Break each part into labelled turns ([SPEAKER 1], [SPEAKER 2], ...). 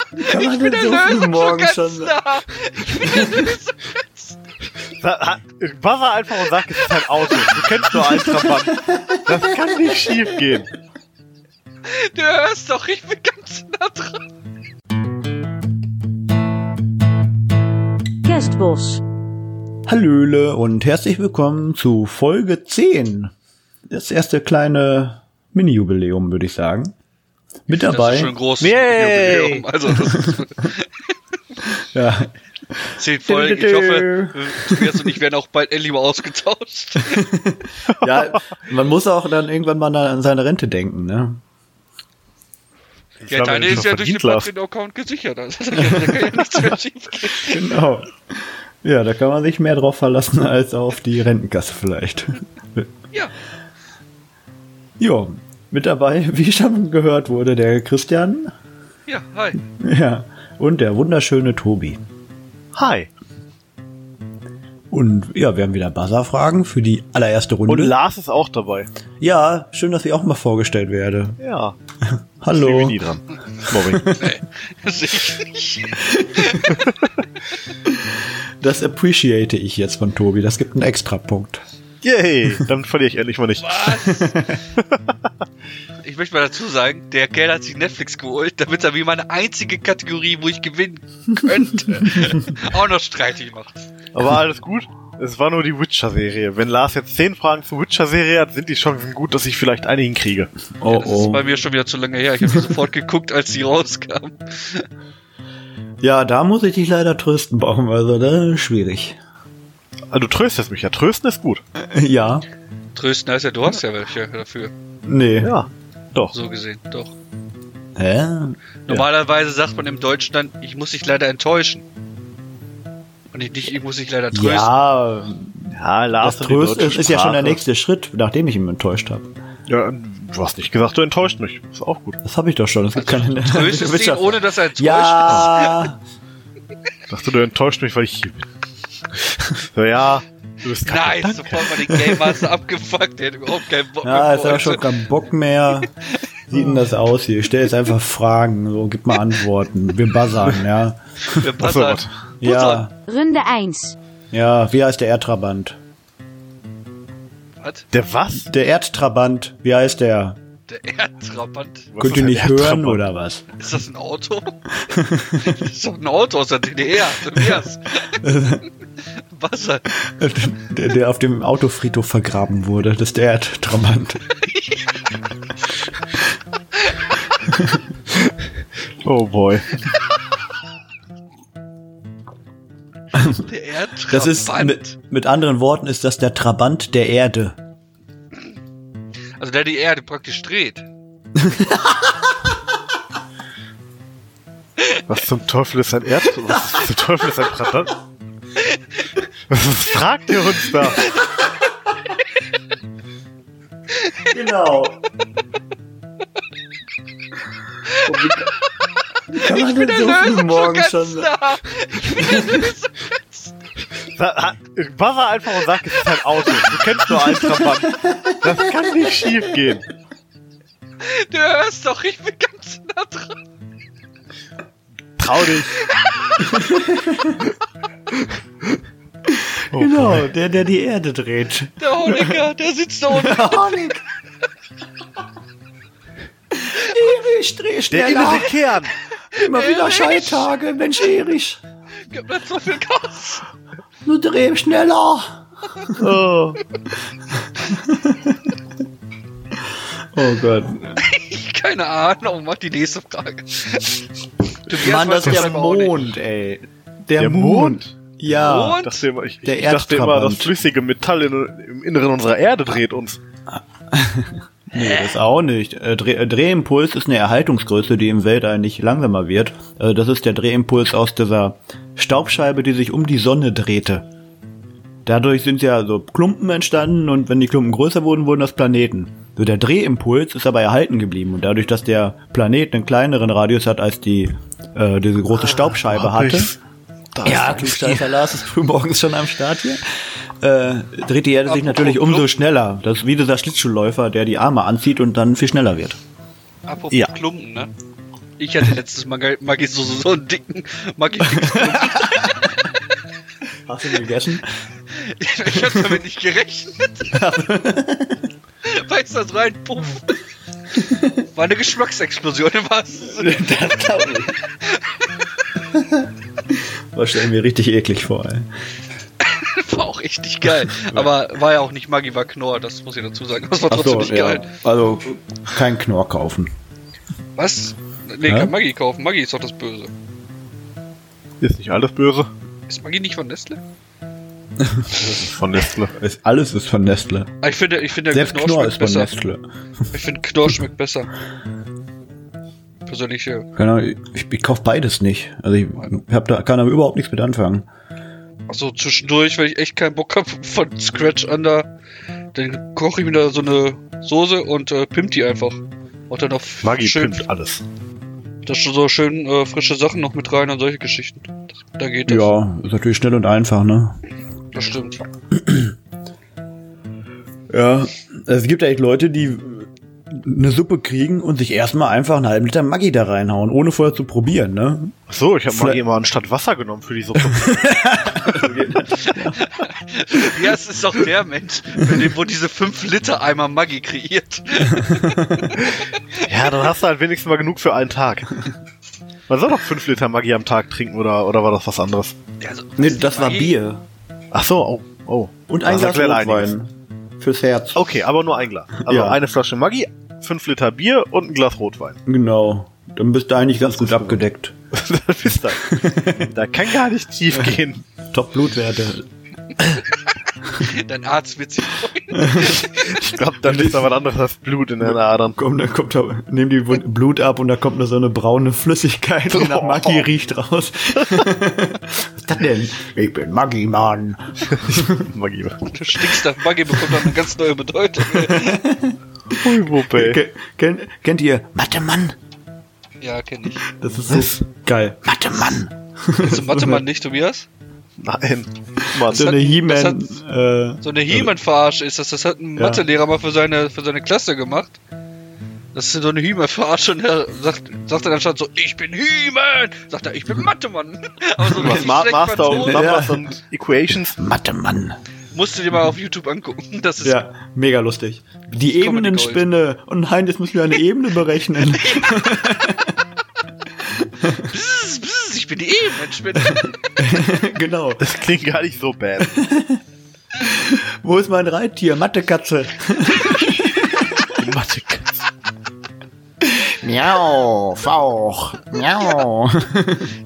[SPEAKER 1] Kann man denn so früh morgens schon.
[SPEAKER 2] Ich bin der Lösungskünstler.
[SPEAKER 3] Mach einfach und sag, es ist ein Auto. Du kennst nur einen Trabant. Das kann nicht schief gehen.
[SPEAKER 2] Du hörst doch, ich bin ganz nah dran.
[SPEAKER 4] Kerstbos.
[SPEAKER 1] Hallöle und herzlich willkommen zu Folge 10. Das erste kleine Mini-Jubiläum, würde ich sagen. Mit
[SPEAKER 2] Das
[SPEAKER 1] dabei.
[SPEAKER 2] ist schon groß.
[SPEAKER 3] Yay!
[SPEAKER 2] Jubiläum. Also, das ist
[SPEAKER 1] ja,
[SPEAKER 2] zehn Folgen. Ich hoffe, Tobias und ich werden auch bald endlich mal ausgetauscht.
[SPEAKER 1] ja, man muss auch dann irgendwann mal an seine Rente denken, ne?
[SPEAKER 3] Ich
[SPEAKER 2] Ja,
[SPEAKER 3] glaube,
[SPEAKER 2] deine
[SPEAKER 3] das
[SPEAKER 2] ist ja durch den
[SPEAKER 3] verdient läuft.
[SPEAKER 2] Patreon-Account gesichert. Also, da kann ja nichts mehr schief gehen.
[SPEAKER 1] Genau. Ja, da kann man sich mehr drauf verlassen als auf die Rentenkasse vielleicht.
[SPEAKER 2] Ja.
[SPEAKER 1] Jo, mit dabei, wie schon gehört wurde, der Christian
[SPEAKER 2] Ja, hi.
[SPEAKER 1] ja, und der wunderschöne Tobi.
[SPEAKER 3] Hi.
[SPEAKER 1] Und ja, wir haben wieder Buzzer-Fragen für die allererste Runde.
[SPEAKER 3] Und Lars ist auch dabei.
[SPEAKER 1] ja, schön, dass ich auch mal vorgestellt werde.
[SPEAKER 3] Ja. Ich bin
[SPEAKER 1] Hallo.
[SPEAKER 3] nie dran. Mobbing.
[SPEAKER 2] Das sehe ich nicht.
[SPEAKER 1] Das appreciate ich jetzt von Tobi. Das gibt einen Extrapunkt.
[SPEAKER 3] Yay. Dann verliere ich endlich mal nicht.
[SPEAKER 2] Was? Ich möchte mal dazu sagen, der Kerl hat sich Netflix geholt, damit er mir meine einzige Kategorie, wo ich gewinnen könnte, auch noch streitig macht.
[SPEAKER 3] Aber alles gut. Es war nur die Witcher-Serie. Wenn Lars jetzt zehn Fragen zur Witcher-Serie hat, sind die Chancen gut, dass ich vielleicht einigen kriege.
[SPEAKER 1] Oh,
[SPEAKER 2] das ist
[SPEAKER 1] oh.
[SPEAKER 2] bei mir schon wieder zu lange her. Ich habe sofort geguckt, als die rauskam.
[SPEAKER 1] Ja, da muss ich dich leider trösten, Baum. Also, das ist schwierig.
[SPEAKER 3] Ah, Du tröstest mich ja. Trösten ist gut.
[SPEAKER 1] Ja.
[SPEAKER 2] Trösten heißt ja, du hast ja welche dafür,
[SPEAKER 1] Nee.
[SPEAKER 3] Ja. Doch.
[SPEAKER 2] so gesehen, doch.
[SPEAKER 1] Hä?
[SPEAKER 2] Normalerweise sagt man im Deutschen dann, ich muss dich leider enttäuschen. Und ich nicht, ich muss dich leider trösten.
[SPEAKER 1] Ja,
[SPEAKER 3] Ja,
[SPEAKER 1] das
[SPEAKER 3] Lars und die
[SPEAKER 1] Tröst
[SPEAKER 3] deutsche
[SPEAKER 1] ist, ist ja schon der
[SPEAKER 3] Sprache.
[SPEAKER 1] nächste Schritt, nachdem ich ihn enttäuscht habe.
[SPEAKER 3] Ja, du hast nicht gesagt, du enttäuscht mich. Ist auch gut.
[SPEAKER 1] Das habe ich doch schon. Das gibt keine
[SPEAKER 2] Tröstest ihn,
[SPEAKER 1] Wirtschaft.
[SPEAKER 2] ohne dass er enttäuscht ist.
[SPEAKER 1] Ja,
[SPEAKER 3] Ich dachte, du enttäuscht mich, weil ich hier bin. So, ja, du bist kacke.
[SPEAKER 2] Nein, sofort mal den Game Master abgefuckt, der hat überhaupt keinen Bock
[SPEAKER 1] ja,
[SPEAKER 2] mehr
[SPEAKER 1] jetzt habe ich schon
[SPEAKER 2] wollte.
[SPEAKER 1] keinen Bock mehr. Sieht denn das aus hier? Ich stell jetzt einfach Fragen, so gib mal Antworten. Wir buzzern, ja.
[SPEAKER 2] Der
[SPEAKER 3] Achso,
[SPEAKER 2] Bastard.
[SPEAKER 1] Ja,
[SPEAKER 4] Runde 1.
[SPEAKER 1] ja, wie heißt der Erdtrabant?
[SPEAKER 2] Was?
[SPEAKER 3] Der was?
[SPEAKER 1] Der Erdtrabant, wie heißt der?
[SPEAKER 2] Der Erdtrabant?
[SPEAKER 3] Was
[SPEAKER 1] Könnt ihr
[SPEAKER 3] ist ein
[SPEAKER 1] nicht hören
[SPEAKER 3] Erdtrabant?
[SPEAKER 1] oder was?
[SPEAKER 2] Ist das ein Auto? das ist doch ein Auto aus der DDR, Tobias. Wasser.
[SPEAKER 1] Der, der auf dem Autofriedhof vergraben wurde, das ist der Erdtrabant.
[SPEAKER 3] Oh boy.
[SPEAKER 2] Der Erdtrabant.
[SPEAKER 1] Das ist, mit, mit anderen Worten, ist das der Trabant der Erde.
[SPEAKER 2] Also der die Erde praktisch dreht.
[SPEAKER 3] Was zum Teufel ist ein Erd... Was zum Teufel ist ein Trabant? Was was fragt ihr uns da?
[SPEAKER 1] Genau. Kann man denn so früh morgens schon.
[SPEAKER 2] nah. Ich bin der Lösungskünstler.
[SPEAKER 3] Buzzer einfach und sag, es ist ein Auto. Du kennst nur einen Trabant. Das kann nicht schief gehen.
[SPEAKER 1] äh,
[SPEAKER 2] Du hörst doch, ich bin ganz nah dran.
[SPEAKER 3] Trau dich. Oh boy.
[SPEAKER 1] Genau, der, der die Erde dreht.
[SPEAKER 2] Der Honecker, der sitzt da unten.
[SPEAKER 1] Honig. Erich, dreh
[SPEAKER 3] Der
[SPEAKER 1] schneller.
[SPEAKER 3] innere Kern.
[SPEAKER 1] Immer wieder Schalltage. Mensch, Erich,
[SPEAKER 2] Gib mir so viel Gas.
[SPEAKER 1] nur dreh schneller.
[SPEAKER 3] Oh.
[SPEAKER 1] Oh Gott.
[SPEAKER 2] Keine Ahnung, mach die nächste Frage. Tobias
[SPEAKER 1] Mann,
[SPEAKER 2] weiß
[SPEAKER 1] das ist der
[SPEAKER 2] selber auch nicht.
[SPEAKER 1] Mond, ey. Der,
[SPEAKER 3] Der Mond.
[SPEAKER 1] Ja.
[SPEAKER 2] Mond?
[SPEAKER 3] Ich dachte immer, ich,
[SPEAKER 1] Der
[SPEAKER 3] ich dachte immer
[SPEAKER 1] Erdtrabant.
[SPEAKER 3] das flüssige Metall in, im Inneren unserer Erde dreht uns.
[SPEAKER 1] Nee, das auch nicht. Äh, Dreh, äh, Drehimpuls ist eine Erhaltungsgröße, die im Weltall nicht langsamer wird. Äh, Das ist der Drehimpuls aus dieser Staubscheibe, die sich um die Sonne drehte. Dadurch sind ja so Klumpen entstanden und wenn die Klumpen größer wurden, wurden das Planeten. So der Drehimpuls ist aber erhalten geblieben und dadurch, dass der Planet einen kleineren Radius hat als die äh, diese große Staubscheibe hatte.
[SPEAKER 3] ich's. Da
[SPEAKER 1] Ja,
[SPEAKER 3] ist-
[SPEAKER 1] klugscheißer Lars ist frühmorgens schon am Start hier. Äh, dreht die Erde sich natürlich umso schneller. Das ist wie dieser Schlittschuhläufer, der die Arme anzieht und dann viel schneller wird.
[SPEAKER 2] Apropos
[SPEAKER 3] Ja.
[SPEAKER 2] Klumpen, ne? Ich hatte letztes Mal Maggi so, so, so einen dicken Maggi.
[SPEAKER 1] Hast du den gegessen?
[SPEAKER 2] Ich, ich hab damit nicht gerechnet. Weißt du, das rein, puff. War eine Geschmacksexplosion im wahrsten Sinne.
[SPEAKER 1] das glaube ich. Was stellen wir richtig eklig vor, ey.
[SPEAKER 2] War auch richtig geil. Aber war ja auch nicht Maggi, war Knorr, das muss ich dazu sagen. Das war
[SPEAKER 1] Ach
[SPEAKER 2] trotzdem
[SPEAKER 1] so,
[SPEAKER 2] nicht geil.
[SPEAKER 1] Also, kein Knorr kaufen.
[SPEAKER 2] Was? Nee,
[SPEAKER 1] Hä?
[SPEAKER 2] kann Maggi kaufen. Maggi ist doch das Böse.
[SPEAKER 3] Ist nicht alles böse.
[SPEAKER 2] Ist Maggi nicht von Nestle?
[SPEAKER 3] Das ist von Nestle.
[SPEAKER 1] Es, alles ist von Nestle.
[SPEAKER 2] Ah, ich finde, ich finde
[SPEAKER 1] Selbst Knorr, ist von
[SPEAKER 2] besser.
[SPEAKER 1] Nestle.
[SPEAKER 2] Ich finde Knorr schmeckt besser. Persönlich, ja.
[SPEAKER 1] Genau, ich, ich kaufe beides nicht. Also ich hab da, kann da überhaupt nichts mit anfangen.
[SPEAKER 2] Also zwischendurch, wenn ich echt keinen Bock habe von Scratch an da, dann koche ich mir da so eine Soße und äh, pimp die einfach. Und dann auf
[SPEAKER 3] Maggi
[SPEAKER 2] schön,
[SPEAKER 3] pimpt alles.
[SPEAKER 2] da schon so schön äh, frische Sachen noch mit rein und solche Geschichten. Das, da geht das.
[SPEAKER 1] Ja, ist natürlich schnell und einfach, ne?
[SPEAKER 2] Das stimmt.
[SPEAKER 1] Ja. Es gibt echt Leute, die eine Suppe kriegen und sich erstmal einfach einen halben Liter Maggi da reinhauen, ohne vorher zu probieren, ne?
[SPEAKER 3] Ach so, ich habe
[SPEAKER 1] Vielleicht-
[SPEAKER 3] Maggi immer anstatt Wasser genommen für die Suppe.
[SPEAKER 2] Ja, es ist auch der Mensch, mit dem wurde diese 5 Liter Eimer Maggi kreiert.
[SPEAKER 3] ja, dann hast du halt wenigstens mal genug für einen Tag. Man soll doch 5 Liter Maggi am Tag trinken oder, oder war das was anderes?
[SPEAKER 2] Ja, so-
[SPEAKER 1] Nee, das war
[SPEAKER 2] Maggi-
[SPEAKER 1] Bier.
[SPEAKER 3] Ach so, oh. oh.
[SPEAKER 1] Und ein
[SPEAKER 3] Das
[SPEAKER 1] Glas
[SPEAKER 3] erklärt einiges.
[SPEAKER 1] Rotwein. Oh. Fürs Herz.
[SPEAKER 3] Okay, aber nur ein Glas. Also
[SPEAKER 1] Ja.
[SPEAKER 3] eine Flasche Maggi, 5 Liter Bier und ein Glas Rotwein.
[SPEAKER 1] Genau. Dann bist du eigentlich ganz gut abgedeckt.
[SPEAKER 3] das ist das. Da kann gar nicht tief gehen.
[SPEAKER 1] Top Blutwerte.
[SPEAKER 2] Dein Arzt wird sich freuen.
[SPEAKER 3] Ich glaube, dann ist da was anderes als Blut in den Adern.
[SPEAKER 1] Komm, dann kommt da, nehmen die Wund- Blut ab und da kommt nur so eine braune Flüssigkeit und nach Maggi riecht raus. Was ist das denn? Ich bin Maggi, Mann.
[SPEAKER 3] Maggi.
[SPEAKER 2] Du stinkst nach Maggi, bekommt dann eine ganz neue Bedeutung.
[SPEAKER 3] Ui, Wuppe.
[SPEAKER 1] Ke- Kennt, kennt ihr Mathe Mann?
[SPEAKER 2] Ja, kenn ich.
[SPEAKER 1] Das ist so geil. Mathe Mann.
[SPEAKER 2] Kennst du Mathe-Mann nicht, Tobias?
[SPEAKER 3] Nein. Mann.
[SPEAKER 1] So
[SPEAKER 2] hat-
[SPEAKER 1] eine
[SPEAKER 2] das
[SPEAKER 1] He-Man. Äh,
[SPEAKER 2] So eine He-Man-Verarsche ist das. Das hat ein
[SPEAKER 1] Ja.
[SPEAKER 2] Mathelehrer mal für seine, für seine Klasse gemacht. Das ist so eine He-Man-Verarsche und er sagt, sagt er dann statt so, ich bin He-Man! Sagt er, ich bin Mathe-Mann! Aber so
[SPEAKER 3] Was
[SPEAKER 2] richtig
[SPEAKER 3] Ma
[SPEAKER 2] schlecht
[SPEAKER 3] Master und
[SPEAKER 2] vertont.
[SPEAKER 1] Ja.
[SPEAKER 3] Numbers und Equations.
[SPEAKER 1] Mathe Mann.
[SPEAKER 2] Musst du dir mal auf YouTube angucken. Das ist
[SPEAKER 1] Ja, mega lustig. Die
[SPEAKER 2] Comedy Gold.
[SPEAKER 1] Ebenenspinne. Und nein, jetzt müssen wir eine Ebene berechnen.
[SPEAKER 2] bzz, bzz, ich bin die He-Man-Spinne.
[SPEAKER 1] genau.
[SPEAKER 3] Das klingt gar nicht so bad.
[SPEAKER 1] Wo ist mein Reittier? Mathe Katze.
[SPEAKER 3] Die Mathe
[SPEAKER 1] Miau, Fauch. Miau.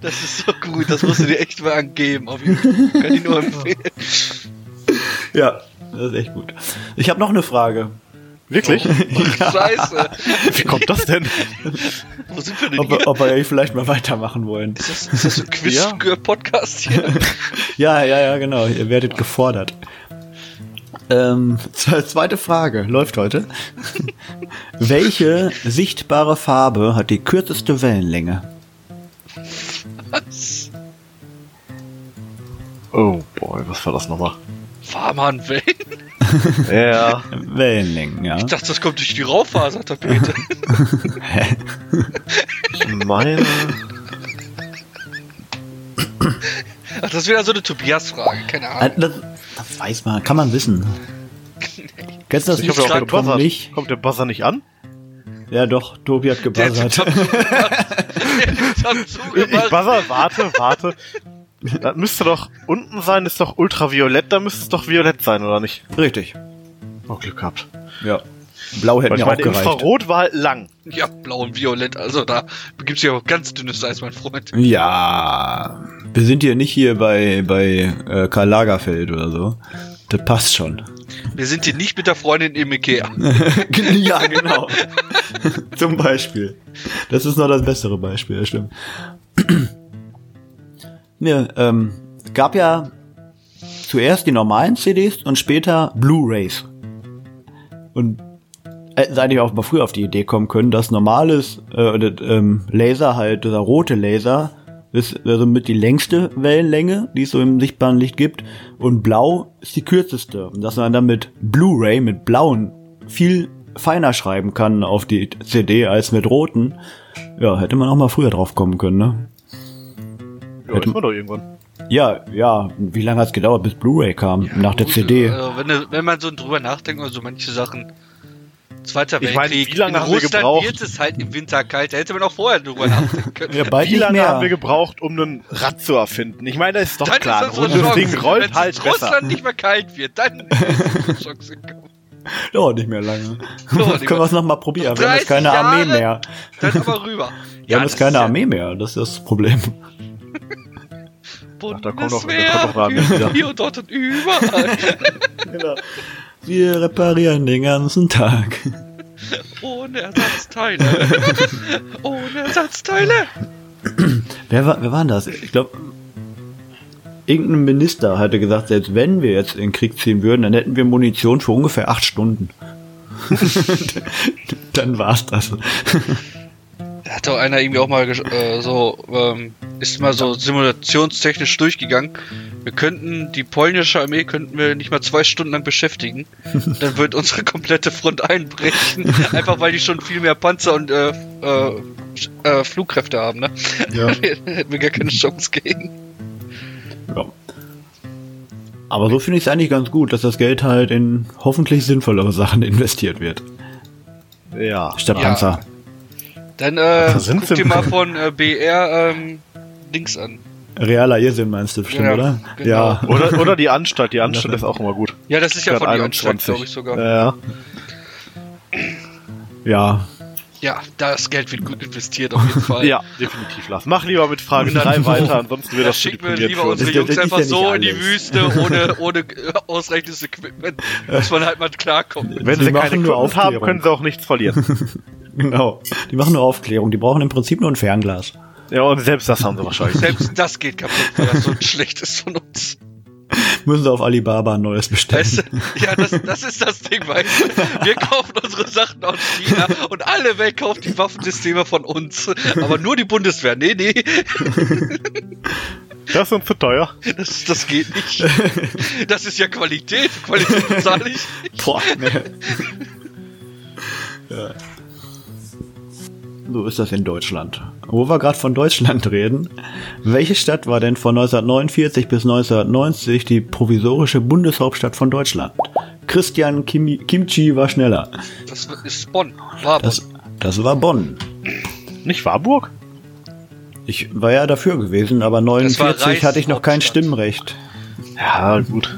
[SPEAKER 2] Das ist so gut, das musst du dir echt mal angeben. Auf YouTube. Kann ich nur empfehlen.
[SPEAKER 1] Ja, das ist echt gut. Ich habe noch eine Frage.
[SPEAKER 3] Wirklich?
[SPEAKER 2] Scheiße.
[SPEAKER 3] Wie kommt das denn?
[SPEAKER 2] Wo sind wir denn
[SPEAKER 1] Ob,
[SPEAKER 2] hier?
[SPEAKER 1] ob wir vielleicht mal weitermachen wollen.
[SPEAKER 2] Ist das, ist das so ein
[SPEAKER 3] Ja.
[SPEAKER 2] Quiz-Podcast hier?
[SPEAKER 1] Ja, ja, ja, genau. Ihr werdet gefordert. Ähm, z- zweite Frage. Läuft heute. Welche sichtbare Farbe hat die kürzeste Wellenlänge?
[SPEAKER 2] Was?
[SPEAKER 3] Oh boy, was war das nochmal?
[SPEAKER 2] Farmhandwellen?
[SPEAKER 3] Ja.
[SPEAKER 1] Wellenlängen, ja.
[SPEAKER 2] Ich dachte, das kommt durch die Raufasertapete.
[SPEAKER 3] Ich meine.
[SPEAKER 2] Ach, das ist wieder so eine Tobias-Frage, keine
[SPEAKER 1] Ah,
[SPEAKER 2] Ahnung.
[SPEAKER 1] Das, das weiß man, kann man wissen. Kennst du das
[SPEAKER 3] Ich hoffe, auch
[SPEAKER 1] Lied?
[SPEAKER 3] der
[SPEAKER 2] Kommt
[SPEAKER 3] Buzzer.
[SPEAKER 1] nicht.
[SPEAKER 3] Kommt der Buzzer nicht an?
[SPEAKER 1] Ja, doch, Tobi hat
[SPEAKER 2] Der hat
[SPEAKER 1] gebuzzert.
[SPEAKER 2] den Tab
[SPEAKER 3] Äh, Ich
[SPEAKER 2] zugemacht.
[SPEAKER 3] buzzer, warte, warte. Das müsste doch unten sein, ist doch ultraviolett, da müsste es doch violett sein, oder nicht?
[SPEAKER 1] Richtig.
[SPEAKER 3] Oh, Glück gehabt.
[SPEAKER 1] Ja. Blau hätte
[SPEAKER 3] Weil
[SPEAKER 1] mir
[SPEAKER 3] ich
[SPEAKER 1] auch
[SPEAKER 3] meine,
[SPEAKER 1] gereicht.
[SPEAKER 3] Infrarot war halt lang.
[SPEAKER 2] Ja, blau und violett, also da gibt's ja auch ganz dünnes Eis, mein Freund.
[SPEAKER 1] Ja, wir sind hier nicht hier bei, bei äh, Karl Lagerfeld oder so. Das passt schon.
[SPEAKER 2] Wir sind hier nicht mit der Freundin im Ikea.
[SPEAKER 1] ja, genau. Zum Beispiel. Das ist noch das bessere Beispiel, das stimmt. ja, ähm, es gab ja zuerst die normalen CDs und später Blu-Rays. Und hätten sie Äh, eigentlich auch mal früher auf die Idee kommen können, dass normales äh, das, ähm, Laser halt, dieser rote Laser, ist also mit die längste Wellenlänge, die es so im sichtbaren Licht gibt, und blau ist die kürzeste. Und dass man dann mit Blu-ray, mit blauen, viel feiner schreiben kann auf die CD als mit roten, Ja, hätte man auch mal früher drauf kommen können, ne?
[SPEAKER 3] Ja, ist man doch irgendwann.
[SPEAKER 1] Ja, ja, wie lange hat's gedauert, bis Blu-ray kam? nach der
[SPEAKER 2] Gut,
[SPEAKER 1] CD.
[SPEAKER 2] Also, wenn, du- wenn man so drüber nachdenkt oder so manche Sachen. Zweiter
[SPEAKER 3] Ich
[SPEAKER 2] Weltkrieg.
[SPEAKER 3] meine, wie lange
[SPEAKER 2] In
[SPEAKER 3] haben wir
[SPEAKER 2] Russland
[SPEAKER 3] gebraucht?
[SPEAKER 2] wird es halt im Winter kalt. Da hätte man auch vorher drüber nachdenken können.
[SPEAKER 1] ja, bald
[SPEAKER 3] Wie
[SPEAKER 1] nicht
[SPEAKER 3] lange
[SPEAKER 1] mehr.
[SPEAKER 3] haben wir gebraucht, um einen Rad zu erfinden? Ich meine, das ist doch
[SPEAKER 2] Dann
[SPEAKER 3] klar. Ein
[SPEAKER 2] ist das unsere
[SPEAKER 3] rundes
[SPEAKER 2] Chance.
[SPEAKER 3] Ding rollt
[SPEAKER 2] Wenn's
[SPEAKER 3] halt
[SPEAKER 2] in
[SPEAKER 3] besser.
[SPEAKER 2] Russland nicht mehr kalt wird, dann ist unsere Chance gekommen.
[SPEAKER 1] Dauert nicht mehr lange.
[SPEAKER 2] Dauert nicht
[SPEAKER 1] Können wir
[SPEAKER 2] mehr.
[SPEAKER 1] es nochmal probieren. Wir haben jetzt
[SPEAKER 2] 30
[SPEAKER 1] keine Armee
[SPEAKER 2] Jahre.
[SPEAKER 1] mehr.
[SPEAKER 2] Dann aber rüber.
[SPEAKER 1] Wir haben jetzt keine Armee mehr. Das ist das Problem.
[SPEAKER 2] Ach,
[SPEAKER 3] da kommt doch- da kommt doch Radio wieder.
[SPEAKER 2] Hier und dort und überall.
[SPEAKER 1] Wir reparieren den ganzen Tag.
[SPEAKER 2] Ohne Ersatzteile. Ohne Ersatzteile.
[SPEAKER 1] Wer war, wer war denn das? Ich glaube, irgendein Minister hatte gesagt, selbst wenn wir jetzt in den Krieg ziehen würden, dann hätten wir Munition für ungefähr acht Stunden. dann war's das.
[SPEAKER 2] Da hat doch einer irgendwie auch mal gesch- äh, so, ähm, ist mal so simulationstechnisch durchgegangen. Wir könnten die polnische Armee könnten wir nicht mal zwei Stunden lang beschäftigen. Dann wird unsere komplette Front einbrechen. Einfach weil die schon viel mehr Panzer und äh, äh, Sch- äh, Flugkräfte haben, ne?
[SPEAKER 1] Ja.
[SPEAKER 2] Hätten wir gar keine Chance gegen.
[SPEAKER 1] Ja. Aber so finde ich es eigentlich ganz gut, dass das Geld halt in hoffentlich sinnvollere Sachen investiert wird.
[SPEAKER 3] Ja.
[SPEAKER 1] Statt
[SPEAKER 2] Ja.
[SPEAKER 1] Panzer.
[SPEAKER 2] Dann äh,
[SPEAKER 3] sind
[SPEAKER 2] guck
[SPEAKER 3] sie
[SPEAKER 2] dir
[SPEAKER 3] im-
[SPEAKER 2] mal von äh, BR ähm, Links an.
[SPEAKER 1] Realer Irrsinn meinst du bestimmt,
[SPEAKER 2] Ja,
[SPEAKER 1] oder?
[SPEAKER 2] genau.
[SPEAKER 1] Ja.
[SPEAKER 3] Oder, oder die Anstalt. Die Anstalt ist auch immer gut.
[SPEAKER 2] Ja, das ist ja von die Anstalt,
[SPEAKER 3] 21.
[SPEAKER 2] glaube ich sogar.
[SPEAKER 3] Ja.
[SPEAKER 1] Ja.
[SPEAKER 2] Ja, das Geld wird gut investiert auf jeden Fall.
[SPEAKER 3] ja, definitiv, Lars. Mach lieber mit Frage 3 weiter, ansonsten wird
[SPEAKER 2] Das
[SPEAKER 3] das
[SPEAKER 2] schicken wir
[SPEAKER 3] deponiert
[SPEAKER 2] lieber
[SPEAKER 3] für uns.
[SPEAKER 2] unsere
[SPEAKER 1] Das- das
[SPEAKER 2] Jungs
[SPEAKER 1] ist ja
[SPEAKER 2] einfach
[SPEAKER 1] nicht
[SPEAKER 2] so in die
[SPEAKER 1] alles.
[SPEAKER 2] Wüste ohne, ohne äh, ausreichendes Equipment. Muss man halt mal klarkommen.
[SPEAKER 3] Wenn
[SPEAKER 1] Sie
[SPEAKER 3] sie,
[SPEAKER 1] machen
[SPEAKER 3] keine
[SPEAKER 1] nur
[SPEAKER 3] Kunden haben,
[SPEAKER 1] Aufklärung.
[SPEAKER 3] können sie auch nichts verlieren.
[SPEAKER 1] Genau. Die machen nur Aufklärung. Die brauchen im Prinzip nur ein Fernglas.
[SPEAKER 3] ja, und selbst das haben sie wahrscheinlich.
[SPEAKER 2] Selbst das geht kaputt, weil das so ein schlechtes von uns.
[SPEAKER 1] Müssen sie auf Alibaba ein neues bestellen.
[SPEAKER 2] Weißt du? Ja, das, das ist das Ding, weißt du? Wir kaufen unsere Sachen aus China und alle Welt kauft die Waffensysteme von uns. Aber nur die Bundeswehr. Nee, nee,
[SPEAKER 3] Das ist uns zu teuer.
[SPEAKER 2] das, das geht nicht. Das ist ja Qualität. Qualität bezahle ich.
[SPEAKER 1] Boah, ne. ja. So ist das in Deutschland. Wo wir gerade von Deutschland reden, welche Stadt war denn von 1949 bis 1990 die provisorische Bundeshauptstadt von Deutschland? Christian Kimi Kimchi war schneller.
[SPEAKER 2] Das ist Bonn. War Bonn.
[SPEAKER 1] Das, das war Bonn.
[SPEAKER 3] Nicht Warburg?
[SPEAKER 1] Ich war ja dafür gewesen, aber
[SPEAKER 2] war
[SPEAKER 1] 49 hatte ich noch kein
[SPEAKER 2] Reichshauptstadt.
[SPEAKER 1] Stimmrecht.
[SPEAKER 3] Ja, gut.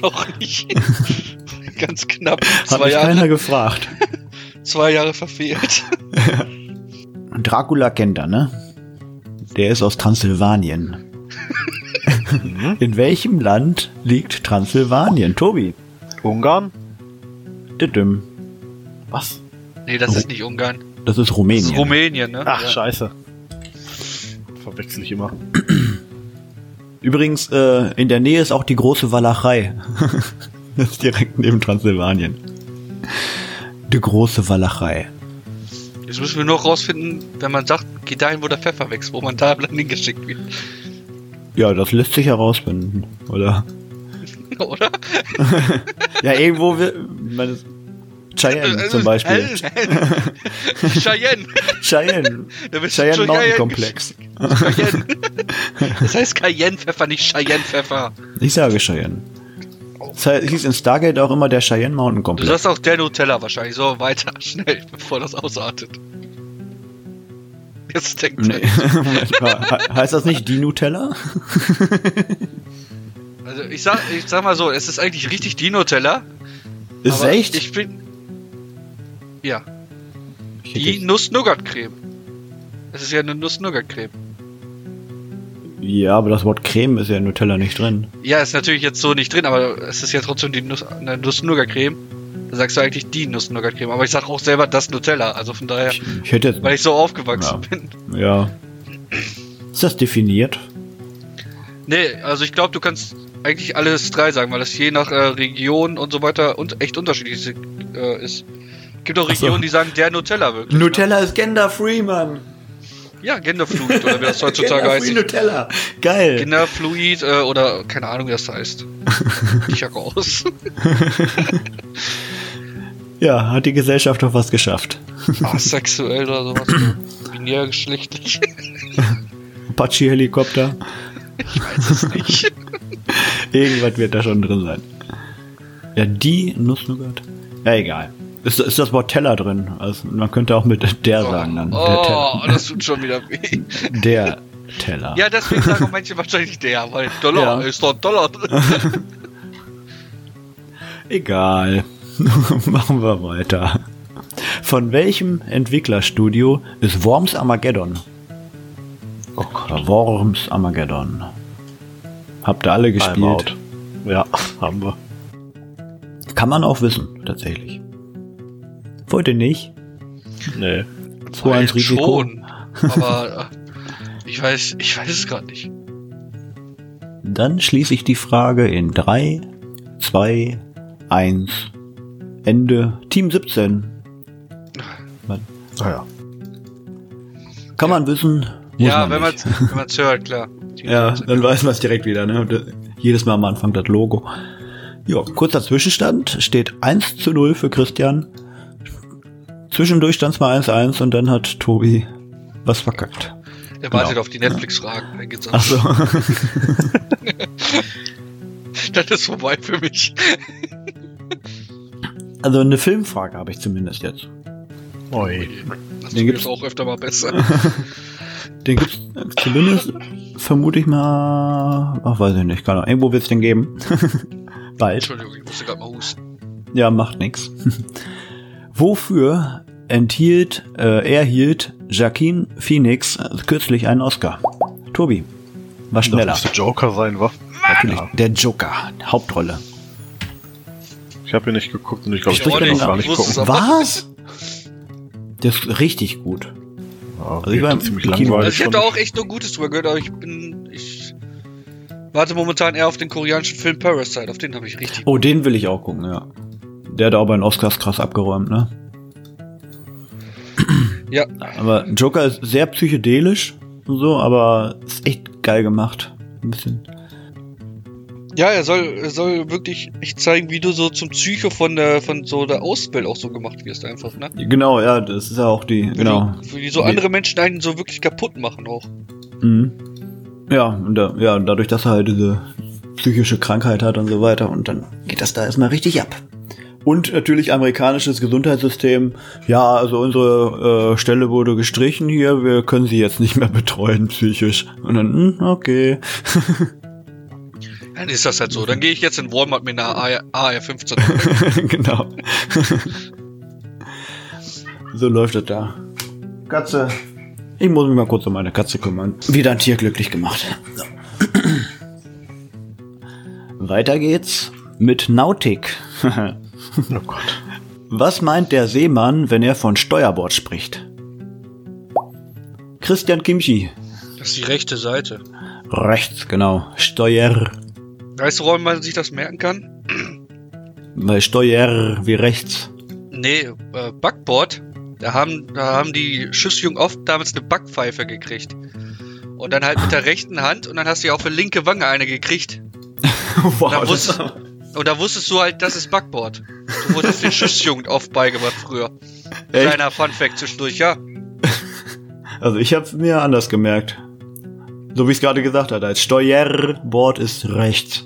[SPEAKER 2] Noch nicht. Ganz knapp.
[SPEAKER 1] Hat
[SPEAKER 2] Zwei
[SPEAKER 1] mich
[SPEAKER 2] Jahre,
[SPEAKER 1] keiner gefragt.
[SPEAKER 2] zwei Jahre verfehlt.
[SPEAKER 1] Dracula kennt er, ne? Der ist aus Transsilvanien.
[SPEAKER 2] Mhm.
[SPEAKER 1] In welchem Land liegt Transsilvanien? Tobi.
[SPEAKER 3] Ungarn?
[SPEAKER 1] Didim.
[SPEAKER 3] Was?
[SPEAKER 2] Nee, das ist nicht Ungarn.
[SPEAKER 1] Das ist
[SPEAKER 2] Das
[SPEAKER 1] Rumänien.
[SPEAKER 2] ist Rumänien, ne?
[SPEAKER 3] Ach,
[SPEAKER 2] Ja.
[SPEAKER 3] scheiße. Verwechsel ich immer.
[SPEAKER 1] Übrigens, äh, in der Nähe ist auch die große Walachei. das ist direkt neben Transsilvanien. Die große Walachei.
[SPEAKER 2] Jetzt müssen wir nur rausfinden, wenn man sagt, geh dahin, wo der Pfeffer wächst, wo man da dann hingeschickt wird.
[SPEAKER 1] Ja, das lässt sich herausfinden, oder?
[SPEAKER 2] Oder?
[SPEAKER 1] Ja, irgendwo will. Man, Cheyenne zum Beispiel.
[SPEAKER 2] Hell, hell. Also, Cheyenne.
[SPEAKER 1] Cheyenne.
[SPEAKER 2] Da bist du
[SPEAKER 1] Cheyenne
[SPEAKER 2] schon
[SPEAKER 1] Mountain
[SPEAKER 2] Cheyenne
[SPEAKER 1] Komplex.
[SPEAKER 2] Cayenne. Das heißt Cayenne-Pfeffer, nicht Cheyenne-Pfeffer.
[SPEAKER 1] Ich sage Cheyenne. Es he- hieß in Stargate auch immer der Cheyenne Mountain
[SPEAKER 2] Du
[SPEAKER 1] Komplex.
[SPEAKER 2] sagst auch der Nutella wahrscheinlich. So, weiter, schnell, bevor das ausartet. Jetzt denkt
[SPEAKER 1] Nee.
[SPEAKER 2] er.
[SPEAKER 1] Moment mal. He- heißt das nicht die Nutella?
[SPEAKER 2] Also ich sag, ich sag mal so, es ist eigentlich richtig die Nutella.
[SPEAKER 1] Ist
[SPEAKER 2] aber
[SPEAKER 1] echt?
[SPEAKER 2] Ich bin. Ja,
[SPEAKER 1] Ich hätte-
[SPEAKER 2] die Nuss-Nougat-Creme. Es ist ja eine Nuss-Nougat-Creme.
[SPEAKER 1] ja, aber das Wort Creme ist ja in Nutella nicht drin.
[SPEAKER 2] Ja, ist natürlich jetzt so nicht drin, aber es ist ja trotzdem die Nuss, eine Nuss-Nougat-Creme. Da sagst du eigentlich die Nuss-Nougat-Creme, aber ich sag auch selber das Nutella, also von daher,
[SPEAKER 1] Ich, ich hätte jetzt.
[SPEAKER 2] weil ich so aufgewachsen
[SPEAKER 1] Ja.
[SPEAKER 2] bin.
[SPEAKER 1] Ja. Ist das definiert?
[SPEAKER 2] Nee, also ich glaube, du kannst eigentlich alles drei sagen, weil das je nach äh, Region und so weiter und echt unterschiedlich ist. Äh, ist. Gibt auch
[SPEAKER 1] Ach so.
[SPEAKER 2] Regionen, die sagen der Nutella wirklich. ne?
[SPEAKER 1] Nutella ist genderfree, Mann.
[SPEAKER 2] Ja, Genderfluid oder wie das heutzutage heißt.
[SPEAKER 1] Nutella. Geil.
[SPEAKER 2] Genderfluid äh, oder keine Ahnung, wie das heißt. Ich hack aus.
[SPEAKER 1] Ja, hat die Gesellschaft doch was geschafft.
[SPEAKER 2] Ah, sexuell oder sowas. Binär geschlechtlich.
[SPEAKER 1] Apache-Helikopter. Irgendwas wird da schon drin sein. Ja, die Nussnougat. Ja, egal. Ist, ist das Wort Teller drin? Also man könnte auch mit der sagen dann. Der
[SPEAKER 2] Oh,
[SPEAKER 1] Teller.
[SPEAKER 2] das tut schon wieder weh.
[SPEAKER 1] Der Teller.
[SPEAKER 2] Ja, deswegen sagen auch manche wahrscheinlich der, weil Dollar
[SPEAKER 1] Ja.
[SPEAKER 2] ist doch ein Dollar drin.
[SPEAKER 1] Egal. Machen wir weiter. Von welchem Entwicklerstudio ist Worms Armageddon? Oh Gott. Worms Armageddon. Habt ihr alle gespielt?
[SPEAKER 3] Out. Ja, haben wir.
[SPEAKER 1] Kann man auch wissen, tatsächlich. Wollt ihr nicht?
[SPEAKER 3] Nee.
[SPEAKER 1] So ein Risiko.
[SPEAKER 2] Schon, aber äh, ich weiß, ich weiß es gerade nicht.
[SPEAKER 1] Dann schließe ich die Frage in 3, 2, 1. Ende. Team 17.
[SPEAKER 3] Naja.
[SPEAKER 1] Kann man wissen. muss
[SPEAKER 2] ja,
[SPEAKER 1] man
[SPEAKER 2] wenn man
[SPEAKER 1] nicht.
[SPEAKER 2] wenn man's hört, klar.
[SPEAKER 1] Ja, dann weiß man es direkt wieder. Ne? Und, äh, Jedes Mal am Anfang das Logo. Ja, kurzer Zwischenstand. Steht 1 zu 0 für Christian. Zwischendurch stand es mal 1-1 und dann hat Tobi was verkackt.
[SPEAKER 2] Der wartet
[SPEAKER 1] genau.
[SPEAKER 2] auf die Netflix-Fragen. Dann geht's an.
[SPEAKER 1] Achso.
[SPEAKER 2] Das ist vorbei für mich.
[SPEAKER 1] Also eine Filmfrage habe ich zumindest jetzt.
[SPEAKER 3] Oi.
[SPEAKER 2] Das
[SPEAKER 1] Den
[SPEAKER 2] tut
[SPEAKER 1] gibt's-
[SPEAKER 2] jetzt auch öfter mal besser.
[SPEAKER 1] Den gibt's äh, zumindest, vermute ich mal. Ach, weiß ich nicht, keine Ahnung. Irgendwo wird's den geben. Bald.
[SPEAKER 2] Entschuldigung, ich musste gerade mal husten.
[SPEAKER 1] Ja, macht nix. Wofür enthielt, äh, erhielt Joaquin Phoenix äh, kürzlich einen Oscar? Tobi, war
[SPEAKER 3] Das
[SPEAKER 1] schneller.
[SPEAKER 3] müsste Joker sein, wa?
[SPEAKER 1] Natürlich.
[SPEAKER 3] Ja.
[SPEAKER 1] Ah, Der Joker, Hauptrolle.
[SPEAKER 3] Ich habe hier nicht geguckt und ich glaube,
[SPEAKER 2] Ich
[SPEAKER 3] ich wollte
[SPEAKER 1] auch
[SPEAKER 3] noch
[SPEAKER 1] nicht.
[SPEAKER 2] Ich
[SPEAKER 3] gar nicht
[SPEAKER 2] wusste
[SPEAKER 3] gucken.
[SPEAKER 2] es Aber-
[SPEAKER 1] Was? Das ist richtig gut.
[SPEAKER 3] Ja,
[SPEAKER 1] Also ich war
[SPEAKER 3] wirkte
[SPEAKER 1] im Kino.
[SPEAKER 2] Also
[SPEAKER 1] Weiß
[SPEAKER 2] ich
[SPEAKER 3] schon.
[SPEAKER 2] habe da auch echt nur Gutes drüber gehört, aber ich bin. Ich warte momentan eher auf den koreanischen Film Parasite. Auf den habe ich richtig.
[SPEAKER 1] Oh, den will ich auch gucken, ja. Der hat auch bei den Oscars krass abgeräumt, ne?
[SPEAKER 2] Ja,
[SPEAKER 1] Aber Joker ist sehr psychedelisch und so, aber ist echt geil gemacht. Ein bisschen.
[SPEAKER 2] ja, er soll, er soll wirklich echt zeigen, wie du so zum Psycho von der, von so der Auswelt auch so gemacht wirst, einfach, ne?
[SPEAKER 1] Genau, ja, das ist ja auch die. Genau.
[SPEAKER 2] Wie, wie so andere Menschen einen so wirklich kaputt machen auch.
[SPEAKER 1] Mhm. Ja, und da, ja, und dadurch, dass er halt diese psychische Krankheit hat und so weiter. Und dann geht das da erstmal richtig ab. Und natürlich amerikanisches Gesundheitssystem. Ja, also unsere äh, Stelle wurde gestrichen hier. Wir können sie jetzt nicht mehr betreuen psychisch. Und dann, hm, okay.
[SPEAKER 2] Dann ist das halt so. Dann gehe ich jetzt in Walmart mit einer AR-15.
[SPEAKER 1] genau. so läuft das da. Katze. Ich muss mich mal kurz um meine Katze kümmern. Wieder ein Tier glücklich gemacht. So. Weiter geht's mit Nautik.
[SPEAKER 3] Oh Gott.
[SPEAKER 1] Was meint der Seemann, wenn er von Steuerbord spricht? Christian Kimchi.
[SPEAKER 2] Das ist die rechte Seite.
[SPEAKER 1] Rechts, genau. Steuer.
[SPEAKER 2] Weißt du, warum man sich das merken kann?
[SPEAKER 1] Weil Steuer wie rechts.
[SPEAKER 2] Nee, äh, Backboard. Da haben, da haben die Schiffsjungen oft damals eine Backpfeife gekriegt. Und dann halt mit der rechten Hand und dann hast du ja auf der linke Wange eine gekriegt.
[SPEAKER 1] Wow,
[SPEAKER 2] Da wusstest, und da wusstest du halt, das ist Backboard. Du wurdest den Schiffsjungen oft beigebracht früher.
[SPEAKER 1] Echt?
[SPEAKER 2] Kleiner Funfact zwischendurch, ja.
[SPEAKER 1] Also ich hab's mir anders gemerkt. So wie ich es gerade gesagt hatte, als Steuerbord ist rechts.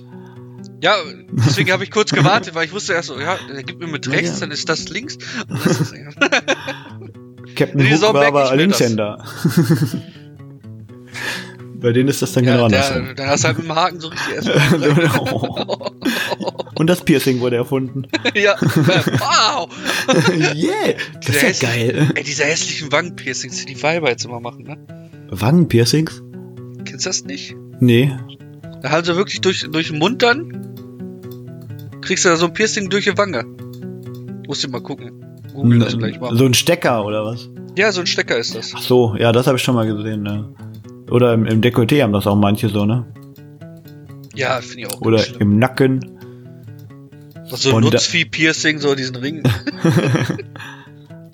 [SPEAKER 2] Ja, deswegen habe ich kurz gewartet, weil ich wusste erst so, ja, der gibt mir mit
[SPEAKER 1] Ja,
[SPEAKER 2] rechts,
[SPEAKER 1] ja. Genau
[SPEAKER 2] dann ist das links. Und das ist,
[SPEAKER 1] Captain
[SPEAKER 2] Nee,
[SPEAKER 1] Hook
[SPEAKER 2] so
[SPEAKER 1] war
[SPEAKER 2] merk ich
[SPEAKER 1] aber
[SPEAKER 2] mir
[SPEAKER 1] Linkshänder. Bei denen ist das dann genau
[SPEAKER 2] ja,
[SPEAKER 1] andersrum.
[SPEAKER 2] der, dann hast du halt mit dem Haken so richtig erst.
[SPEAKER 1] Oh. Und das Piercing wurde erfunden.
[SPEAKER 2] ja, wow!
[SPEAKER 1] yeah, das
[SPEAKER 2] Der
[SPEAKER 1] ist ja geil.
[SPEAKER 2] Ey, diese hässlichen Wangenpiercings, die die Weiber jetzt immer machen, ne?
[SPEAKER 1] Wangenpiercings?
[SPEAKER 2] Kennst du das nicht?
[SPEAKER 1] Nee.
[SPEAKER 2] Da haben sie wirklich durch, durch den Mund dann, kriegst du da so ein Piercing durch die Wange. Musst du mal gucken. Google das gleich mal.
[SPEAKER 1] So ein Stecker oder was?
[SPEAKER 2] Ja, so ein Stecker ist das.
[SPEAKER 1] Ach so, ja, das habe ich schon mal gesehen. Ne? Oder im, im Dekolleté haben das auch manche so, ne?
[SPEAKER 2] Ja, finde ich auch. ganz
[SPEAKER 1] Oder
[SPEAKER 2] schlimm.
[SPEAKER 1] im Nacken.
[SPEAKER 2] so ein
[SPEAKER 1] und da-
[SPEAKER 2] Nutzvieh-Piercing, so diesen Ring.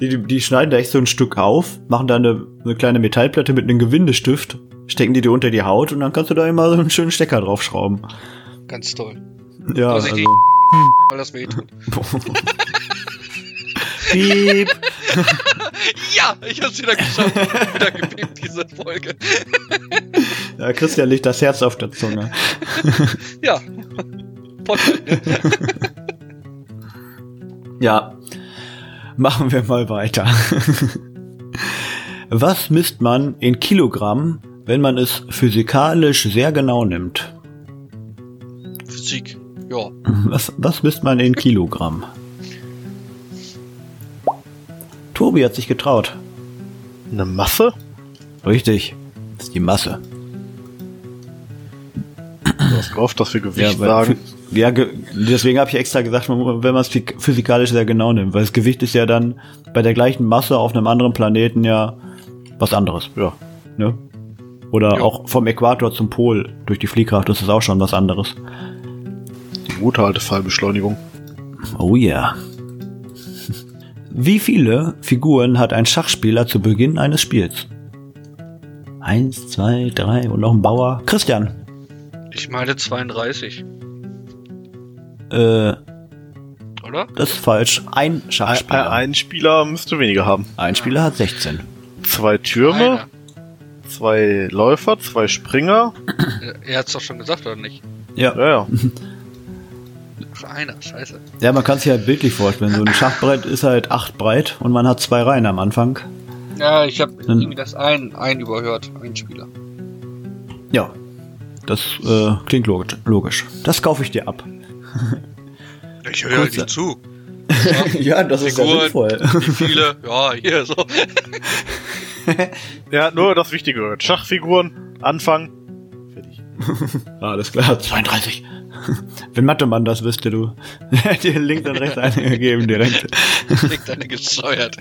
[SPEAKER 1] Die, die, die schneiden da echt so ein Stück auf, machen da eine, eine kleine Metallplatte mit einem Gewindestift, stecken die dir unter die Haut und dann kannst du da immer so einen schönen Stecker draufschrauben.
[SPEAKER 2] Ganz toll.
[SPEAKER 1] Ja,
[SPEAKER 2] Vorsicht,
[SPEAKER 1] also,
[SPEAKER 2] die- Weil das wehtut.
[SPEAKER 1] Piep.
[SPEAKER 2] Ja, ich hab's wieder geschafft. wieder gepiept, diese Folge.
[SPEAKER 1] Ja, Christian liegt das Herz auf der Zunge.
[SPEAKER 2] Ja. Podcast, ne?
[SPEAKER 1] Ja. Machen wir mal weiter. Was misst man in Kilogramm, wenn man es physikalisch sehr genau nimmt?
[SPEAKER 2] Physik. Ja.
[SPEAKER 1] Was, was misst man in Kilogramm? Tobi hat sich getraut.
[SPEAKER 3] Eine Masse?
[SPEAKER 1] Richtig. Das ist die Masse.
[SPEAKER 3] Du hast gehofft, dass wir Gewicht
[SPEAKER 1] weil
[SPEAKER 3] sagen.
[SPEAKER 1] phy- ja ge deswegen habe ich extra gesagt, man mu- wenn man es physik- physikalisch sehr genau nimmt, weil das Gewicht ist ja dann bei der gleichen Masse auf einem anderen Planeten ja was anderes.
[SPEAKER 3] Ja.
[SPEAKER 1] Ne? Oder
[SPEAKER 2] Ja.
[SPEAKER 1] auch vom Äquator zum Pol durch die Fliehkraft ist es auch schon was anderes.
[SPEAKER 3] Die gute alte Fallbeschleunigung.
[SPEAKER 1] Oh yeah. Wie viele Figuren hat ein Schachspieler zu Beginn eines Spiels? Eins, zwei, drei und noch ein Bauer. Christian.
[SPEAKER 2] Ich meine 32,
[SPEAKER 1] Äh,
[SPEAKER 2] oder?
[SPEAKER 1] das ist falsch. Ein
[SPEAKER 3] Ein,
[SPEAKER 1] Schachspieler.
[SPEAKER 3] ein Spieler müsste weniger haben.
[SPEAKER 1] ein Spieler hat 16.
[SPEAKER 3] Zwei Türme,
[SPEAKER 2] Einer.
[SPEAKER 3] zwei Läufer, zwei Springer.
[SPEAKER 2] Er- Er hat's doch schon gesagt, oder nicht?
[SPEAKER 1] Ja.
[SPEAKER 3] Ja, ja.
[SPEAKER 2] Ach, einer, scheiße.
[SPEAKER 1] Ja, man kann sich halt bildlich vorstellen. So ein Schachbrett ist halt acht breit und man hat zwei Reihen am Anfang.
[SPEAKER 2] Ja, ich habe
[SPEAKER 1] Dann-
[SPEAKER 2] irgendwie das ein, ein überhört, ein Spieler.
[SPEAKER 1] Ja, das äh, klingt logisch. logisch. Das kaufe ich dir ab.
[SPEAKER 2] Ich höre
[SPEAKER 1] Kurzer-
[SPEAKER 2] nicht zu.
[SPEAKER 1] ja, das
[SPEAKER 2] ist ja Figuren. sinnvoll. Wie viele? Ja, hier so.
[SPEAKER 3] Ja, nur das Wichtige gehört. Schachfiguren, Anfang. Fertig.
[SPEAKER 1] Alles klar, 32. Wenn Mathe-Mann das wüsste, du. dir links und rechts eingegeben direkt.
[SPEAKER 2] Kriegt eine gesteuert.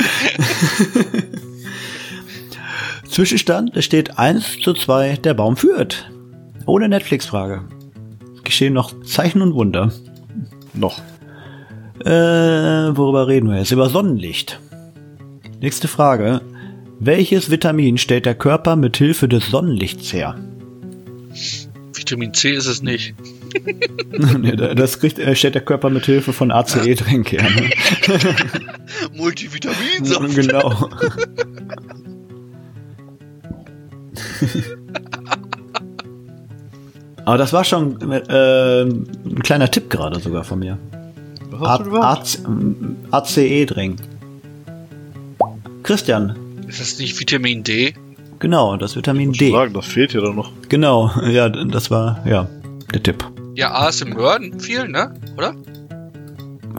[SPEAKER 1] Zwischenstand, es steht 1 zu 2, der Baum führt. Ohne Netflix-Frage. Geschehen noch Zeichen und Wunder.
[SPEAKER 3] Noch.
[SPEAKER 1] Äh, worüber reden wir jetzt? Über Sonnenlicht. Nächste Frage. Welches Vitamin stellt der Körper mit Hilfe des Sonnenlichts her?
[SPEAKER 2] Vitamin C ist es nicht.
[SPEAKER 1] Nee, da- das kriegt, äh, stellt der Körper mit Hilfe von ACE-Tränke her. Ne?
[SPEAKER 2] Multivitaminsaft.
[SPEAKER 1] Genau. Aber das war schon äh, ein kleiner Tipp gerade sogar von mir.
[SPEAKER 3] Was
[SPEAKER 1] A- AC ACE-Drink. E Christian,
[SPEAKER 2] Ist das nicht Vitamin D?
[SPEAKER 1] genau, das Vitamin
[SPEAKER 3] Ich
[SPEAKER 1] D.
[SPEAKER 3] sagen, das fehlt hier doch noch.
[SPEAKER 1] Genau, ja, das war ja der Tipp.
[SPEAKER 2] Ja, A ist im Hören viel, ne? Oder?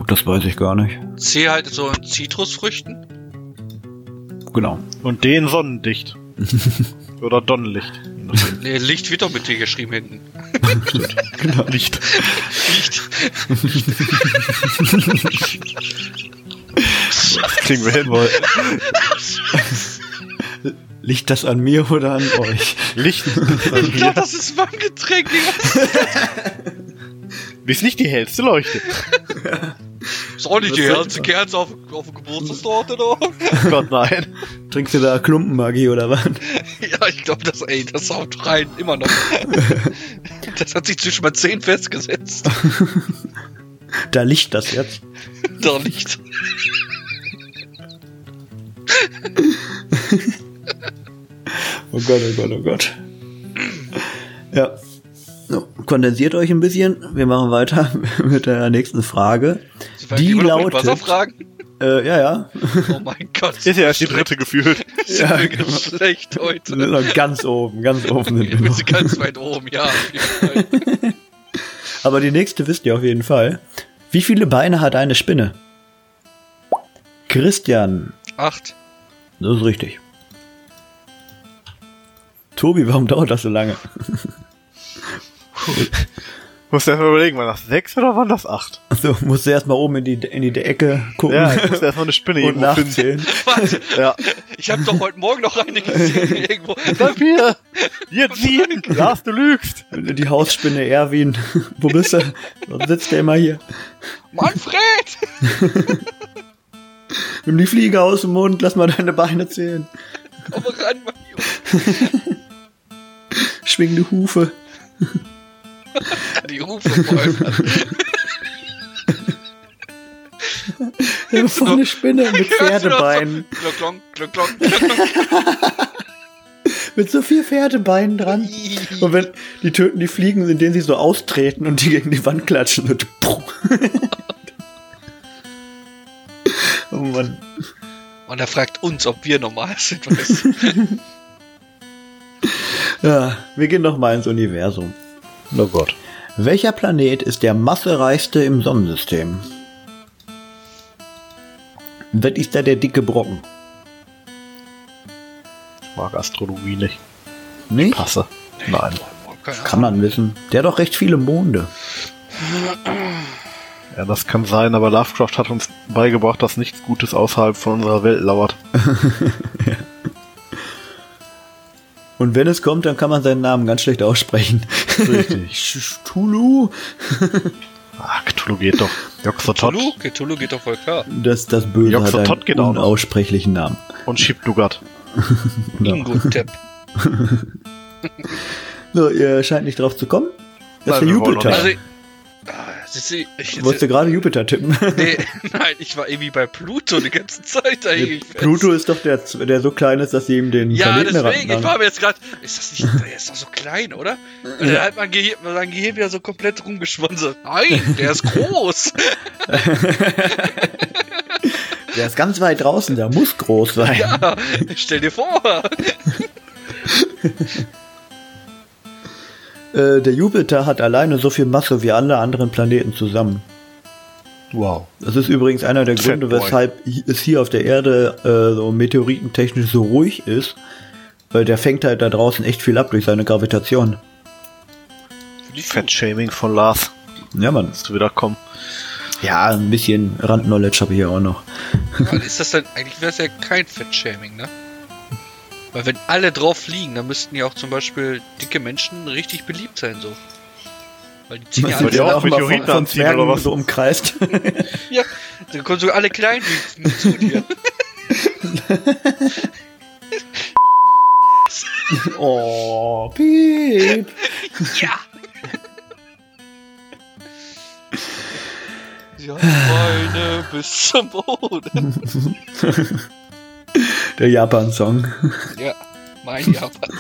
[SPEAKER 1] Das weiß ich gar nicht.
[SPEAKER 2] C halt so in Zitrusfrüchten.
[SPEAKER 1] Genau.
[SPEAKER 3] Und den sonnendicht. Oder Donnenlicht. Je nachdem.
[SPEAKER 2] Nee, Licht wird doch mit T geschrieben hinten.
[SPEAKER 1] Genau,
[SPEAKER 3] Licht.
[SPEAKER 2] Licht.
[SPEAKER 3] Das kriegen wir hin.
[SPEAKER 1] Liegt das an mir oder an euch?
[SPEAKER 3] Licht.
[SPEAKER 2] Ich glaube, das ist mein Getränk. Digga.
[SPEAKER 3] Ist nicht die hellste Leuchte.
[SPEAKER 2] Ist auch nicht die
[SPEAKER 1] Das ist-
[SPEAKER 2] ganze Kerze auf, auf dem Geburtstagstorte noch.
[SPEAKER 3] Oh Gott, nein.
[SPEAKER 1] Trinkst du da Klumpenmagie oder was?
[SPEAKER 2] Ja, ich glaube, das, ey, das haut rein, immer noch. Das hat sich zwischen meinen Zehen festgesetzt.
[SPEAKER 1] Da liegt das jetzt.
[SPEAKER 2] Da liegt.
[SPEAKER 1] Oh Gott, oh Gott, oh Gott. Ja. So, kondensiert euch ein bisschen. Wir machen weiter mit der nächsten Frage. Die
[SPEAKER 2] Immer noch mit
[SPEAKER 1] lautet.
[SPEAKER 2] Wasserfragen?
[SPEAKER 1] Äh, ja, ja.
[SPEAKER 2] Oh mein Gott.
[SPEAKER 3] Ist ja erst die dritte gefühlt.
[SPEAKER 2] Ist
[SPEAKER 1] Ja,
[SPEAKER 2] mir
[SPEAKER 1] genau.
[SPEAKER 2] schlecht
[SPEAKER 1] Wir sind
[SPEAKER 2] heute.
[SPEAKER 1] noch ganz oben, ganz oben sind
[SPEAKER 2] Ich
[SPEAKER 1] wir
[SPEAKER 2] bin
[SPEAKER 1] noch.
[SPEAKER 2] sie ganz weit oben, ja. auf jeden Fall.
[SPEAKER 1] Aber die nächste wisst ihr auf jeden Fall. Wie viele Beine hat eine Spinne? Christian.
[SPEAKER 2] Acht.
[SPEAKER 1] Das ist richtig. Tobi, warum dauert das so lange?
[SPEAKER 3] Muss erst mal überlegen, war das sechs oder waren das acht?
[SPEAKER 1] Also musst du erstmal oben in die, in die Ecke gucken
[SPEAKER 3] Ja, ich muss erst mal eine Spinne
[SPEAKER 1] und
[SPEAKER 3] irgendwo finden.
[SPEAKER 1] nachzählen.
[SPEAKER 2] Warte,
[SPEAKER 3] Ja.
[SPEAKER 2] ich habe doch heute Morgen noch eine gesehen irgendwo.
[SPEAKER 3] Papier! Jetzt sieben! Lars, du lügst!
[SPEAKER 1] Die Hausspinne Erwin. Wo bist du? Warum sitzt der immer hier?
[SPEAKER 2] Manfred!
[SPEAKER 1] Nimm die Fliege aus dem Mund, lass mal deine Beine zählen.
[SPEAKER 2] Komm ran, Mann. Junge.
[SPEAKER 1] Schwingende Hufe.
[SPEAKER 2] Die Rufe vor allem.
[SPEAKER 1] so eine Spinne mit
[SPEAKER 2] Hörst du das so?
[SPEAKER 1] Pferdebeinen.
[SPEAKER 2] Glock, glock, glock, glock, glock.
[SPEAKER 1] Mit so viel Pferdebeinen dran. Und wenn die töten die Fliegen, indem sie so austreten und die gegen die Wand klatschen und puh. Oh Mann.
[SPEAKER 2] Und er fragt uns, ob wir normal sind. Weißt? du?
[SPEAKER 1] Ja, wir gehen noch mal ins Universum.
[SPEAKER 3] Oh Gott.
[SPEAKER 1] Welcher Planet ist der massereichste im Sonnensystem? Das ist da der dicke Brocken.
[SPEAKER 3] Ich mag Astrologie nicht.
[SPEAKER 1] Nicht?
[SPEAKER 3] Passe. Nein.
[SPEAKER 2] Oh, keine Ahnung.
[SPEAKER 1] Kann man wissen. Der hat doch recht viele Monde.
[SPEAKER 3] Ja, das kann sein, aber Lovecraft hat uns beigebracht, dass nichts Gutes außerhalb von unserer Welt lauert.
[SPEAKER 1] Und wenn es kommt, dann kann man seinen Namen ganz schlecht aussprechen.
[SPEAKER 3] Richtig.
[SPEAKER 1] Tulu?
[SPEAKER 3] Ah, Cthulhu geht doch. Joxotot
[SPEAKER 2] Tulu? Okay, Tulu geht doch voll klar.
[SPEAKER 1] Das, das Böse
[SPEAKER 3] Joxer
[SPEAKER 1] hat einen
[SPEAKER 3] Tott geht auch noch.
[SPEAKER 1] unaussprechlichen Namen.
[SPEAKER 3] und Schibdugat.
[SPEAKER 2] Ingotep.
[SPEAKER 1] So, ihr scheint nicht drauf zu kommen. Das ist der
[SPEAKER 3] Nein, wir wollen
[SPEAKER 1] Jupiter.
[SPEAKER 3] noch
[SPEAKER 2] Also, ich- ah, siehst du, ich,
[SPEAKER 1] Wolltest du gerade Jupiter tippen?
[SPEAKER 2] nee, nein, ich war irgendwie bei Pluto die ganze Zeit eigentlich.
[SPEAKER 1] Pluto ist doch der, der so klein ist, dass sie ihm den
[SPEAKER 2] Ja,
[SPEAKER 1] Planeten
[SPEAKER 2] deswegen, ich
[SPEAKER 1] haben.
[SPEAKER 2] war mir jetzt gerade, ist das nicht, der ist doch so klein, oder? Und dann hat mein Gehirn, mein Gehirn wieder so komplett rumgeschwunzen. Nein, der ist groß.
[SPEAKER 1] Der ist ganz weit draußen, der muss groß sein.
[SPEAKER 2] ja, stell dir vor.
[SPEAKER 1] Äh, der Jupiter hat alleine so viel Masse wie alle anderen Planeten zusammen.
[SPEAKER 3] Wow.
[SPEAKER 1] Das ist übrigens einer der
[SPEAKER 3] Fatboy.
[SPEAKER 1] Gründe, weshalb hi- es hier auf der Erde äh, so meteoritentechnisch so ruhig ist. Weil der fängt halt da draußen echt viel ab durch seine Gravitation.
[SPEAKER 3] Fettshaming von Lars.
[SPEAKER 1] Ja, Mann.
[SPEAKER 3] Musst du wieder kommen.
[SPEAKER 1] Ja, ein bisschen Randknowledge habe ich hier auch noch.
[SPEAKER 2] Mann, ist das dann, eigentlich wäre es ja kein Fettshaming, ne? Weil wenn alle drauf fliegen, dann müssten ja auch zum Beispiel dicke Menschen richtig beliebt sein, so. Weil die ziehen ja
[SPEAKER 3] Weil
[SPEAKER 2] alle
[SPEAKER 3] die auch
[SPEAKER 2] ja,
[SPEAKER 1] auch mal von,
[SPEAKER 3] Meteoriten
[SPEAKER 1] von
[SPEAKER 3] anziehen,
[SPEAKER 1] Zwergen
[SPEAKER 3] oder was?
[SPEAKER 1] so umkreist.
[SPEAKER 2] ja, dann kommen sogar alle klein mit zu dir.
[SPEAKER 1] oh, piep.
[SPEAKER 2] Ja! Sie hat Beine bis zum Boden.
[SPEAKER 1] Der Japan-Song.
[SPEAKER 2] Ja, mein Japan.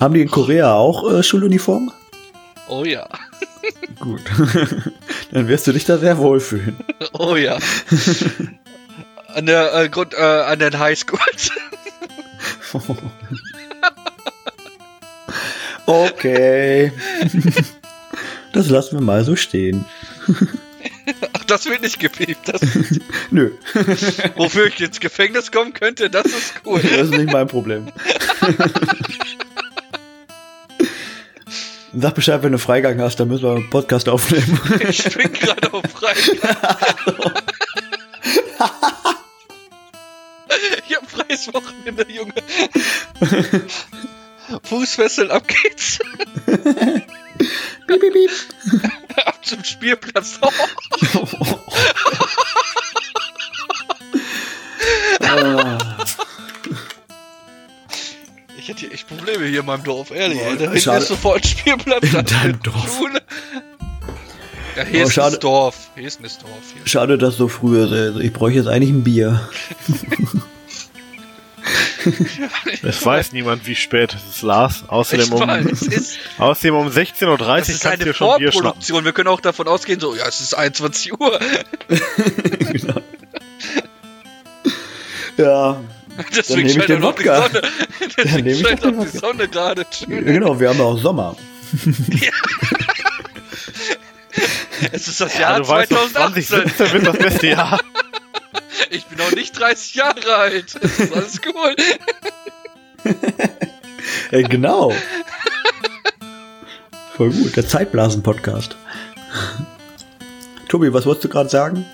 [SPEAKER 1] Haben die in Korea auch äh, Schuluniform?
[SPEAKER 2] Oh ja,
[SPEAKER 1] Gut. Dann wirst du dich da sehr wohlfühlen.
[SPEAKER 2] oh ja. An der äh, Grund, äh, an den Highschools.
[SPEAKER 1] okay. Das lassen wir mal so stehen.
[SPEAKER 2] Ach, das wird nicht gepiept. Das,
[SPEAKER 1] Nö,
[SPEAKER 2] wofür ich ins Gefängnis kommen könnte, das ist cool.
[SPEAKER 1] das ist nicht mein Problem. Sag Bescheid, wenn du Freigang hast, dann müssen wir einen Podcast aufnehmen.
[SPEAKER 2] Ich bin gerade auf frei. Ich hab freies Wochenende, Junge. Fußfesseln, ab geht's.
[SPEAKER 1] Piep, piep, piep.
[SPEAKER 2] Ab zum Spielplatz. Oh,
[SPEAKER 1] Ah,
[SPEAKER 2] Ich hätte hier echt Probleme hier in meinem Dorf, ehrlich.
[SPEAKER 1] Boah,
[SPEAKER 2] Boah, da hinten
[SPEAKER 1] schade.
[SPEAKER 2] ist sofort ein Spielplatz.
[SPEAKER 1] In
[SPEAKER 2] da ist eine
[SPEAKER 1] deinem Dorf.
[SPEAKER 2] Schule. Ja, hier
[SPEAKER 1] Oh,
[SPEAKER 2] ist
[SPEAKER 1] schade.
[SPEAKER 2] das Dorf. Hier ist das Dorf. Hier.
[SPEAKER 1] Schade, dass so früh ist. Also Ich bräuchte jetzt eigentlich ein Bier.
[SPEAKER 3] Es weiß niemand, wie spät es ist, Lars.
[SPEAKER 2] Ich
[SPEAKER 3] Außerdem
[SPEAKER 2] weiß,
[SPEAKER 3] um,
[SPEAKER 2] es ist,
[SPEAKER 3] außerdem um 16.30 Uhr
[SPEAKER 2] das
[SPEAKER 3] kannst
[SPEAKER 2] ist
[SPEAKER 3] du
[SPEAKER 2] eine
[SPEAKER 3] dir schon Bier schnappen.
[SPEAKER 2] Vorproduktion. Wir können auch davon ausgehen, so, ja, es ist 21 Uhr.
[SPEAKER 1] Ja,
[SPEAKER 2] Deswegen
[SPEAKER 1] nehme ich
[SPEAKER 2] scheint
[SPEAKER 1] den
[SPEAKER 2] auch die
[SPEAKER 1] Wodka.
[SPEAKER 2] Sonne.
[SPEAKER 1] nehme
[SPEAKER 2] Deswegen
[SPEAKER 1] ich
[SPEAKER 2] scheint
[SPEAKER 1] doch den
[SPEAKER 2] auch die Sonne gerade.
[SPEAKER 1] genau, wir haben ja auch Sommer.
[SPEAKER 2] Es ist das
[SPEAKER 3] Ja,
[SPEAKER 2] Jahr
[SPEAKER 3] du weißt, doch,
[SPEAKER 2] 2018.
[SPEAKER 3] 2017 wird das beste Jahr.
[SPEAKER 2] Ich bin noch nicht 30 Jahre alt. Es ist alles cool.
[SPEAKER 1] Äh, genau. Voll gut, der Zeitblasen-Podcast. Tobi, was wolltest du gerade sagen?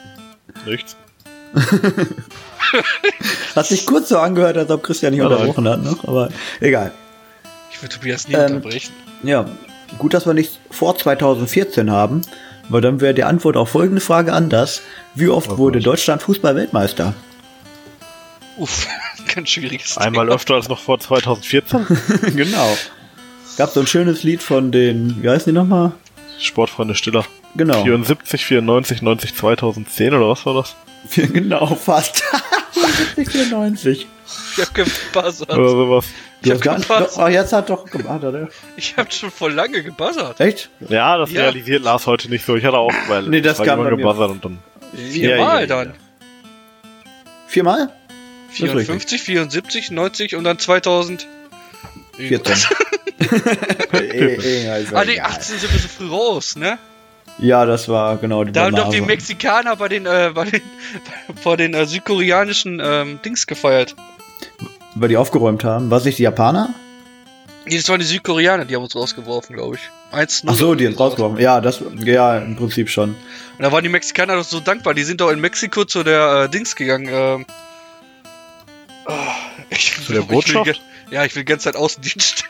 [SPEAKER 3] Nichts.
[SPEAKER 1] Hat sich kurz so angehört, als ob Christian nicht
[SPEAKER 3] Nein.
[SPEAKER 1] unterbrochen hat, ne? aber egal.
[SPEAKER 2] Ich will Tobias nie
[SPEAKER 1] Ähm,
[SPEAKER 2] unterbrechen.
[SPEAKER 1] Ja, gut, dass wir nichts vor 2014 haben, weil dann wäre die Antwort auf folgende Frage anders. Wie oft wurde Deutschland Fußball-Weltmeister?
[SPEAKER 2] Uff, ganz schwieriges
[SPEAKER 3] Einmal öfter als noch vor 2014.
[SPEAKER 1] genau. Gab so ein schönes Lied von den, wie heißen die nochmal?
[SPEAKER 3] Sportfreunde Stiller.
[SPEAKER 1] Genau.
[SPEAKER 3] 74, 94, 90, 2010 oder was war das?
[SPEAKER 1] Genau, fast. 94.
[SPEAKER 2] Ich hab
[SPEAKER 3] Oder
[SPEAKER 2] gebuzzert.
[SPEAKER 1] Oh.
[SPEAKER 3] sowas.
[SPEAKER 1] Du
[SPEAKER 2] Ich
[SPEAKER 1] hast
[SPEAKER 2] hab
[SPEAKER 1] gar nicht,
[SPEAKER 2] gepasst.
[SPEAKER 1] doch, oh, jetzt hat doch gemacht, oder?
[SPEAKER 2] Ich hab schon vor lange gebuzzert.
[SPEAKER 1] Echt?
[SPEAKER 3] Ja, das
[SPEAKER 2] Ja.
[SPEAKER 3] realisiert Lars heute nicht so. Ich hatte auch, weil
[SPEAKER 1] Nee, das
[SPEAKER 3] war
[SPEAKER 1] kam
[SPEAKER 3] jemand
[SPEAKER 1] bei mir.
[SPEAKER 3] gebuzzert und dann.
[SPEAKER 2] Viermal dann.
[SPEAKER 1] Viermal? ist richtig.
[SPEAKER 2] 54, 74, 90 und dann 2000.
[SPEAKER 1] 14. Äh, äh, also
[SPEAKER 2] Ah, die
[SPEAKER 1] egal.
[SPEAKER 2] 18 sind wir so früh raus, ne?
[SPEAKER 1] Ja, das war genau die
[SPEAKER 2] Da haben doch die
[SPEAKER 1] Blamage.
[SPEAKER 2] Mexikaner bei den, äh, bei den, vor den äh, südkoreanischen ähm, Dings gefeiert.
[SPEAKER 1] Weil die aufgeräumt haben. Was nicht die Japaner?
[SPEAKER 2] Nee, das waren die Südkoreaner, die haben uns rausgeworfen, glaube ich. 1
[SPEAKER 1] Ach so, die sind rausgeräumt. Ja, das, ja, im Prinzip schon.
[SPEAKER 2] Und da waren die Mexikaner doch so dankbar. Die sind doch in Mexiko zu der äh, Dings gegangen. Ähm, Ah, ich,
[SPEAKER 3] Zu der
[SPEAKER 2] ich
[SPEAKER 3] Botschaft?
[SPEAKER 2] Will, ge- ja, ich will die ganze Zeit Außendienst.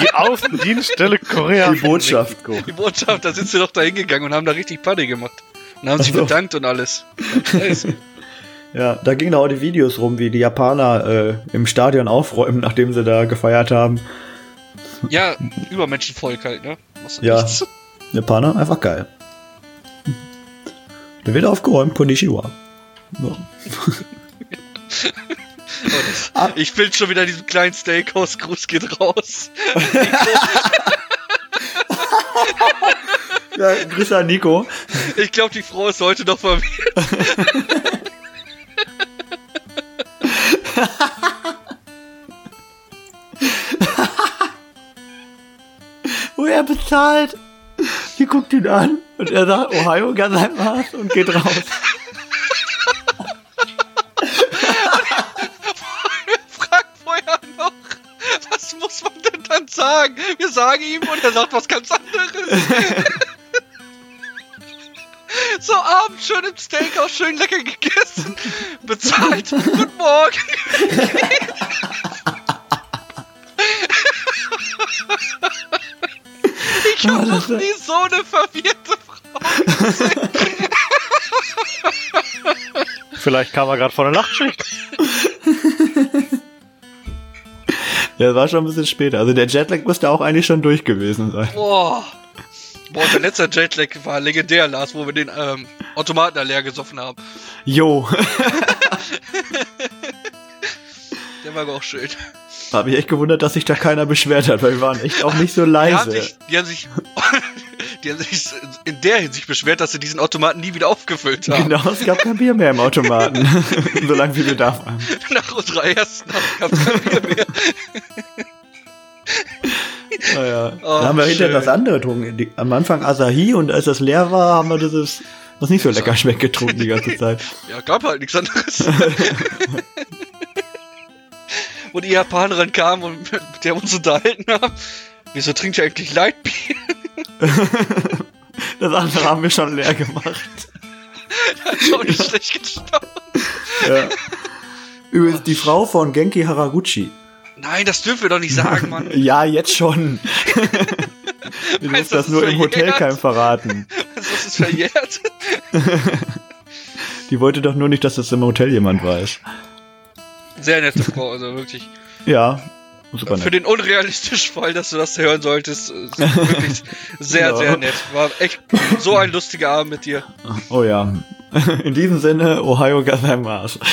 [SPEAKER 3] Die Außendienststelle Korea.
[SPEAKER 1] Die Botschaft.
[SPEAKER 2] die Botschaft, da sind sie doch da hingegangen und haben da richtig Party gemacht. Und haben sich
[SPEAKER 1] Ach so.
[SPEAKER 2] bedankt und alles. Scheiße.
[SPEAKER 1] Ja, da gingen auch die Videos rum, wie die Japaner äh, im Stadion aufräumen, nachdem sie da gefeiert haben.
[SPEAKER 2] ja, Übermenschenvolk halt, ne? Machst du
[SPEAKER 1] Ja.
[SPEAKER 2] nichts.
[SPEAKER 1] Japaner, einfach geil. Da wird aufgeräumt, Konnichiwa. So. Ah.
[SPEAKER 2] Ich bin schon wieder in diesem kleinen Steakhouse. Gruß geht raus.
[SPEAKER 1] Ja, Grüße an Nico.
[SPEAKER 2] Ich glaube, die Frau ist heute noch bei mir.
[SPEAKER 1] Oh, er bezahlt. Die guckt ihn an und er sagt, Ohio, ganz ein Maß und geht raus.
[SPEAKER 2] Fragt vorher noch. Was muss man denn dann sagen? Wir sagen ihm und er sagt was ganz anderes. So abends schön im Steakhouse, schön lecker gegessen, bezahlt. Guten Morgen. Ich habe noch nie so eine verwirrte Frau.
[SPEAKER 3] Vielleicht kam er gerade von der Nachtschicht.
[SPEAKER 1] Ja, das war schon ein bisschen später. Also der Jetlag müsste auch eigentlich schon durch gewesen sein.
[SPEAKER 2] Boah. Oh. Boah, der letzte Jetlag war legendär, Lars, wo wir den ähm, Automaten da leer gesoffen haben.
[SPEAKER 1] Jo,
[SPEAKER 2] Der war aber auch schön.
[SPEAKER 1] habe ich echt gewundert, dass sich da keiner beschwert hat, weil wir waren echt auch nicht so
[SPEAKER 2] Die haben
[SPEAKER 1] leise.
[SPEAKER 2] sich, die haben sich, die haben sich in der Hinsicht beschwert, dass sie diesen Automaten nie wieder aufgefüllt haben.
[SPEAKER 1] Genau, es gab kein Bier mehr im Automaten, solange wie Bedarf haben.
[SPEAKER 2] Nach unserer ersten Abgabe kein Bier mehr.
[SPEAKER 1] Naja.
[SPEAKER 2] Oh,
[SPEAKER 1] da haben wir hinterher
[SPEAKER 2] schön.
[SPEAKER 1] das andere getrunken. Die, am Anfang Asahi und als das leer war, haben wir dieses, was nicht so lecker schmeckt, getrunken die ganze Zeit.
[SPEAKER 2] Ja, gab halt nichts anderes. Und die Japanerin kam und mit der wir uns unterhalten haben. Wieso trinkt ihr eigentlich Lightbier?
[SPEAKER 1] Das andere haben wir schon leer gemacht.
[SPEAKER 2] Hat schon nicht schlecht gestoppt.
[SPEAKER 1] Ja. Übrigens, die Frau von Genki Haraguchi.
[SPEAKER 2] Nein, das dürfen wir doch nicht sagen, Mann.
[SPEAKER 1] Ja, jetzt schon. Du musst
[SPEAKER 2] Meinst du,
[SPEAKER 1] das
[SPEAKER 2] das
[SPEAKER 1] nur
[SPEAKER 2] ist
[SPEAKER 1] im Hotel
[SPEAKER 2] verjährt?
[SPEAKER 1] keinem verraten.
[SPEAKER 2] Das ist verjährt.
[SPEAKER 1] Die wollte doch nur nicht, dass das im Hotel jemand weiß.
[SPEAKER 2] Sehr nette Frau, also wirklich.
[SPEAKER 1] Ja, super
[SPEAKER 2] Für
[SPEAKER 1] nett.
[SPEAKER 2] den unrealistischen Fall, dass du das hören solltest, ist wirklich sehr,
[SPEAKER 1] Genau.
[SPEAKER 2] sehr nett. War echt so ein lustiger Abend mit dir.
[SPEAKER 1] Oh ja. In diesem Sinne, Ohio Gazamash.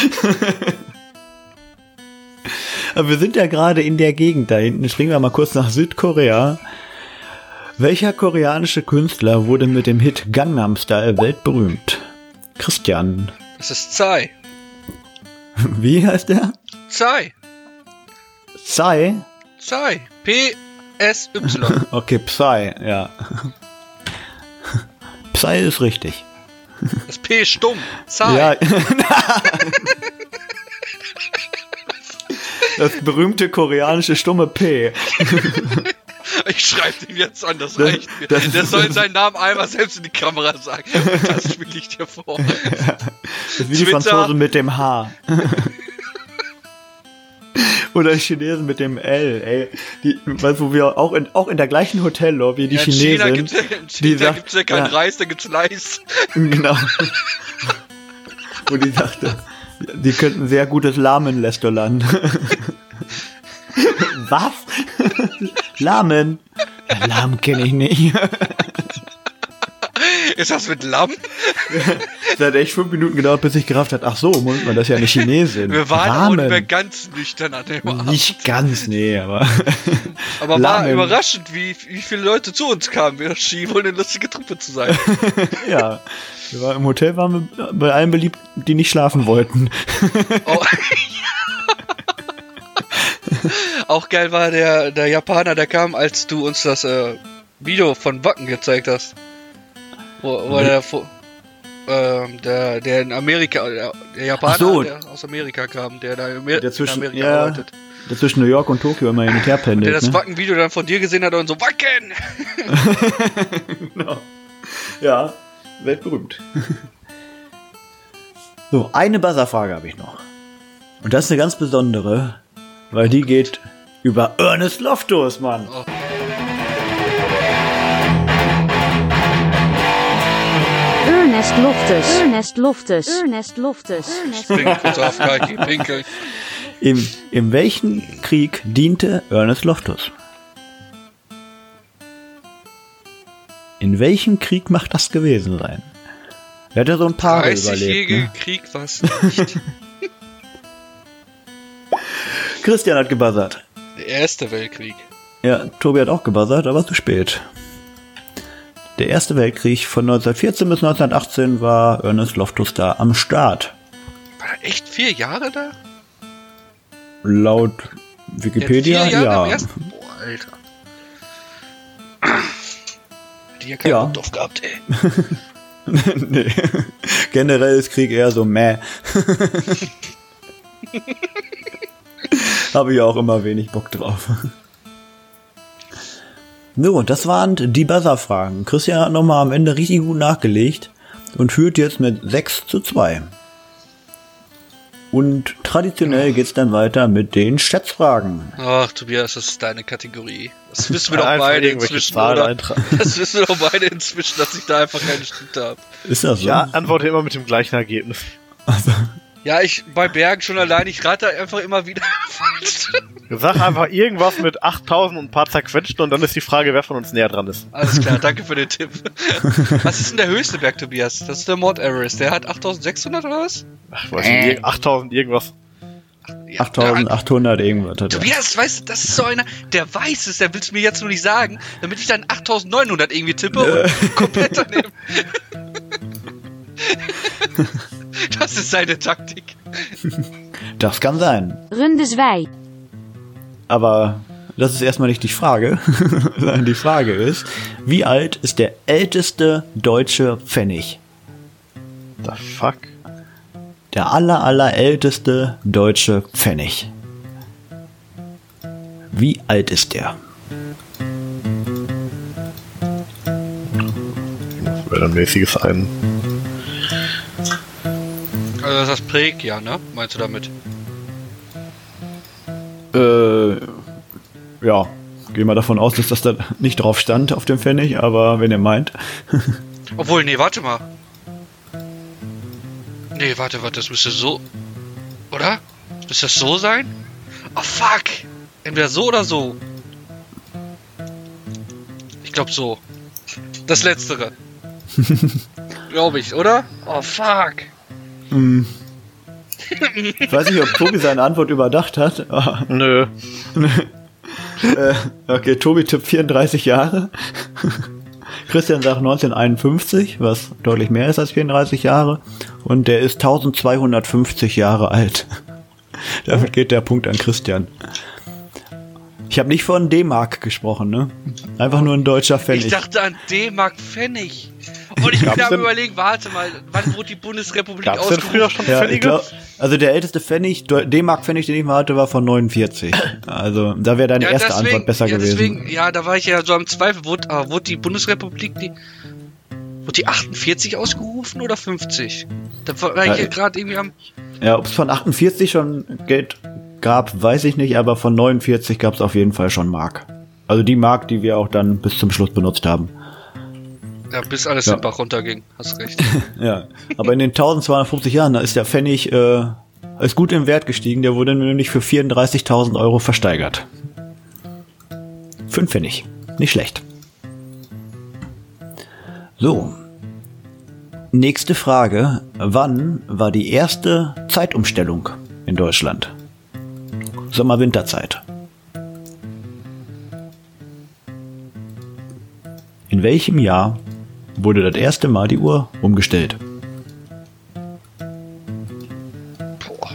[SPEAKER 1] Aber wir sind ja gerade in der Gegend da hinten. Springen wir mal kurz nach Südkorea. Welcher koreanische Künstler wurde mit dem Hit Gangnam Style weltberühmt? Christian.
[SPEAKER 2] Das ist Zai.
[SPEAKER 1] Wie heißt der?
[SPEAKER 2] Zai.
[SPEAKER 1] Psy?
[SPEAKER 2] Zai. P-S-Y.
[SPEAKER 1] Okay, Psy, ja. Psy ist richtig.
[SPEAKER 2] Das P ist stumm. Zai.
[SPEAKER 1] Ja. Das berühmte koreanische stumme P.
[SPEAKER 2] Ich schreibe den jetzt an, das
[SPEAKER 1] Das-
[SPEAKER 2] reicht mir.
[SPEAKER 1] das
[SPEAKER 2] Der
[SPEAKER 1] ist-
[SPEAKER 2] soll seinen Namen einmal selbst in die Kamera sagen. Und das spiele ich dir vor.
[SPEAKER 1] Das ist wie die
[SPEAKER 2] Twitter.
[SPEAKER 1] Franzosen mit dem H. Oder die Chinesen mit dem L, ey. Die, weißt, du, wo wir auch in, auch in der gleichen Hotellobby, die
[SPEAKER 2] Ja, in China
[SPEAKER 1] Chinesin.
[SPEAKER 2] gibt's ja, in
[SPEAKER 1] die
[SPEAKER 2] China
[SPEAKER 1] sagt-
[SPEAKER 2] gibt's ja keinen
[SPEAKER 1] ja.
[SPEAKER 2] Reis, da gibt's Leis.
[SPEAKER 1] Genau. Wo die sagte, die könnten sehr gutes Lamen Lästerland. Was? Lamen? Ja, Lamen kenne ich nicht.
[SPEAKER 2] Ist das mit Lamm?
[SPEAKER 1] Es hat echt fünf Minuten gedauert, bis ich gerafft hat. Ach so, Moment mal, das ist ja eine Chinesin.
[SPEAKER 2] Wir waren auch nicht mehr
[SPEAKER 1] Ramen.
[SPEAKER 2] ganz nüchtern an dem Abend.
[SPEAKER 1] Nicht ganz, nee, aber.
[SPEAKER 2] Aber war
[SPEAKER 1] Lahmen.
[SPEAKER 2] überraschend, wie, wie viele Leute zu uns kamen. Wir schienen wohl eine lustige Truppe zu sein.
[SPEAKER 1] ja. Wir waren, Im Hotel waren wir bei allen beliebt, die nicht schlafen wollten.
[SPEAKER 2] Oh. Auch geil war der, der Japaner, der kam, als du uns das äh, Video von Wacken gezeigt hast. Wo, wo
[SPEAKER 1] Wie?
[SPEAKER 2] der, Fo- ähm, der, der in Amerika, äh, der, der Japaner,
[SPEAKER 1] Ach so.
[SPEAKER 2] der aus Amerika kam, der da in, Amer
[SPEAKER 1] Der zwischen-
[SPEAKER 2] in Amerika
[SPEAKER 1] ja,
[SPEAKER 2] arbeitet.
[SPEAKER 1] Der zwischen New York und Tokio immer hin und her
[SPEAKER 2] Der
[SPEAKER 1] pendelt.
[SPEAKER 2] das
[SPEAKER 1] Ne?
[SPEAKER 2] Wacken-Video dann von dir gesehen hat und so, Wacken!
[SPEAKER 1] Genau. Ja, weltberühmt. so, eine Buzzerfrage habe ich noch. Und das ist eine ganz besondere, weil die geht über Ernest Loftus, Mann.
[SPEAKER 2] Oh.
[SPEAKER 4] Ernest Loftus. Ernest Loftus. Ernest Loftus. Ernest
[SPEAKER 2] Bin kurz auf KG pinkeln.
[SPEAKER 1] In, in welchen Krieg diente Ernest Loftus? In welchem Krieg macht das gewesen sein? Er hat ja so ein paar überlebt.
[SPEAKER 2] 30-jährige
[SPEAKER 1] Ne?
[SPEAKER 2] Krieg was nicht.
[SPEAKER 1] Christian hat gebuzzert.
[SPEAKER 2] Der Erste Weltkrieg.
[SPEAKER 1] Ja, Tobi hat auch gebuzzert, aber zu spät. Der Erste Weltkrieg von 1914 bis 1918 war Ernest Loftus da am Start.
[SPEAKER 2] War da echt vier Jahre da?
[SPEAKER 1] Laut
[SPEAKER 2] Der hat vier
[SPEAKER 1] Wikipedia,
[SPEAKER 2] Jahre am
[SPEAKER 1] ja.
[SPEAKER 2] ersten. Boah, Alter. Die hat keinen
[SPEAKER 1] Ja.
[SPEAKER 2] Bock drauf gehabt, ey.
[SPEAKER 1] nee. Generell ist Krieg eher so meh. Habe ich auch immer wenig Bock drauf. So, das waren die Buzzer-Fragen. Christian hat nochmal am Ende richtig gut nachgelegt und führt jetzt mit 6 zu 2. Und traditionell geht's dann weiter mit den Schätzfragen.
[SPEAKER 2] Ach, Tobias, das ist deine Kategorie. Das wissen wir doch
[SPEAKER 3] Einfach
[SPEAKER 2] beide
[SPEAKER 3] irgendwelche
[SPEAKER 2] inzwischen,
[SPEAKER 3] Zahlen
[SPEAKER 2] oder?
[SPEAKER 3] eintragen.
[SPEAKER 2] Das wissen wir doch beide inzwischen, dass ich da einfach keine Schnitte habe.
[SPEAKER 1] Ist das so?
[SPEAKER 3] Ja, antworte immer mit dem gleichen Ergebnis.
[SPEAKER 2] Ja, ich bei Bergen schon allein, ich rate einfach immer wieder falsch.
[SPEAKER 3] Sag einfach irgendwas mit 8000 und ein paar zerquetschten und dann ist die Frage, wer von uns näher dran ist.
[SPEAKER 2] Alles klar, danke für den Tipp. Was ist denn der höchste Berg, Tobias? Das ist der Mount Everest. Der hat 8600 oder was?
[SPEAKER 3] Ach, weiß nicht, irg- 8000 irgendwas.
[SPEAKER 2] Ja,
[SPEAKER 1] 8800 irgendwas. Hat er.
[SPEAKER 2] Tobias, weißt du, das ist so einer, der weiß es, der will es mir jetzt nur nicht sagen, damit ich dann 8900 irgendwie tippe und komplett daneben. das ist seine Taktik.
[SPEAKER 1] Das kann sein.
[SPEAKER 4] Rundeswijk.
[SPEAKER 1] Aber das ist erstmal nicht die Frage, sondern die Frage ist, wie alt ist der älteste deutsche Pfennig?
[SPEAKER 3] The fuck?
[SPEAKER 1] Der aller, allerälteste deutsche Pfennig. Wie alt ist der?
[SPEAKER 3] Wäre dann mäßiges ein.
[SPEAKER 2] Also das ist das Präg, ja, ne? Meinst du damit?
[SPEAKER 1] Äh, ja, gehen wir davon aus, dass das da nicht drauf stand auf dem Pfennig, aber wenn ihr meint.
[SPEAKER 2] Obwohl, nee, warte mal. Nee, warte, warte, das müsste so. Oder? Müsste das so sein? Oh fuck! Entweder so oder so. Ich glaube so. Das letztere. glaube ich, oder? Oh fuck!
[SPEAKER 1] Ich weiß nicht, ob Tobi seine Antwort überdacht hat.
[SPEAKER 3] Nö.
[SPEAKER 1] Äh, okay, Tobi tippt 34 Jahre. Christian sagt 1951, was deutlich mehr ist als 34 Jahre. Und der ist 1250 Jahre alt. Damit geht der Punkt an Christian. Ich habe nicht von D-Mark gesprochen, ne? Einfach nur ein deutscher Pfennig.
[SPEAKER 2] Ich dachte an D-Mark Pfennig. Und ich bin
[SPEAKER 3] Gab's
[SPEAKER 2] am
[SPEAKER 3] denn-
[SPEAKER 2] überlegen, warte mal, wann wurde die Bundesrepublik
[SPEAKER 3] Gab's denn
[SPEAKER 2] ausgerufen?
[SPEAKER 3] früher schon
[SPEAKER 1] ja, ich
[SPEAKER 3] Pfennige?
[SPEAKER 1] glaub, also der älteste Pfennig, Deu- D-Mark-Pfennig, den ich mal hatte, war von 49. Also da wäre deine erste Antwort besser
[SPEAKER 2] ja,
[SPEAKER 1] gewesen.
[SPEAKER 2] Deswegen, ja, da war ich ja so am Zweifel. Wurde, ah, wurde die Bundesrepublik die. Wurde die 48 ausgerufen oder 50? Da war ich
[SPEAKER 1] Ja,
[SPEAKER 2] ja gerade irgendwie am.
[SPEAKER 1] Ja, ob es von 48 schon Geld gab, weiß ich nicht, aber von 49 gab es auf jeden Fall schon Mark. Also die Mark, die wir auch dann bis zum Schluss benutzt haben.
[SPEAKER 2] Ja, bis alles
[SPEAKER 1] Ja.
[SPEAKER 2] den Bach runterging. Hast recht.
[SPEAKER 1] Ja, aber in den 1250 Jahren, da ist der Pfennig äh, ist gut im Wert gestiegen. Der wurde nämlich für 34.000 Euro versteigert. Fünf Pfennig, nicht schlecht. So, Nächste Frage. Wann war die erste Zeitumstellung in Deutschland? Sommer-Winterzeit. In welchem Jahr wurde das erste Mal die Uhr umgestellt?
[SPEAKER 2] Boah.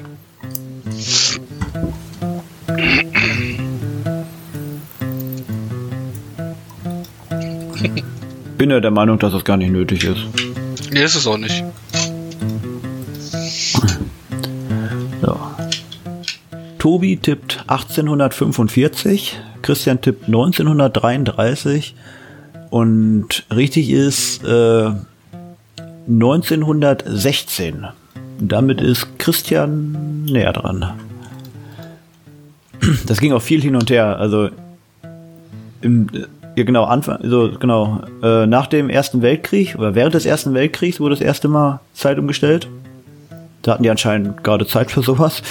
[SPEAKER 1] Bin ja der Meinung, dass das gar nicht nötig ist.
[SPEAKER 2] Nee, ist es auch nicht.
[SPEAKER 1] So. Tobi tippt 1845, Christian tippt 1933 und richtig ist äh, 1916. Damit ist Christian näher dran. Das ging auch viel hin und her. Also im, äh, ja genau Anfang, also genau äh, nach dem Ersten Weltkrieg oder während des Ersten Weltkriegs wurde das erste Mal Zeit umgestellt. Da hatten die anscheinend gerade Zeit für sowas.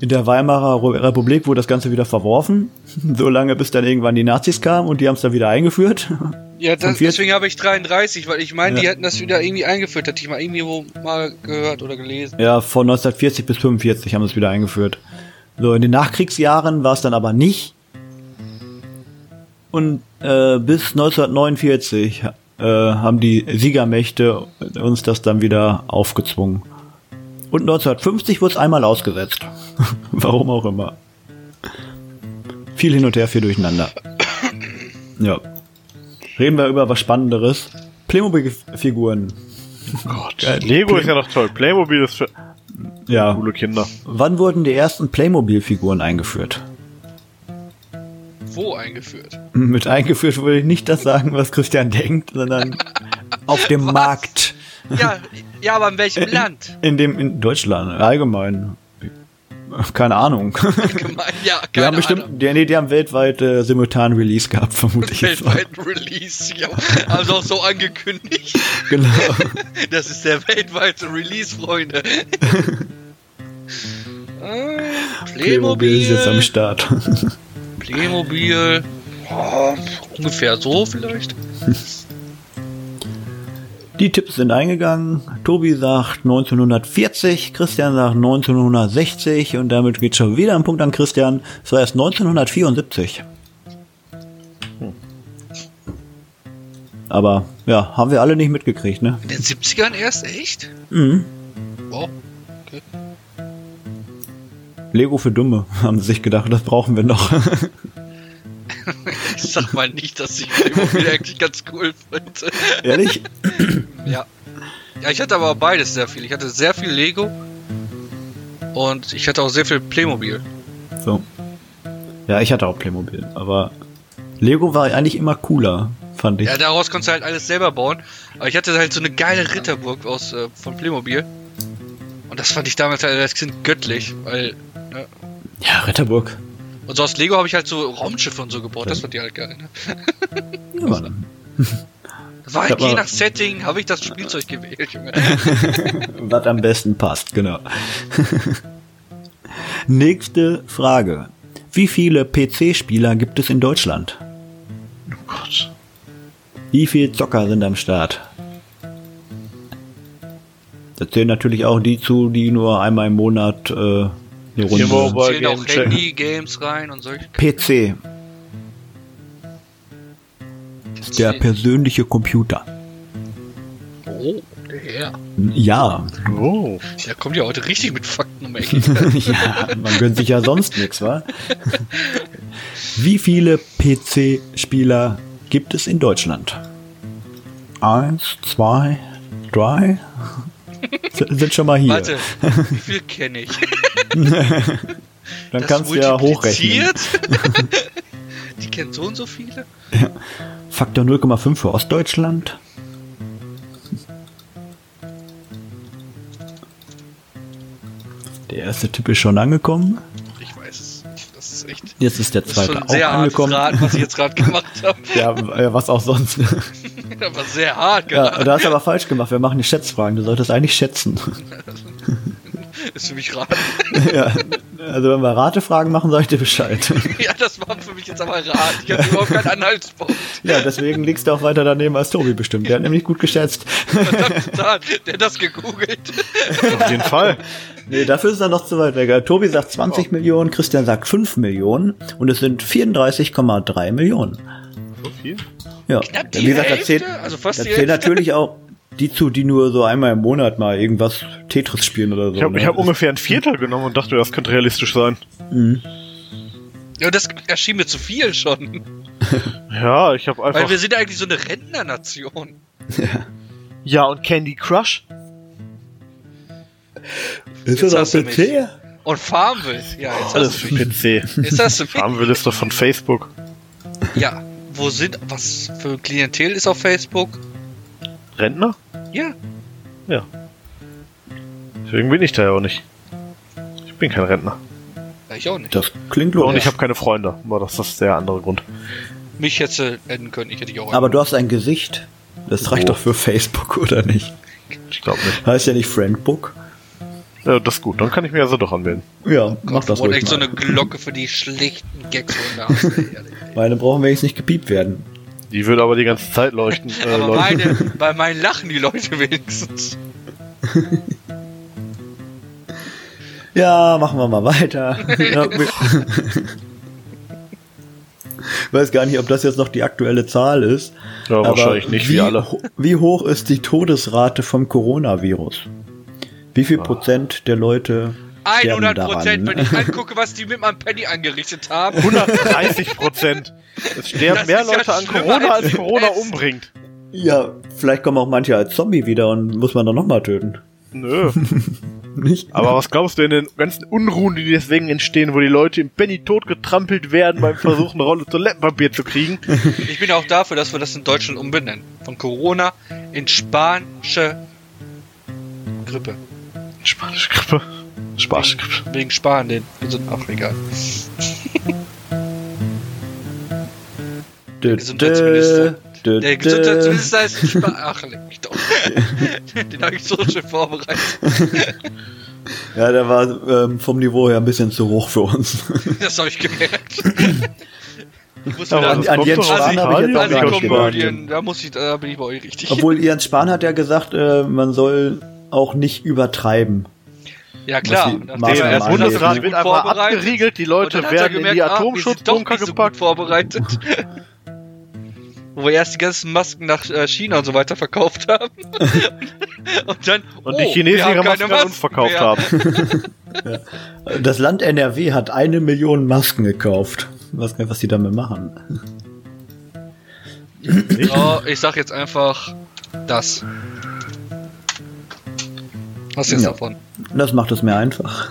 [SPEAKER 1] In der Weimarer Ru- Republik wurde das Ganze wieder verworfen, so lange bis dann irgendwann die Nazis kamen und die haben es dann wieder eingeführt.
[SPEAKER 2] Ja, das,
[SPEAKER 1] Und wir-
[SPEAKER 2] deswegen habe ich 33, weil ich meine, die
[SPEAKER 1] Ja.
[SPEAKER 2] hätten das wieder irgendwie eingeführt, hätte ich mal irgendwie wo mal gehört oder gelesen.
[SPEAKER 1] Ja, von 1940 bis 45 haben sie es wieder eingeführt. So, in den Nachkriegsjahren war es dann aber nicht. Und äh, bis 1949 äh, haben die Siegermächte uns das dann wieder aufgezwungen. Und 1950 wurde es einmal ausgesetzt. Warum auch immer. Viel hin und her, viel durcheinander. ja. Reden wir über was Spannenderes. Playmobil-Figuren.
[SPEAKER 3] Gott.
[SPEAKER 1] Geil.
[SPEAKER 3] Lego ist ja noch toll. Playmobil ist für
[SPEAKER 1] Ja.
[SPEAKER 3] coole Kinder.
[SPEAKER 1] Wann wurden die ersten Playmobil-Figuren eingeführt?
[SPEAKER 2] Wo eingeführt?
[SPEAKER 1] Mit eingeführt würde ich nicht das sagen, was Christian denkt, sondern auf dem Markt.
[SPEAKER 2] Ja, ja, aber in welchem Land?
[SPEAKER 1] In dem, in Deutschland, allgemein. Keine Ahnung.
[SPEAKER 2] Gemein- Ja, keine
[SPEAKER 1] Die haben bestimmt, die, nee, die haben weltweit äh, simultan Release gehabt, vermute ich. jetzt mal.
[SPEAKER 2] Weltweiten Release. Ja, haben sie auch so angekündigt.
[SPEAKER 1] Genau.
[SPEAKER 2] Das ist der weltweite Release, Freunde. Äh,
[SPEAKER 1] Playmobil ist jetzt am
[SPEAKER 2] Playmobil.
[SPEAKER 1] Start.
[SPEAKER 2] Playmobil. Ja, ungefähr so vielleicht.
[SPEAKER 1] Die Tipps sind eingegangen. Tobi sagt 1940, Christian sagt 1960 und damit geht schon wieder ein Punkt an Christian. Es war erst 1974. Aber ja, haben wir alle nicht mitgekriegt, ne?
[SPEAKER 2] In den 70ern erst, echt?
[SPEAKER 1] Mhm.
[SPEAKER 2] Wow.
[SPEAKER 1] Lego für Dumme, haben sie sich gedacht, das brauchen wir noch.
[SPEAKER 2] Ich sag mal nicht, dass ich Playmobil eigentlich ganz cool finde.
[SPEAKER 1] Ehrlich?
[SPEAKER 2] Ja. Ja, ich hatte aber beides sehr viel. Ich hatte sehr viel Lego und ich hatte auch sehr viel Playmobil.
[SPEAKER 1] So. Ja, ich hatte auch Playmobil, aber Lego war eigentlich immer cooler, fand ich.
[SPEAKER 2] Ja, daraus konntest du halt alles selber bauen. Aber ich hatte halt so eine geile Ritterburg aus äh, von Playmobil. Und das fand ich damals halt als Kind göttlich, weil.
[SPEAKER 1] Ja, Ritterburg.
[SPEAKER 2] Und so aus Lego habe ich halt so Raumschiffe und so gebaut. Das fand ich halt geil. Ne?
[SPEAKER 1] Ja, Mann.
[SPEAKER 2] Das war halt
[SPEAKER 1] Ich hab
[SPEAKER 2] je
[SPEAKER 1] mal-
[SPEAKER 2] nach Setting, habe ich das Spielzeug gewählt, Junge.
[SPEAKER 1] was am besten passt, genau. Nächste Frage. Wie viele PC-Spieler gibt es in Deutschland?
[SPEAKER 3] Oh Gott.
[SPEAKER 1] Wie viele Zocker sind am Start? Da zählen natürlich auch die zu, die nur einmal im Monat äh, eine
[SPEAKER 3] Hier
[SPEAKER 1] Runde.
[SPEAKER 3] war-
[SPEAKER 2] Zählen auch
[SPEAKER 3] Game Check.
[SPEAKER 2] Handy-Games rein und solche.
[SPEAKER 1] PC, der persönliche Computer.
[SPEAKER 2] Oh, der Herr.
[SPEAKER 1] Ja,
[SPEAKER 3] Oh.
[SPEAKER 2] Der kommt ja heute richtig mit Fakten um die Ecke.
[SPEAKER 1] ja, man gönnt sich ja sonst nichts, wa? Wie viele PC-Spieler gibt es in Deutschland? Eins, zwei, drei. S- Sind schon mal hier.
[SPEAKER 2] Warte, wie viel kenne ich?
[SPEAKER 1] Dann kannst du ja hochrechnen.
[SPEAKER 2] multipliziert? Die kennen so und so viele.
[SPEAKER 1] Faktor 0,5 für Ostdeutschland. Der erste Tipp ist schon angekommen.
[SPEAKER 2] Ich weiß es. Das ist echt.
[SPEAKER 1] Jetzt ist der
[SPEAKER 2] Das ist
[SPEAKER 1] zweite
[SPEAKER 2] schon ein
[SPEAKER 1] auch
[SPEAKER 2] sehr hartes
[SPEAKER 1] angekommen.
[SPEAKER 2] Raten, was ich jetzt gerade gemacht habe.
[SPEAKER 1] Ja, äh, was auch sonst.
[SPEAKER 2] Das war sehr hart
[SPEAKER 1] Ja,
[SPEAKER 2] geraten.
[SPEAKER 1] da hast du aber falsch gemacht. Wir machen die Schätzfragen. Du solltest eigentlich schätzen.
[SPEAKER 2] Ist für mich raten.
[SPEAKER 1] ja. Also wenn wir Ratefragen machen, sag ich dir Bescheid.
[SPEAKER 2] Ja, das war für mich jetzt aber Rat. Ich habe überhaupt keinen Anhaltspunkt.
[SPEAKER 1] ja, deswegen liegst du auch weiter daneben als Tobi bestimmt. Der hat nämlich gut geschätzt.
[SPEAKER 2] Verdammt, da, der hat das gegoogelt.
[SPEAKER 3] Auf jeden Fall.
[SPEAKER 1] Nee, dafür ist er noch zu weit weg. Also Tobi sagt 20 Millionen, Christian sagt 5 Millionen und es sind 34,3 Millionen.
[SPEAKER 3] So viel?
[SPEAKER 1] Ja,
[SPEAKER 2] Knapp die
[SPEAKER 1] wie gesagt, da
[SPEAKER 2] Hälfte,
[SPEAKER 1] zählt,
[SPEAKER 2] also fast
[SPEAKER 1] da
[SPEAKER 2] die
[SPEAKER 1] zählt
[SPEAKER 2] Hälfte.
[SPEAKER 1] natürlich auch die zu, die nur so einmal im Monat mal irgendwas Tetris spielen oder so.
[SPEAKER 3] Ich habe
[SPEAKER 1] ne?
[SPEAKER 3] ich hab ungefähr ein Viertel genommen und dachte, das könnte realistisch sein.
[SPEAKER 2] Ja, das erschien mir zu viel schon.
[SPEAKER 3] Ja, ich habe
[SPEAKER 2] Weil
[SPEAKER 3] einfach.
[SPEAKER 2] wir sind ja eigentlich so eine Rentnernation.
[SPEAKER 3] Ja, und Candy Crush?
[SPEAKER 1] ist
[SPEAKER 2] jetzt
[SPEAKER 1] das
[SPEAKER 2] hast du
[SPEAKER 1] auf
[SPEAKER 2] mich.
[SPEAKER 1] PC?
[SPEAKER 2] Und Farmville. Ja, jetzt
[SPEAKER 3] Alles
[SPEAKER 2] hast
[SPEAKER 3] für
[SPEAKER 2] du
[SPEAKER 3] den
[SPEAKER 2] mich.
[SPEAKER 3] PC.
[SPEAKER 2] Jetzt hast du mich.
[SPEAKER 3] Farmville ist doch von Facebook.
[SPEAKER 2] Ja. Wo sind, was für Klientel ist auf Facebook?
[SPEAKER 3] Rentner?
[SPEAKER 2] Ja.
[SPEAKER 3] Ja. Deswegen bin ich da ja auch nicht. Ich bin kein Rentner.
[SPEAKER 2] ja, Ich auch nicht.
[SPEAKER 1] Das klingt
[SPEAKER 3] Und
[SPEAKER 1] logisch.
[SPEAKER 3] ich habe keine Freunde. Aber das ist der andere Grund.
[SPEAKER 2] Mich hätte sie enden können, ich hätte ich auch.
[SPEAKER 1] Aber du hast ein Gesicht. Das reicht
[SPEAKER 3] Oh.
[SPEAKER 1] doch für Facebook, oder nicht?
[SPEAKER 3] Ich glaube nicht.
[SPEAKER 1] Heißt ja nicht Friendbook.
[SPEAKER 3] Ja, das ist gut. Dann kann ich mir also doch anmelden.
[SPEAKER 1] Ja, mach das
[SPEAKER 2] Und
[SPEAKER 1] ruhig
[SPEAKER 2] echt
[SPEAKER 1] mal.
[SPEAKER 2] so eine Glocke für die schlechten Gags runter. Ehrlich.
[SPEAKER 1] Meine brauchen wir jetzt nicht gepiept werden.
[SPEAKER 3] Die würde aber die ganze Zeit leuchten. Äh,
[SPEAKER 2] Aber
[SPEAKER 3] leuchten.
[SPEAKER 2] meine, bei meinen lachen die Leute wenigstens.
[SPEAKER 1] Ja, machen wir mal weiter. Ja, wir- Weiß gar nicht, ob das jetzt noch die aktuelle Zahl ist.
[SPEAKER 3] Ja,
[SPEAKER 1] aber
[SPEAKER 3] wahrscheinlich nicht, wie alle.
[SPEAKER 1] ho- Wie hoch ist die Todesrate vom Coronavirus? Wie
[SPEAKER 3] Ah.
[SPEAKER 1] viel Prozent der Leute sterben
[SPEAKER 2] 100
[SPEAKER 1] daran? ne?
[SPEAKER 2] Prozent, wenn ich angucke, was die mit meinem Penny angerichtet haben.
[SPEAKER 3] 130 Prozent. Es sterben
[SPEAKER 2] Das
[SPEAKER 3] mehr
[SPEAKER 2] ist ja
[SPEAKER 3] Leute an
[SPEAKER 2] schlimmer
[SPEAKER 3] Corona,
[SPEAKER 2] als
[SPEAKER 3] als
[SPEAKER 2] die
[SPEAKER 3] Corona
[SPEAKER 2] Pest.
[SPEAKER 3] umbringt.
[SPEAKER 1] Ja, vielleicht kommen auch manche als Zombie wieder und muss man dann nochmal töten.
[SPEAKER 3] Nö.
[SPEAKER 1] Nicht?
[SPEAKER 3] Aber was glaubst du in den ganzen Unruhen, die deswegen entstehen, wo die Leute im Penny totgetrampelt werden beim Versuch, eine Rolle Toilettenpapier zu kriegen?
[SPEAKER 2] Ich bin auch dafür, dass wir das in Deutschland umbenennen. Von Corona in spanische Grippe.
[SPEAKER 3] Spanische Grippe. Spanische Grippe.
[SPEAKER 2] Wegen Spanien. Wir sind auch egal.
[SPEAKER 1] Der
[SPEAKER 2] Gesundheitsminister-
[SPEAKER 1] Dö,
[SPEAKER 2] Der Gesundheitsminister ist Spanien. Ach, leck mich doch. Den habe ich so schön vorbereitet.
[SPEAKER 1] Ja, der war ähm, vom Niveau her ein bisschen zu hoch für uns.
[SPEAKER 2] Das habe ich gemerkt. Ich muss
[SPEAKER 3] Aber
[SPEAKER 2] wieder-
[SPEAKER 1] an, an
[SPEAKER 3] kommt
[SPEAKER 1] Jens
[SPEAKER 3] doch aus
[SPEAKER 1] Spahn habe ich
[SPEAKER 3] Italien,
[SPEAKER 1] jetzt auch
[SPEAKER 3] also
[SPEAKER 1] gar nicht gedacht.
[SPEAKER 2] Komödien, da muss ich, da bin ich bei euch richtig.
[SPEAKER 1] Obwohl Jens Spahn hat ja gesagt, äh, man soll auch nicht übertreiben.
[SPEAKER 2] ja klar,
[SPEAKER 1] was die
[SPEAKER 2] nachdem
[SPEAKER 1] Maßnahmen
[SPEAKER 2] er erst
[SPEAKER 3] Der
[SPEAKER 1] angeht,
[SPEAKER 2] wundert, dass er
[SPEAKER 3] Bundesrat
[SPEAKER 2] sich
[SPEAKER 3] wird
[SPEAKER 2] gut
[SPEAKER 3] einfach
[SPEAKER 2] vorbereitet.
[SPEAKER 3] abgeriegelt, die
[SPEAKER 2] Und
[SPEAKER 3] Leute
[SPEAKER 2] dann hat er
[SPEAKER 3] werden in die
[SPEAKER 2] gemerkt, ah, wir sind doch
[SPEAKER 3] Atomschutzbunker
[SPEAKER 2] nicht so gut
[SPEAKER 3] gepackt.
[SPEAKER 2] vorbereitet. Wo wir erst die ganzen Masken nach äh, China und so weiter verkauft haben. und dann.
[SPEAKER 3] Und
[SPEAKER 2] oh,
[SPEAKER 3] die
[SPEAKER 2] wir
[SPEAKER 3] Chinesen
[SPEAKER 2] haben
[SPEAKER 3] ihre
[SPEAKER 2] keine
[SPEAKER 3] Masken an uns verkauft
[SPEAKER 2] mehr.
[SPEAKER 3] haben.
[SPEAKER 1] Das Land NRW hat eine Million Masken gekauft. Ich weiß gar nicht, was die damit machen.
[SPEAKER 2] Oh, ich sag jetzt einfach das. Was jetzt
[SPEAKER 1] Ja.
[SPEAKER 2] davon?
[SPEAKER 1] Das macht es mir einfach.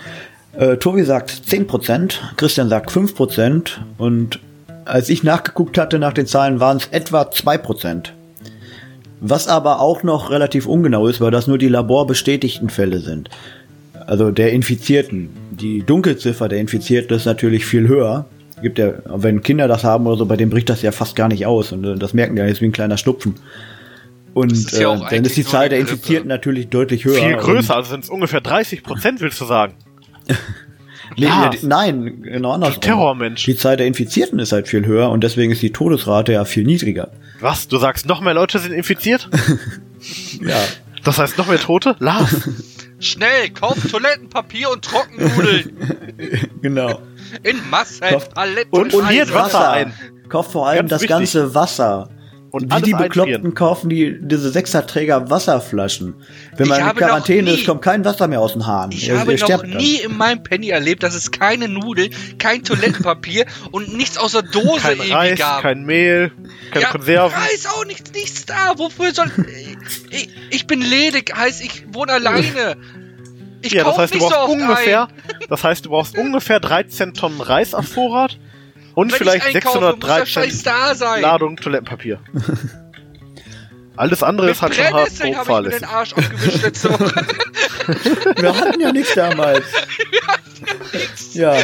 [SPEAKER 1] äh, Tobi sagt 10%, Christian sagt 5% und als ich nachgeguckt hatte nach den Zahlen, waren es etwa 2%. Was aber auch noch relativ ungenau ist, weil das nur die laborbestätigten Fälle sind. Also der Infizierten. Die Dunkelziffer der Infizierten ist natürlich viel höher. Gibt ja, wenn Kinder das haben oder so, bei denen bricht das ja fast gar nicht aus. Und äh, das merken die ja jetzt wie ein kleiner Schnupfen. Und
[SPEAKER 2] ist ja auch
[SPEAKER 1] äh, dann
[SPEAKER 2] eigentlich
[SPEAKER 1] ist die
[SPEAKER 2] nur
[SPEAKER 1] Zahl
[SPEAKER 2] eine
[SPEAKER 1] der
[SPEAKER 2] Grippe.
[SPEAKER 1] Infizierten natürlich deutlich höher.
[SPEAKER 3] Viel
[SPEAKER 1] Und-
[SPEAKER 3] größer, also sind es ungefähr 30 Prozent, willst du sagen.
[SPEAKER 1] Nee,
[SPEAKER 3] Ja.
[SPEAKER 1] nee, die- nein, genau andersrum.
[SPEAKER 3] Terrormensch.
[SPEAKER 1] Die Zahl der Infizierten ist halt viel höher und deswegen ist die Todesrate ja viel niedriger.
[SPEAKER 3] Was? Du sagst, noch mehr Leute sind infiziert?
[SPEAKER 1] Ja.
[SPEAKER 3] Das heißt, noch mehr Tote? Lars.
[SPEAKER 2] Schnell, kauft Toilettenpapier und Trockennudeln
[SPEAKER 1] Genau.
[SPEAKER 2] in Massen,
[SPEAKER 1] Kauft-
[SPEAKER 2] Paletten.
[SPEAKER 3] und- und hier
[SPEAKER 2] Eisen.
[SPEAKER 3] Wasser ein.
[SPEAKER 1] Kauft vor allem
[SPEAKER 3] Ganz
[SPEAKER 1] das
[SPEAKER 3] wichtig.
[SPEAKER 1] ganze Wasser.
[SPEAKER 3] Und
[SPEAKER 1] die,
[SPEAKER 3] alles
[SPEAKER 1] die Bekloppten
[SPEAKER 3] einfrieren.
[SPEAKER 1] kaufen die, diese Sechserträger Wasserflaschen. Wenn
[SPEAKER 2] Ich
[SPEAKER 1] man in
[SPEAKER 2] habe noch
[SPEAKER 1] Quarantäne
[SPEAKER 2] nie-
[SPEAKER 1] ist, kommt kein Wasser mehr aus dem Hahn.
[SPEAKER 2] Ich
[SPEAKER 3] also
[SPEAKER 1] Ihr-
[SPEAKER 2] habe
[SPEAKER 1] ihr
[SPEAKER 2] noch
[SPEAKER 1] sterbt dann.
[SPEAKER 2] nie in meinem Penny erlebt, dass es keine Nudel, kein Toilettenpapier und nichts außer Dose
[SPEAKER 3] Kein
[SPEAKER 2] irgendwie
[SPEAKER 3] Reis,
[SPEAKER 2] gab.
[SPEAKER 3] kein Mehl, keine
[SPEAKER 2] ja,
[SPEAKER 3] Konserven.
[SPEAKER 2] Reis auch nicht, nichts da. Wofür soll. ich, ich bin ledig, heißt ich wohne alleine. Ich
[SPEAKER 3] ja, das
[SPEAKER 2] kauf
[SPEAKER 3] heißt, du
[SPEAKER 2] nicht so
[SPEAKER 3] brauchst
[SPEAKER 2] oft
[SPEAKER 3] ungefähr,
[SPEAKER 2] ein.
[SPEAKER 3] das heißt, du brauchst ungefähr 13 Tonnen Reis auf Vorrat und
[SPEAKER 2] Wenn
[SPEAKER 3] vielleicht
[SPEAKER 2] ich einkaufe, muss der Scheiß
[SPEAKER 3] 613
[SPEAKER 2] da sein.
[SPEAKER 3] Ladungen Toilettenpapier. Alles andere
[SPEAKER 2] Mit
[SPEAKER 3] ist halt schon hart
[SPEAKER 2] Brennnesseln habe ich mir den
[SPEAKER 3] fahrlässig.
[SPEAKER 2] Arsch abgewischt letzte Woche.
[SPEAKER 1] Wir hatten ja nichts damals. ja.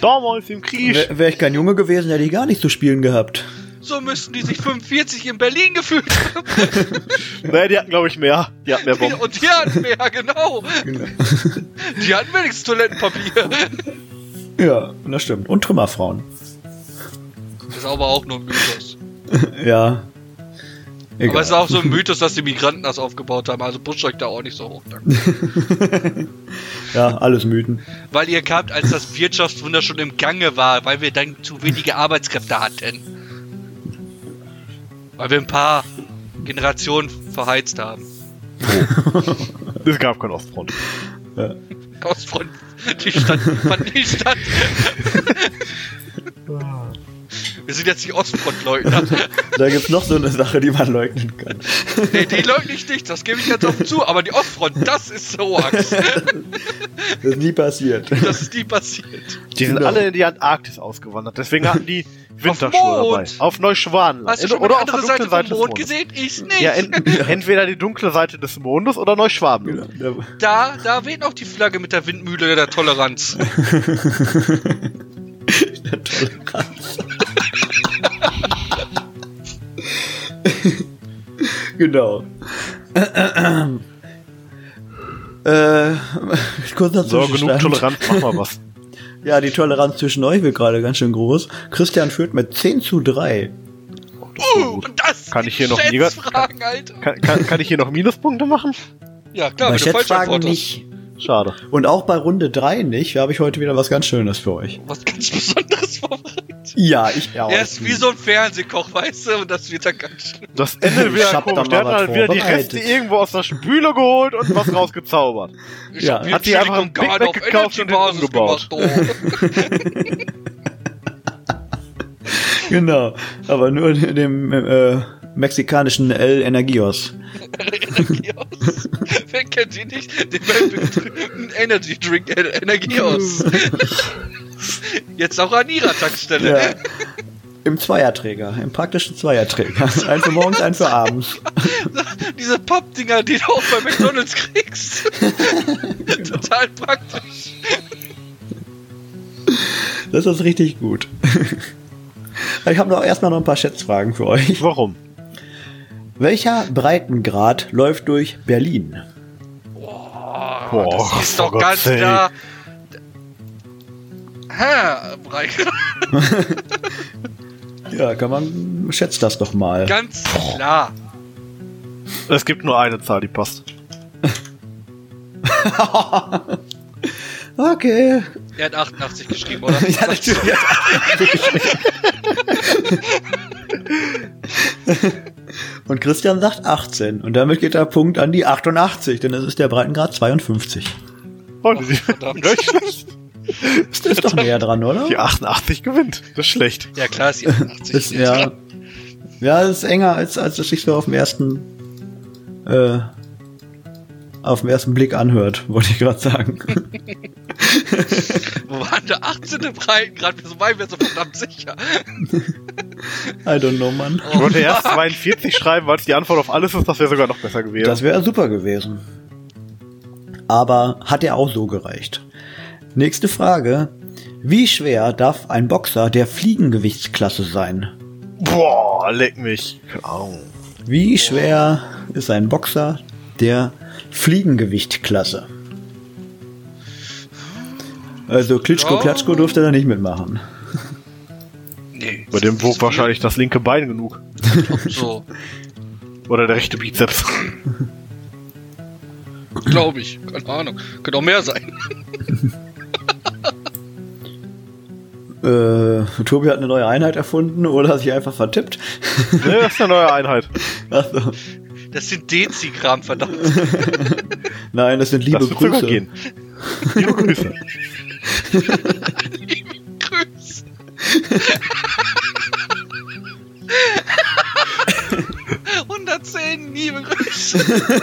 [SPEAKER 3] Damals im Krieg.
[SPEAKER 1] Wäre wär ich kein Junge gewesen, hätte ich gar nicht zu spielen gehabt.
[SPEAKER 2] So müssten die sich 45 in Berlin gefühlt haben.
[SPEAKER 3] Naja, die hatten, glaube ich, mehr. Die hatten mehr Bomben.
[SPEAKER 2] Und die hatten mehr, genau. Die hatten wenigstens Toilettenpapier.
[SPEAKER 1] Ja, das stimmt. Und Trümmerfrauen.
[SPEAKER 2] Das ist aber auch nur ein Mythos.
[SPEAKER 1] Ja. Egal.
[SPEAKER 2] Aber es ist auch so ein Mythos, dass die Migranten das aufgebaut haben. Also pusht euch da auch nicht so hoch. Danke.
[SPEAKER 1] ja, alles Mythen.
[SPEAKER 2] Weil ihr kamt, als das Wirtschaftswunder schon im Gange war, weil wir dann zu wenige Arbeitskräfte hatten. Weil wir ein paar Generationen verheizt haben.
[SPEAKER 3] Es gab keinen Ostfront.
[SPEAKER 2] Ostfront, die Stadt fand nie statt. Wir sind jetzt die Ostfront-Leugner.
[SPEAKER 1] Da gibt's noch so eine Sache, die man leugnen kann.
[SPEAKER 2] Nee, die leugne ich nicht, das gebe ich ganz offen zu, aber die Ostfront, das ist so Axt.
[SPEAKER 1] Das ist nie passiert.
[SPEAKER 2] Das ist nie passiert.
[SPEAKER 3] Die sind
[SPEAKER 1] Genau.
[SPEAKER 3] alle in die Antarktis ausgewandert. Deswegen hatten die Winterschuhe
[SPEAKER 2] Mond.
[SPEAKER 3] dabei. Auf Neuschwanenland.
[SPEAKER 2] Hast du
[SPEAKER 3] Ent-
[SPEAKER 2] schon die
[SPEAKER 3] auf der
[SPEAKER 2] andere Seite
[SPEAKER 3] dunklen
[SPEAKER 2] vom
[SPEAKER 3] des
[SPEAKER 2] Mond
[SPEAKER 3] Mondes.
[SPEAKER 2] gesehen? Ich nicht.
[SPEAKER 3] Ja, ent entweder die dunkle Seite des Mondes oder Neuschwabenland.
[SPEAKER 2] da, da weht auch die Flagge mit der Windmühle der Toleranz.
[SPEAKER 1] genau. äh, kurzer
[SPEAKER 3] So, genug
[SPEAKER 1] Zwischenstand.
[SPEAKER 3] Toleranz, mach mal was.
[SPEAKER 1] Ja, die Toleranz zwischen euch wird gerade ganz schön groß. Christian führt mit 10 zu 3.
[SPEAKER 2] Uh, das
[SPEAKER 3] Kann
[SPEAKER 2] sind
[SPEAKER 3] ich hier noch Liga-
[SPEAKER 2] Schätzfragen, Alter.
[SPEAKER 3] Kann, kann, kann ich hier noch Minuspunkte machen?
[SPEAKER 2] Ja, klar,
[SPEAKER 1] Bei
[SPEAKER 2] wenn du falsch
[SPEAKER 1] Schätzfragen
[SPEAKER 2] antwortest.
[SPEAKER 1] nicht.
[SPEAKER 3] Schade.
[SPEAKER 1] Und auch bei Runde 3 nicht. Da habe ich heute wieder was ganz Schönes für euch.
[SPEAKER 2] Was ganz Besonderes vorbereitet.
[SPEAKER 1] Ja, ich auch.
[SPEAKER 2] Er ist wie so ein Fernsehkoch, weißt du, und das wird dann ganz schlimm.
[SPEAKER 3] Das Ende
[SPEAKER 1] Ich
[SPEAKER 3] wieder
[SPEAKER 1] hab da
[SPEAKER 3] komisch.
[SPEAKER 1] mal
[SPEAKER 3] Der hat
[SPEAKER 1] was
[SPEAKER 3] halt wieder die
[SPEAKER 1] vorbereitet.
[SPEAKER 3] Reste irgendwo aus der Spüle geholt und was rausgezaubert.
[SPEAKER 2] Ich
[SPEAKER 1] Ja,
[SPEAKER 2] hab
[SPEAKER 1] hat
[SPEAKER 2] mir
[SPEAKER 3] die einfach
[SPEAKER 2] Entschuldigung,
[SPEAKER 3] einen
[SPEAKER 2] gerade
[SPEAKER 3] Big Mac gekauft und den
[SPEAKER 2] Energy-Basis
[SPEAKER 3] umgebaut.
[SPEAKER 2] gemacht, Oh,
[SPEAKER 1] Genau. Aber nur in dem äh, mexikanischen El Energios.
[SPEAKER 2] oh. Energieaus. Wer kennt die nicht? Den Weltberühmten Energy Drink äh, Energieaus. Jetzt auch an ihrer Tankstelle.
[SPEAKER 1] Ja. Im Zweierträger, im praktischen Zweierträger. Ein für morgens, ein für abends.
[SPEAKER 2] Diese Pappdinger, die du auch bei McDonalds kriegst. Total praktisch.
[SPEAKER 1] Das ist richtig gut. Ich habe noch erstmal noch ein paar Schätzfragen für euch.
[SPEAKER 3] Warum?
[SPEAKER 1] Welcher Breitengrad läuft durch Berlin?
[SPEAKER 3] Ah, Boah, oh
[SPEAKER 2] Ist doch ganz klar. Hä, Breitengrad.
[SPEAKER 1] Ja, kann man, schätzt das doch mal.
[SPEAKER 2] Ganz klar.
[SPEAKER 3] Es gibt nur eine Zahl, die passt.
[SPEAKER 1] Okay.
[SPEAKER 2] Er hat 88 geschrieben, oder?
[SPEAKER 1] Ja, natürlich. Und Christian sagt 18. Und damit geht der Punkt an die 88, denn es ist der Breitengrad 52.
[SPEAKER 3] Und die,
[SPEAKER 2] verdammt.
[SPEAKER 1] Ist das doch näher dran, oder?
[SPEAKER 3] die 88 gewinnt. Das ist schlecht.
[SPEAKER 2] Ja, klar ist die 88.
[SPEAKER 1] Ist, ja. ja, es ist enger, als, als es sich so auf dem ersten, äh, auf dem ersten Blick anhört, wollte ich gerade sagen.
[SPEAKER 2] Wo war denn der 18. Breitengrad? Wieso waren wir so verdammt sicher?
[SPEAKER 1] I don't know, Mann.
[SPEAKER 3] Ich wollte erst 42 schreiben, weil es die Antwort auf alles ist. Das wäre sogar noch besser gewesen.
[SPEAKER 1] Das wäre super gewesen. Aber hat er auch so gereicht. Nächste Frage. Wie schwer darf ein Boxer der Fliegengewichtsklasse sein?
[SPEAKER 3] Boah, leck mich. Keine Ahnung.
[SPEAKER 1] Wie schwer ist ein Boxer der Fliegengewichtklasse? Also Klitschko
[SPEAKER 2] Ja.
[SPEAKER 1] Klatschko durfte da nicht mitmachen.
[SPEAKER 2] Nee.
[SPEAKER 3] Bei dem wog wahrscheinlich das linke Bein genug.
[SPEAKER 2] So,
[SPEAKER 3] Oder der rechte Bizeps.
[SPEAKER 2] glaube ich. Keine Ahnung. Könnte auch mehr sein.
[SPEAKER 1] Äh, Tobi hat eine neue Einheit erfunden oder sich einfach vertippt.
[SPEAKER 3] ne, das ist eine neue Einheit.
[SPEAKER 1] Also,
[SPEAKER 2] Das sind Dezigramm, verdammt.
[SPEAKER 1] nein, das sind liebe
[SPEAKER 3] das wird sogar
[SPEAKER 1] Grüße.
[SPEAKER 3] gehen. Liebe Grüße.
[SPEAKER 2] Grüß. »110 liebe Grüße.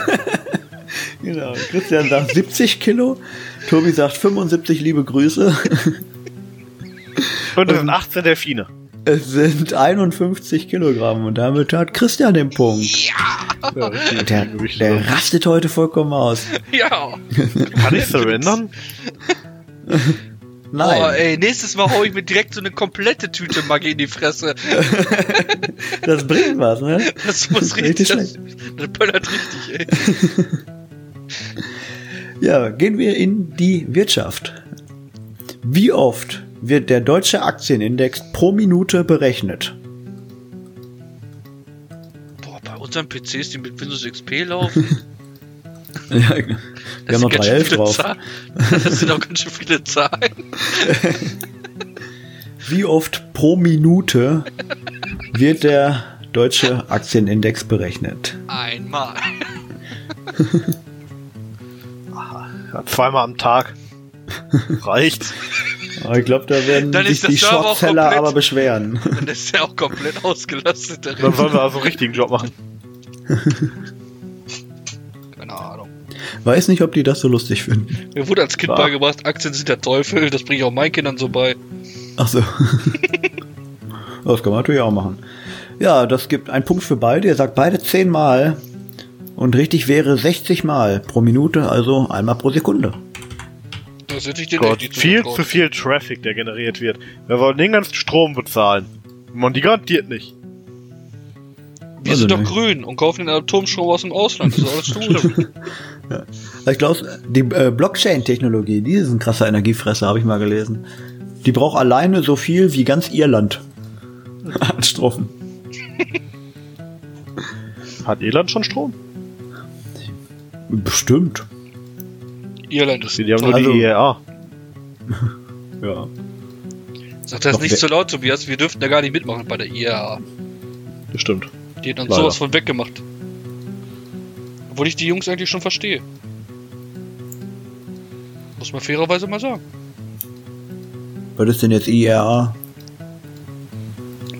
[SPEAKER 1] Genau. Christian sagt 70 Kilo, Tobi sagt 75 liebe Grüße.
[SPEAKER 3] Und das sind 18 Delfine.
[SPEAKER 1] Es sind 51 Kilogramm und damit hat Christian den Punkt.
[SPEAKER 3] Ja, richtig.
[SPEAKER 1] Der,
[SPEAKER 2] ne?
[SPEAKER 1] der rastet heute vollkommen aus.
[SPEAKER 2] Ja.
[SPEAKER 3] Kann ich surrendern?
[SPEAKER 1] Nein.
[SPEAKER 2] Boah, Oh, ey, nächstes Mal hau ich mir direkt so eine komplette Tüte Maggi in die Fresse.
[SPEAKER 1] Das bringt was, ne?
[SPEAKER 2] Das muss richtig.
[SPEAKER 1] Richtig
[SPEAKER 2] Das, das böllert richtig, ey.
[SPEAKER 1] Ja, gehen wir in die Wirtschaft. Wie oft wird der deutsche Aktienindex pro Minute berechnet?
[SPEAKER 2] Boah, bei unseren PCs, die mit Windows XP laufen,
[SPEAKER 1] Ja, wir haben noch
[SPEAKER 2] sind ganz schön
[SPEAKER 1] 311
[SPEAKER 2] viele
[SPEAKER 1] drauf.
[SPEAKER 2] Zahlen. Das sind auch ganz schön viele Zahlen.
[SPEAKER 1] Wie oft pro Minute wird der deutsche Aktienindex berechnet?
[SPEAKER 2] Einmal.
[SPEAKER 3] Ja, zweimal am Tag. Reicht.
[SPEAKER 1] Aber ich glaube, da werden
[SPEAKER 2] Dann
[SPEAKER 1] sich
[SPEAKER 2] ist der
[SPEAKER 1] die
[SPEAKER 2] Server auch
[SPEAKER 1] Shortseller
[SPEAKER 2] komplett-
[SPEAKER 1] aber beschweren.
[SPEAKER 2] Dann ist der auch komplett ausgelastet. Der
[SPEAKER 3] Dann sollen wir also einen richtigen Job machen.
[SPEAKER 2] Keine Ahnung.
[SPEAKER 1] Weiß nicht, ob die das so lustig finden.
[SPEAKER 2] Mir wurde als Kind
[SPEAKER 3] Ja.
[SPEAKER 2] beigebracht, Aktien sind der Teufel. Das bringe ich auch meinen Kindern so bei.
[SPEAKER 1] Ach so. Das kann man natürlich auch machen. Ja, das gibt einen Punkt für beide. Ihr sagt beide zehnmal. Und richtig wäre 60 Mal pro Minute, also einmal pro Sekunde.
[SPEAKER 2] Das hätte ich dir
[SPEAKER 3] Gott,
[SPEAKER 2] nicht
[SPEAKER 3] viel
[SPEAKER 2] zugetraut.
[SPEAKER 3] zu viel Traffic, der generiert wird. Wir wollen den ganzen Strom bezahlen. Man die garantiert nicht.
[SPEAKER 2] Wir sind doch grün und kaufen den Atomstrom aus dem Ausland. Das ist alles gut.
[SPEAKER 1] Ich glaube, die äh, Blockchain-Technologie, die ist ein krasser Energiefresser, habe ich mal gelesen. Die braucht alleine so viel wie ganz Irland an Strom.
[SPEAKER 3] Hat Irland schon Strom?
[SPEAKER 1] Bestimmt.
[SPEAKER 2] Irland ist.
[SPEAKER 3] Die haben nur
[SPEAKER 1] Also-
[SPEAKER 3] die E IEA.
[SPEAKER 1] Ja.
[SPEAKER 2] Sag
[SPEAKER 3] halt
[SPEAKER 2] das
[SPEAKER 1] Doch,
[SPEAKER 2] nicht
[SPEAKER 1] wer-
[SPEAKER 2] so laut, Tobias. Wir dürften da gar nicht mitmachen bei der IAA.
[SPEAKER 3] Das stimmt.
[SPEAKER 2] Die hat uns
[SPEAKER 3] Leider.
[SPEAKER 2] sowas von weggemacht. Obwohl ich die Jungs eigentlich schon verstehe. Muss man fairerweise mal sagen.
[SPEAKER 1] Was ist denn jetzt IRA?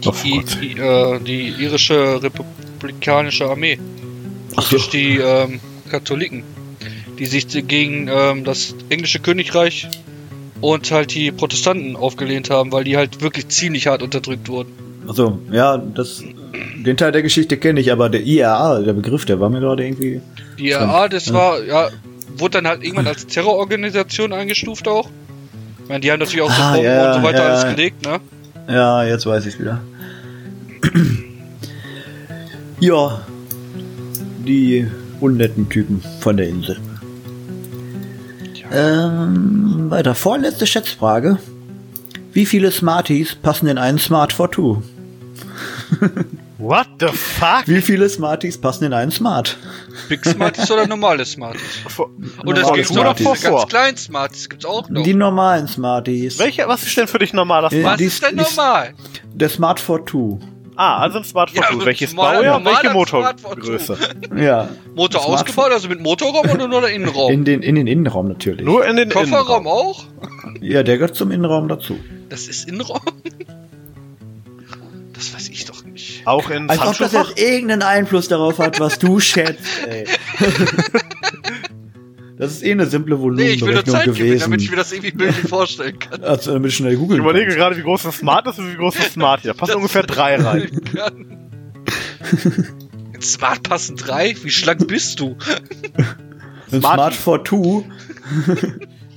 [SPEAKER 2] Die,
[SPEAKER 3] Oh Gott.
[SPEAKER 2] die, äh, die irische republikanische Armee.
[SPEAKER 1] Ach so.
[SPEAKER 2] Praktisch die ähm, Katholiken. Die sich gegen ähm, das englische Königreich und halt die Protestanten aufgelehnt haben, weil die halt wirklich ziemlich hart unterdrückt wurden.
[SPEAKER 1] Achso, Also, ja, das, den Teil der Geschichte kenne ich, aber der IRA, der Begriff, der war mir gerade irgendwie.
[SPEAKER 2] Die RA, das war, ja, wurde dann halt irgendwann als Terrororganisation eingestuft auch. Ich meine, die haben natürlich auch so
[SPEAKER 1] Ah,
[SPEAKER 2] Bomben
[SPEAKER 1] ja,
[SPEAKER 2] und so weiter
[SPEAKER 1] ja, ja.
[SPEAKER 2] alles gelegt, ne?
[SPEAKER 1] Ja, jetzt weiß ich wieder. ja, die unnetten Typen von der Insel. Ähm, weiter. Vorletzte Schätzfrage. Wie viele Smarties passen in einen Smart for Two?
[SPEAKER 3] What the fuck?
[SPEAKER 1] Wie viele Smarties passen in einen Smart?
[SPEAKER 2] Big Smarties oder normale Smarties? Und das
[SPEAKER 1] Normale gibt's
[SPEAKER 2] gibt's auch noch
[SPEAKER 1] Smarties.
[SPEAKER 2] diese ganz
[SPEAKER 3] vor.
[SPEAKER 2] kleinen Smarties, gibt's auch noch.
[SPEAKER 1] Die normalen Smarties.
[SPEAKER 3] Welche, was ist denn für dich normal? Das
[SPEAKER 1] Äh,
[SPEAKER 2] Was
[SPEAKER 3] Smart?
[SPEAKER 1] die-
[SPEAKER 2] ist denn
[SPEAKER 1] die-
[SPEAKER 2] normal?
[SPEAKER 1] Der Smart for Two.
[SPEAKER 3] Ah, also ein Smartphone.
[SPEAKER 2] Ja, aber
[SPEAKER 3] Welches
[SPEAKER 2] normal-
[SPEAKER 3] Baujahr?
[SPEAKER 2] normaler
[SPEAKER 3] Welche
[SPEAKER 2] Smartphone.
[SPEAKER 3] Motorgröße?
[SPEAKER 1] Ja.
[SPEAKER 2] Motor
[SPEAKER 1] Smartphone.
[SPEAKER 2] ausgebaut, also mit Motorraum oder nur der Innenraum?
[SPEAKER 1] In den, in den Innenraum natürlich.
[SPEAKER 3] Nur in den
[SPEAKER 2] Kofferraum auch?
[SPEAKER 1] Ja, der gehört zum Innenraum dazu.
[SPEAKER 2] Das ist Innenraum? Das weiß ich doch nicht.
[SPEAKER 3] Auch in
[SPEAKER 1] Als Also ob das
[SPEAKER 3] Handschuhfach?
[SPEAKER 1] jetzt irgendeinen Einfluss darauf hat, was du schätzt, ey. Das ist eh eine simple
[SPEAKER 2] Nee, ich will nur
[SPEAKER 1] Volumenberechnung
[SPEAKER 2] Zeit gewinnen, damit ich
[SPEAKER 1] gewesen.
[SPEAKER 2] mir das irgendwie bildlich vorstellen kann.
[SPEAKER 1] Also, damit ich schnell
[SPEAKER 3] Ich
[SPEAKER 1] googeln
[SPEAKER 3] überlege
[SPEAKER 1] kann.
[SPEAKER 3] gerade, wie groß ein Smart ist und wie groß ein Smart hier. Da passen ungefähr drei rein.
[SPEAKER 2] kann. In Smart passen drei? Wie schlank bist du?
[SPEAKER 1] Ein Smart for Two.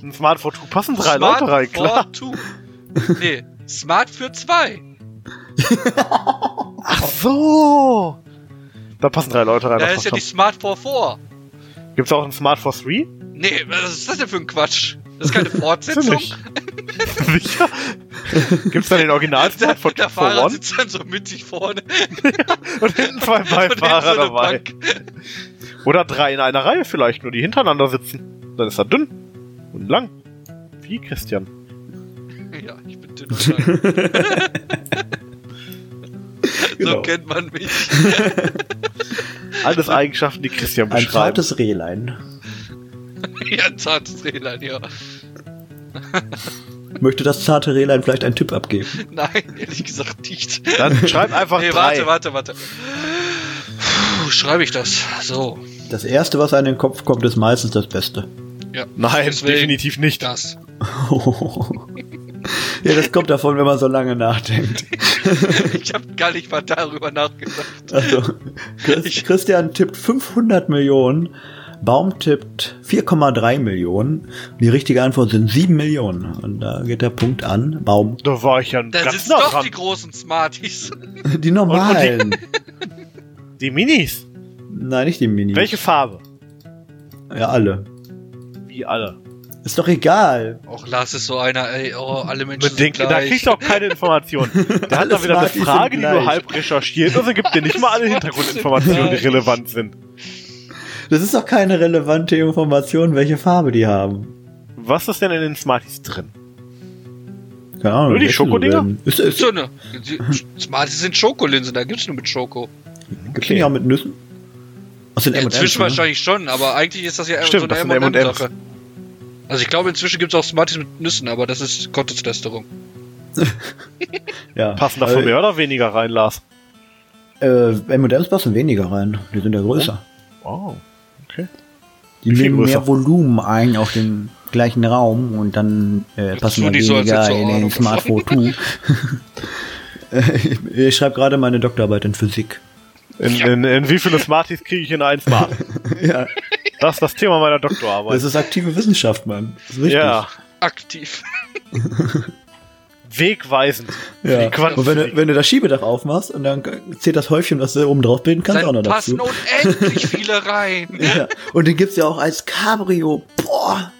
[SPEAKER 3] Ein Smart for Two passen drei
[SPEAKER 2] Smart
[SPEAKER 3] Leute rein,
[SPEAKER 2] for
[SPEAKER 3] klar.
[SPEAKER 2] two. Nee, Smart für zwei.
[SPEAKER 3] Ach so. Da passen drei Leute rein.
[SPEAKER 2] Da
[SPEAKER 3] das
[SPEAKER 2] ist ja die
[SPEAKER 3] passt
[SPEAKER 2] Smart for four.
[SPEAKER 3] schon. Gibt's auch ein Smart for Three?
[SPEAKER 2] Nee, was ist das denn für ein Quatsch? Das ist keine
[SPEAKER 3] Für
[SPEAKER 2] Fortsetzung.
[SPEAKER 3] mich. Sicher? Gibt's da den Original
[SPEAKER 2] Der,
[SPEAKER 3] Smart for,
[SPEAKER 2] der
[SPEAKER 3] for
[SPEAKER 2] Fahrer
[SPEAKER 3] One?
[SPEAKER 2] sitzt dann so mittig vorne.
[SPEAKER 3] Und hinten zwei
[SPEAKER 2] und neben so
[SPEAKER 3] Beifahrer
[SPEAKER 2] eine
[SPEAKER 3] dabei.
[SPEAKER 2] Bank.
[SPEAKER 3] Oder drei in einer Reihe vielleicht, nur die hintereinander sitzen. Dann ist er dünn und lang. Wie Christian.
[SPEAKER 2] Ja, ich bin dünn und schlank. So
[SPEAKER 1] Genau.
[SPEAKER 2] kennt man mich.
[SPEAKER 3] Alles Eigenschaften, die Christian
[SPEAKER 1] Ein
[SPEAKER 3] beschreibt.
[SPEAKER 1] zartes Rehlein.
[SPEAKER 2] Ja, ein zartes Rehlein, ja.
[SPEAKER 1] Möchte das zarte Rehlein vielleicht einen Tipp abgeben?
[SPEAKER 2] Nein, ehrlich gesagt nicht.
[SPEAKER 3] Dann schreib einfach
[SPEAKER 2] Nee,
[SPEAKER 3] drei.
[SPEAKER 2] warte, warte, warte. Puh, schreibe ich das? So,
[SPEAKER 1] Das erste, was einem in den Kopf kommt, ist meistens das Beste.
[SPEAKER 2] ja.
[SPEAKER 3] Nein,
[SPEAKER 2] Deswegen
[SPEAKER 3] definitiv nicht.
[SPEAKER 2] Das.
[SPEAKER 1] ja, das kommt davon, wenn man so lange nachdenkt.
[SPEAKER 2] Ich habe gar nicht mal darüber nachgedacht.
[SPEAKER 1] Also, Chris, Christian tippt 500 Millionen Baum tippt 4,3 Millionen. Die richtige Antwort sind 7 Millionen. Und da geht der Punkt an. Baum.
[SPEAKER 3] Da war ich ja
[SPEAKER 2] Da
[SPEAKER 3] ganz
[SPEAKER 2] sitzen
[SPEAKER 3] nah
[SPEAKER 2] doch
[SPEAKER 3] dran.
[SPEAKER 2] die
[SPEAKER 3] Die,
[SPEAKER 2] großen Smarties.
[SPEAKER 1] Die normalen.
[SPEAKER 3] Minis.
[SPEAKER 1] Nein, nicht die Mini.
[SPEAKER 3] Welche Farbe?
[SPEAKER 1] Ja, alle.
[SPEAKER 3] Wie alle.
[SPEAKER 1] Ist doch egal.
[SPEAKER 2] Auch Lars ist so einer, ey, oh, alle Menschen sind
[SPEAKER 3] Bedenke, da
[SPEAKER 2] gleich.
[SPEAKER 3] kriegst du auch keine Informationen. Da hat
[SPEAKER 1] Alle
[SPEAKER 3] man wieder eine
[SPEAKER 1] Smarties
[SPEAKER 3] Frage, die
[SPEAKER 1] sind
[SPEAKER 3] nur
[SPEAKER 1] gleich.
[SPEAKER 3] halb recherchiert ist und gibt dir nicht mal alle Hintergrundinformationen, die
[SPEAKER 2] Gleich.
[SPEAKER 3] relevant sind.
[SPEAKER 1] Das ist doch keine relevante Information, welche Farbe die haben.
[SPEAKER 3] Was ist denn in den Smarties drin?
[SPEAKER 1] Keine Ahnung.
[SPEAKER 3] Nur die
[SPEAKER 1] essen sie
[SPEAKER 3] Schokodinger?
[SPEAKER 1] denn? Ist, ist,
[SPEAKER 2] So ne, die- Smarties sind Schokolinsen, da gibt's nur mit Schoko.
[SPEAKER 1] Gibt's die auch mit Nüssen? Aus den
[SPEAKER 2] Inzwischen
[SPEAKER 1] M&M's. ne?
[SPEAKER 2] wahrscheinlich schon, aber eigentlich ist das ja
[SPEAKER 3] Stimmt, das
[SPEAKER 2] so
[SPEAKER 3] sind
[SPEAKER 2] eine
[SPEAKER 3] M&Ms.
[SPEAKER 2] M&M-Sache. Also ich glaube, inzwischen gibt's auch Smarties mit Nüssen, aber das ist Gotteslästerung.
[SPEAKER 1] Ja.
[SPEAKER 3] Passen davon mehr oder weniger rein, Lars?
[SPEAKER 1] Äh, M&M's passen weniger rein. Die sind ja größer. Oh.
[SPEAKER 3] Wow. Okay.
[SPEAKER 1] Die
[SPEAKER 3] Viel
[SPEAKER 1] nehmen
[SPEAKER 3] größer.
[SPEAKER 1] mehr Volumen ein auf dem gleichen Raum und dann äh, passen
[SPEAKER 2] tu
[SPEAKER 1] wir
[SPEAKER 2] nicht so, als
[SPEAKER 1] weniger
[SPEAKER 2] hättest du
[SPEAKER 1] in den
[SPEAKER 2] Ahnung
[SPEAKER 1] Smart
[SPEAKER 2] davon.
[SPEAKER 1] 2. ich ich schreibe gerade meine Doktorarbeit in Physik.
[SPEAKER 3] In, in, in wie viele Smarties kriege ich in einen Smart?
[SPEAKER 1] Ja,
[SPEAKER 3] Das ist das Thema meiner Doktorarbeit.
[SPEAKER 1] das ist aktive Wissenschaft, Mann. Das ist richtig.
[SPEAKER 3] Ja.
[SPEAKER 2] Aktiv.
[SPEAKER 3] Wegweisend.
[SPEAKER 1] Ja.
[SPEAKER 3] Die Quanten-
[SPEAKER 1] Und wenn du, wenn du das Schiebedach aufmachst und dann zählt das Häufchen, was du oben drauf bilden kannst, auch noch
[SPEAKER 2] Dann
[SPEAKER 1] dazu.
[SPEAKER 2] passen unendlich viele rein.
[SPEAKER 1] Ja. Und den gibt's ja auch als Cabrio. Boah!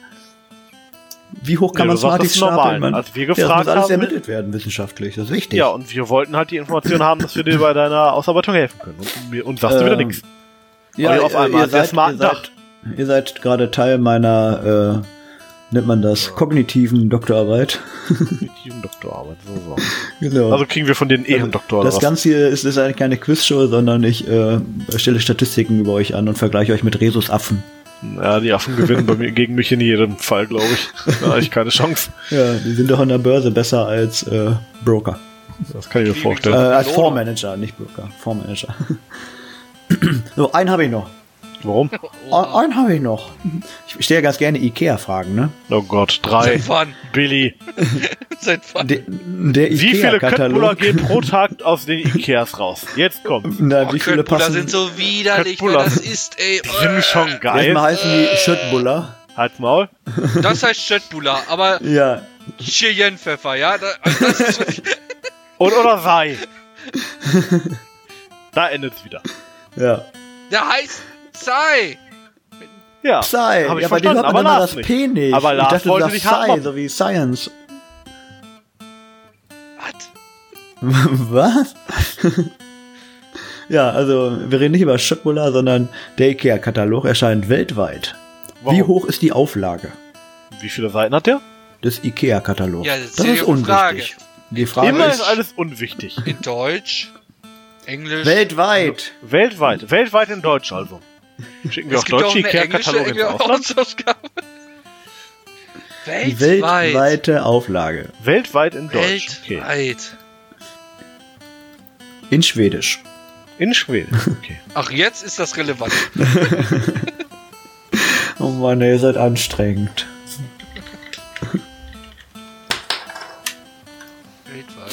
[SPEAKER 1] Wie hoch kann
[SPEAKER 3] Nee,
[SPEAKER 1] man
[SPEAKER 3] du sagst, das
[SPEAKER 1] Smarties
[SPEAKER 3] ist normal.
[SPEAKER 1] stapeln, Mann?
[SPEAKER 3] Als wir
[SPEAKER 1] ja, das
[SPEAKER 3] gefragt
[SPEAKER 1] muss alles
[SPEAKER 3] haben-
[SPEAKER 1] ermittelt werden, wissenschaftlich. Das ist wichtig.
[SPEAKER 3] Ja, und wir wollten halt die Information haben, dass wir dir bei deiner Ausarbeitung helfen können. Und, mir- und sagst du wieder
[SPEAKER 1] Ähm,
[SPEAKER 3] nichts.
[SPEAKER 1] Ja,
[SPEAKER 3] Aber auf einmal hat der Smart
[SPEAKER 1] ihr
[SPEAKER 3] Dach.
[SPEAKER 1] seid, ihr seid gerade Teil meiner, äh, nennt man das, kognitiven Doktorarbeit.
[SPEAKER 3] Kognitiven Doktorarbeit, so, so.
[SPEAKER 1] genau.
[SPEAKER 3] Also kriegen wir von denen Ehrendoktor
[SPEAKER 1] das Ganze hier ist, ist eigentlich keine Quizshow, sondern ich äh, stelle Statistiken über euch an und vergleiche euch mit Rhesusaffen.
[SPEAKER 3] Ja, die Affen gewinnen bei mir, gegen mich in jedem Fall, glaube ich. Da habe ich keine Chance.
[SPEAKER 1] Ja, die sind doch an der Börse besser als äh, Broker.
[SPEAKER 3] Das kann ich mir
[SPEAKER 1] Äh,
[SPEAKER 3] vorstellen.
[SPEAKER 1] als Fondsmanager, nicht Broker, Fondsmanager. so, einen habe ich noch.
[SPEAKER 3] Warum?
[SPEAKER 1] Ein- Einen habe ich noch. Ich stelle ganz gerne Ikea-Fragen, ne?
[SPEAKER 3] Oh Gott, drei.
[SPEAKER 2] Seit wann?
[SPEAKER 3] Billy,
[SPEAKER 2] Seit wann?
[SPEAKER 1] Der, der
[SPEAKER 3] wie viele Köttbullar
[SPEAKER 1] Ikea-Katalog.
[SPEAKER 3] gehen pro Tag aus den Ikeas raus? Jetzt kommt.
[SPEAKER 1] Nein,
[SPEAKER 2] Oh,
[SPEAKER 1] wie viele
[SPEAKER 2] Köttbullar
[SPEAKER 1] passen?
[SPEAKER 2] sind so widerlich, wer
[SPEAKER 3] Köttbullar.
[SPEAKER 2] das ist, ey. äh,
[SPEAKER 3] Die sind schon
[SPEAKER 1] Erstmal
[SPEAKER 3] geil.
[SPEAKER 1] heißen die Schöttbuller.
[SPEAKER 3] Halt's Maul.
[SPEAKER 2] Das heißt Schöttbula, aber
[SPEAKER 1] Ja.
[SPEAKER 2] Cheyenne-Pfeffer, ja? Da- also Das ist wirklich
[SPEAKER 3] Und oder sei. Da endet's wieder.
[SPEAKER 1] Ja.
[SPEAKER 2] Der heißt Sai.
[SPEAKER 3] Ja.
[SPEAKER 1] Psy.
[SPEAKER 3] hab ich
[SPEAKER 1] ja, bei dem
[SPEAKER 3] verstanden,
[SPEAKER 1] hört man
[SPEAKER 3] aber
[SPEAKER 1] immer
[SPEAKER 3] Lars
[SPEAKER 1] das
[SPEAKER 3] nicht.
[SPEAKER 1] P nicht.
[SPEAKER 3] Aber Lars
[SPEAKER 1] ich dachte,
[SPEAKER 3] wollte
[SPEAKER 1] du
[SPEAKER 3] dich
[SPEAKER 1] sagst
[SPEAKER 3] haben.
[SPEAKER 1] Psy, so wie Science.
[SPEAKER 2] Was?
[SPEAKER 1] Was? ja, also wir reden nicht über Schöttbuller, sondern der IKEA-Katalog erscheint weltweit. Wie
[SPEAKER 3] Warum?
[SPEAKER 1] hoch ist die Auflage
[SPEAKER 3] Wie viele Seiten hat der?
[SPEAKER 1] des IKEA-Katalogs?
[SPEAKER 2] Ja, das ist
[SPEAKER 1] das
[SPEAKER 2] die
[SPEAKER 1] ist
[SPEAKER 2] Frage.
[SPEAKER 1] unwichtig. Die Frage
[SPEAKER 3] Immer ist
[SPEAKER 1] ist
[SPEAKER 3] alles unwichtig.
[SPEAKER 2] In Deutsch, Englisch.
[SPEAKER 1] weltweit.
[SPEAKER 3] Weltweit. Weltweit in Deutsch also. Schicken wir
[SPEAKER 2] es
[SPEAKER 3] auch
[SPEAKER 2] gibt auch
[SPEAKER 3] deutsche
[SPEAKER 2] eine englische
[SPEAKER 3] Ikea-Kataloge ins Ausland.
[SPEAKER 2] Auslandsausgabe.
[SPEAKER 1] Die
[SPEAKER 2] Weltweit.
[SPEAKER 1] weltweite Auflage.
[SPEAKER 3] Weltweit in Deutsch. Okay.
[SPEAKER 2] Weltweit.
[SPEAKER 1] In Schwedisch.
[SPEAKER 3] In Schweden. Okay.
[SPEAKER 2] Ach, jetzt ist das relevant.
[SPEAKER 1] Oh Mann, ey, ihr seid anstrengend.
[SPEAKER 2] Weltweit.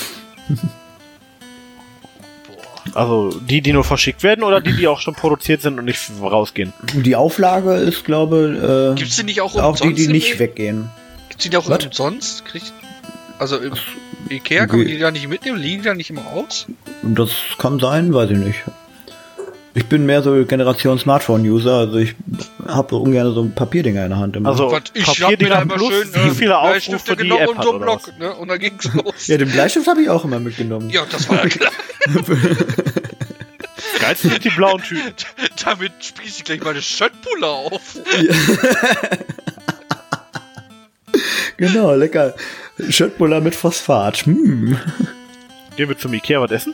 [SPEAKER 2] Boah.
[SPEAKER 3] Also die, die nur verschickt werden oder die, die auch schon produziert sind und nicht rausgehen?
[SPEAKER 1] Die Auflage ist, glaube äh,
[SPEAKER 2] Gibt's die nicht auch
[SPEAKER 1] auch
[SPEAKER 2] umsonst?
[SPEAKER 1] die, die
[SPEAKER 2] im
[SPEAKER 1] nicht
[SPEAKER 2] E-
[SPEAKER 1] weggehen.
[SPEAKER 2] Gibt's die auch
[SPEAKER 1] Was?
[SPEAKER 2] umsonst? Kriegt. Also im Ikea kann man die da nicht mitnehmen? Liegen die da nicht immer aus?
[SPEAKER 1] Das kann sein, weiß ich nicht. Ich bin mehr so Generation Smartphone-User, also ich habe so ungern so Papierdinger in der Hand. Immer.
[SPEAKER 3] Also
[SPEAKER 2] Was, ich hab mir
[SPEAKER 3] Papierdinger
[SPEAKER 2] da immer
[SPEAKER 3] plus,
[SPEAKER 2] schön
[SPEAKER 3] wie viele
[SPEAKER 2] Bleistifte
[SPEAKER 3] Aufrufe die
[SPEAKER 2] genommen
[SPEAKER 3] App
[SPEAKER 2] und
[SPEAKER 3] hat
[SPEAKER 2] so einen
[SPEAKER 3] oder
[SPEAKER 2] Block,
[SPEAKER 3] was?
[SPEAKER 2] ne? Und dann ging's los.
[SPEAKER 1] ja, den Bleistift habe ich auch immer mitgenommen.
[SPEAKER 2] Ja, das war ja klar.
[SPEAKER 3] Geil sind die blauen Tüten.
[SPEAKER 2] Damit spieße ich gleich meine Schöttbulle auf.
[SPEAKER 1] Genau, lecker. Schöttbuller mit Phosphat. Hm.
[SPEAKER 3] Gehen wir zum Ikea was essen?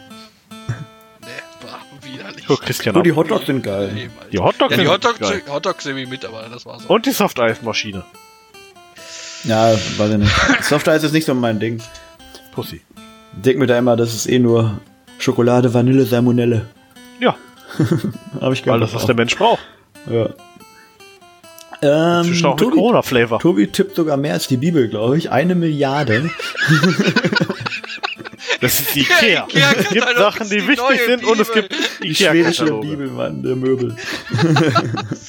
[SPEAKER 2] Ne, war widerlich.
[SPEAKER 3] Guck, Christian
[SPEAKER 1] Nur
[SPEAKER 3] ab.
[SPEAKER 1] Oh, die Hotdogs sind geil.
[SPEAKER 2] Eben, Alter.
[SPEAKER 3] Die Hotdogs
[SPEAKER 2] ja, die
[SPEAKER 3] sind
[SPEAKER 2] Hotdogs
[SPEAKER 3] geil.
[SPEAKER 2] Hotdogs nehme ich mit, aber das war so.
[SPEAKER 3] Genau. Und die Softeismaschine.
[SPEAKER 1] Ja, weiß ich nicht. Softeis ist nicht so mein Ding.
[SPEAKER 3] Pussy.
[SPEAKER 1] Denk mir da immer, das ist eh nur Schokolade, Vanille, Salmonelle.
[SPEAKER 3] Ja,
[SPEAKER 1] Habe ich
[SPEAKER 3] alles, was der Mensch braucht.
[SPEAKER 1] Ja. Ähm,
[SPEAKER 3] Zwischen auch mit
[SPEAKER 1] Tobi,
[SPEAKER 3] Corona-Flavor.
[SPEAKER 1] Tobi tippt sogar mehr als die Bibel, glaube ich. Eine Milliarde.
[SPEAKER 3] Das ist die Ikea.
[SPEAKER 2] Ikea
[SPEAKER 3] es gibt
[SPEAKER 2] Katalog
[SPEAKER 3] Sachen,
[SPEAKER 2] ist
[SPEAKER 3] die,
[SPEAKER 2] die neue
[SPEAKER 3] wichtig sind und es
[SPEAKER 2] Bibel.
[SPEAKER 3] gibt
[SPEAKER 1] Die schwedische
[SPEAKER 3] Ikea-Kataloge.
[SPEAKER 1] Bibel, Mann, der Möbel.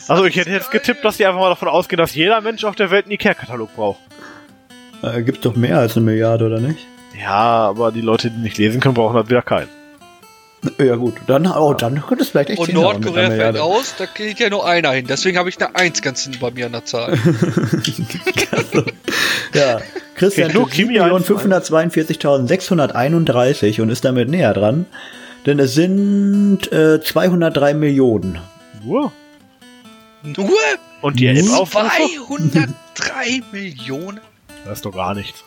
[SPEAKER 3] Also ich hätte jetzt getippt, dass die einfach mal davon ausgehen, dass jeder Mensch auf der Welt einen Ikea-Katalog braucht.
[SPEAKER 1] Äh, gibt doch mehr als eine Milliarde, oder nicht?
[SPEAKER 3] Ja, aber die Leute, die nicht lesen können, brauchen halt wieder keinen.
[SPEAKER 1] Ja gut, dann, oh, dann könnte es vielleicht echt
[SPEAKER 2] Und
[SPEAKER 1] hinhauen mit
[SPEAKER 2] Nordkorea
[SPEAKER 1] einer
[SPEAKER 2] fällt
[SPEAKER 1] Milliarde.
[SPEAKER 2] aus, da geht ja nur einer hin. Deswegen habe ich eine 1 ganz hinten bei mir an der Zahl.
[SPEAKER 1] Ja, Christian
[SPEAKER 3] Kriegt nur
[SPEAKER 1] hat
[SPEAKER 3] Kimi eins,
[SPEAKER 1] 7.542.631 und ist damit näher dran, denn es sind äh, 203 Millionen.
[SPEAKER 3] Nur?
[SPEAKER 2] Nur
[SPEAKER 3] Und die
[SPEAKER 2] Hm?
[SPEAKER 3] App auf?
[SPEAKER 2] 203 Millionen?
[SPEAKER 3] Das ist doch gar nichts.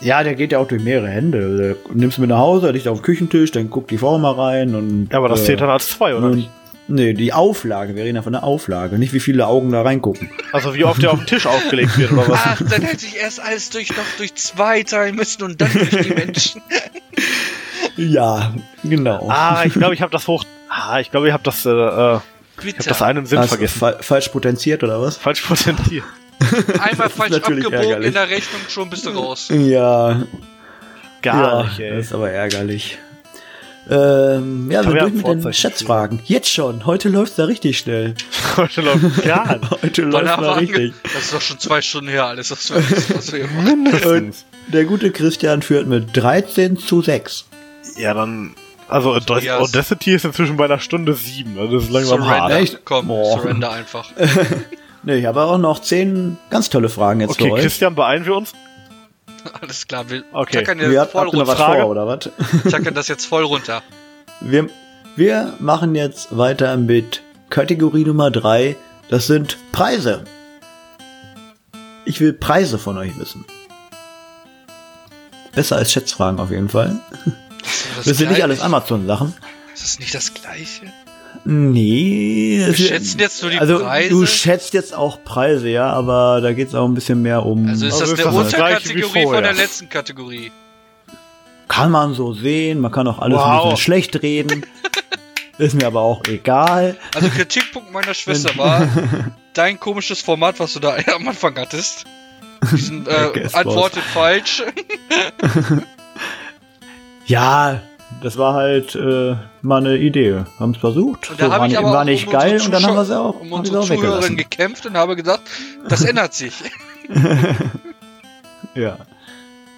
[SPEAKER 1] Ja, der geht ja auch durch mehrere Hände. Also, Nimmst du mit nach Hause, liegt auf dem Küchentisch, dann guckt die Frau mal rein und...
[SPEAKER 3] Ja, aber das zählt dann als zwei, oder
[SPEAKER 1] und,
[SPEAKER 3] nicht?
[SPEAKER 1] Nee, die Auflage, wir reden ja von der Auflage, nicht wie viele Augen da reingucken.
[SPEAKER 3] Also wie oft der auf den Tisch aufgelegt wird oder was?
[SPEAKER 2] Ach, Ah, dann hätte ich erst alles durch noch durch zwei teilen müssen und dann durch die Menschen.
[SPEAKER 1] Ja, genau.
[SPEAKER 3] Ah, ich glaube, ich habe das hoch... Ah, ich glaube, ich habe das, äh, äh, ich hab das
[SPEAKER 2] Bitte.
[SPEAKER 3] einen im Sinn
[SPEAKER 1] Hast du
[SPEAKER 3] vergessen.
[SPEAKER 1] Also, fa falsch potenziert oder was?
[SPEAKER 3] Falsch präsentiert.
[SPEAKER 2] Einmal falsch
[SPEAKER 1] natürlich
[SPEAKER 2] abgebogen
[SPEAKER 1] ärgerlich.
[SPEAKER 2] in der Rechnung, schon bist du raus.
[SPEAKER 1] Ja,
[SPEAKER 3] Gar
[SPEAKER 1] ja,
[SPEAKER 3] nicht,
[SPEAKER 1] Das
[SPEAKER 3] ey.
[SPEAKER 1] ist aber ärgerlich. Ähm, ja,
[SPEAKER 3] Aber
[SPEAKER 1] wir
[SPEAKER 3] wir
[SPEAKER 1] durch mit
[SPEAKER 3] haben
[SPEAKER 1] den
[SPEAKER 3] Vorzeichen.
[SPEAKER 1] Schätzfragen. Jetzt schon. Heute läuft's da richtig schnell.
[SPEAKER 3] Heute läuft gar nicht.
[SPEAKER 1] Heute
[SPEAKER 2] Wann
[SPEAKER 1] läuft's
[SPEAKER 2] haben wir
[SPEAKER 1] da richtig.
[SPEAKER 2] ange- Das ist doch schon zwei Stunden her, alles, was wir, was wir machen.
[SPEAKER 1] Und der gute Christian führt mit 13 zu 6.
[SPEAKER 3] Ja, dann... Also Audacity
[SPEAKER 2] Ja, es-
[SPEAKER 3] Audacity ist inzwischen bei einer Stunde sieben. Also das ist langsam hart.
[SPEAKER 2] Surrender,
[SPEAKER 1] Echt?
[SPEAKER 2] komm,
[SPEAKER 1] Boah.
[SPEAKER 2] surrender einfach.
[SPEAKER 1] Ne, ich habe auch noch 10 ganz tolle Fragen jetzt
[SPEAKER 3] Okay,
[SPEAKER 1] für euch.
[SPEAKER 3] Christian, beeilen wir uns.
[SPEAKER 2] Alles klar, wir
[SPEAKER 3] Okay.
[SPEAKER 2] tackern,
[SPEAKER 1] Wir
[SPEAKER 2] jetzt
[SPEAKER 1] habt,
[SPEAKER 2] voll
[SPEAKER 1] habt ihr noch was
[SPEAKER 2] runter.
[SPEAKER 3] Frage?
[SPEAKER 1] vor, oder was?
[SPEAKER 2] tackern das jetzt voll runter.
[SPEAKER 1] Wir, wir machen jetzt weiter mit Kategorie Nummer 3. Das sind Preise. Ich will Preise von euch wissen. Besser als Schätzfragen auf jeden Fall.
[SPEAKER 2] Ist
[SPEAKER 1] Das
[SPEAKER 2] das
[SPEAKER 1] sind nicht
[SPEAKER 2] gleich?
[SPEAKER 1] alles Amazon-Sachen.
[SPEAKER 2] Ist das nicht das Gleiche?
[SPEAKER 1] Nee. Wir
[SPEAKER 2] schätzen jetzt nur die
[SPEAKER 1] also,
[SPEAKER 2] Preise?
[SPEAKER 1] Du schätzt jetzt auch Preise, ja, aber da geht es auch ein bisschen mehr um.
[SPEAKER 2] Also ist
[SPEAKER 3] Also
[SPEAKER 2] das
[SPEAKER 3] ist
[SPEAKER 2] eine
[SPEAKER 3] das das Gleiche wie
[SPEAKER 2] Unterkategorie von
[SPEAKER 3] vorher.
[SPEAKER 2] der letzten Kategorie?
[SPEAKER 1] kann man so sehen, man kann auch alles ein
[SPEAKER 3] Wow.
[SPEAKER 1] bisschen schlecht reden. ist mir aber auch egal.
[SPEAKER 2] Also Kritikpunkt meiner Schwester war dein komisches Format, was du da am Anfang hattest. Diesen, äh,
[SPEAKER 1] Guess
[SPEAKER 2] antwortet falsch.
[SPEAKER 1] Ja, das war halt äh, mal eine Idee. Haben es versucht.
[SPEAKER 2] Und da
[SPEAKER 1] so,
[SPEAKER 2] habe
[SPEAKER 1] war,
[SPEAKER 2] ich
[SPEAKER 1] nicht-
[SPEAKER 2] aber
[SPEAKER 1] war
[SPEAKER 2] auch
[SPEAKER 1] nicht
[SPEAKER 2] um
[SPEAKER 1] geil
[SPEAKER 2] unsere
[SPEAKER 1] und dann haben wir sie
[SPEAKER 2] Zuschauer-
[SPEAKER 1] auch,
[SPEAKER 2] um
[SPEAKER 1] haben sie auch
[SPEAKER 2] unsere Zuhörerin
[SPEAKER 1] weggelassen.
[SPEAKER 2] gekämpft und habe gesagt, das ändert sich.
[SPEAKER 1] Ja.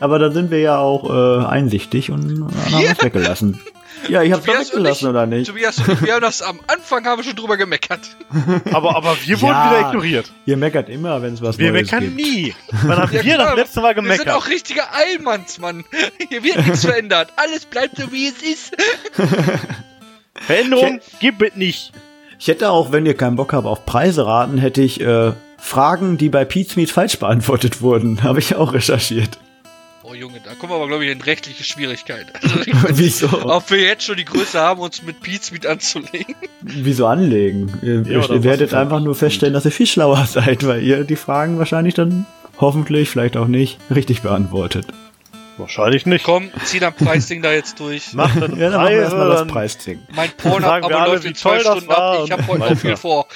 [SPEAKER 1] Aber da sind wir ja auch äh, einsichtig und haben es weggelassen. Ja, ich hab's doch
[SPEAKER 2] Tobias und
[SPEAKER 1] weggelassen,
[SPEAKER 2] ich-
[SPEAKER 1] oder nicht?
[SPEAKER 2] Tobias und ich, wir haben das am Anfang haben wir schon drüber gemeckert.
[SPEAKER 3] Aber, aber wir wurden
[SPEAKER 1] Ja.
[SPEAKER 3] wieder ignoriert.
[SPEAKER 1] Ihr meckert immer, wenn es was
[SPEAKER 3] Wir
[SPEAKER 1] Neues gibt.
[SPEAKER 3] meckern nie. Wann haben
[SPEAKER 2] Ja,
[SPEAKER 3] wir
[SPEAKER 2] klar,
[SPEAKER 3] das letzte Mal
[SPEAKER 2] Wir sind
[SPEAKER 3] gemeckert?
[SPEAKER 2] auch richtige Allmanns, Mann. Hier wird nichts verändert. Alles bleibt so, wie es ist.
[SPEAKER 3] Veränderung gibt es nicht.
[SPEAKER 1] Ich hätte auch, wenn ihr keinen Bock habt auf Preise raten, hätte ich äh, Fragen, die bei Pete's Meat falsch beantwortet wurden. Habe ich auch recherchiert.
[SPEAKER 2] Oh Junge, da kommen wir aber, glaube ich, in rechtliche Schwierigkeiten. Also, ich weiß nicht,
[SPEAKER 1] Wieso?
[SPEAKER 2] ob wir jetzt schon die Größe haben, uns mit Beats mit anzulegen.
[SPEAKER 1] Wieso anlegen? Ihr,
[SPEAKER 3] Ja, oder
[SPEAKER 1] ihr
[SPEAKER 3] was
[SPEAKER 1] werdet
[SPEAKER 3] ist das?
[SPEAKER 1] einfach nur feststellen, dass ihr viel schlauer seid, weil ihr die Fragen wahrscheinlich dann hoffentlich, vielleicht auch nicht, richtig beantwortet.
[SPEAKER 3] Wahrscheinlich nicht.
[SPEAKER 2] Komm, zieh dein Preisding da jetzt durch.
[SPEAKER 3] Mach dann
[SPEAKER 1] Ja, dann machen wir erstmal das
[SPEAKER 3] dann-
[SPEAKER 1] Preisding.
[SPEAKER 2] Mein
[SPEAKER 3] Sagen wir
[SPEAKER 2] Porno-Abo
[SPEAKER 3] alle,
[SPEAKER 2] läuft
[SPEAKER 3] wie
[SPEAKER 2] in zwei
[SPEAKER 3] toll das
[SPEAKER 2] Stunden ab.
[SPEAKER 3] war
[SPEAKER 2] Ich habe
[SPEAKER 3] und
[SPEAKER 2] heute noch
[SPEAKER 3] weiter.
[SPEAKER 2] viel vor.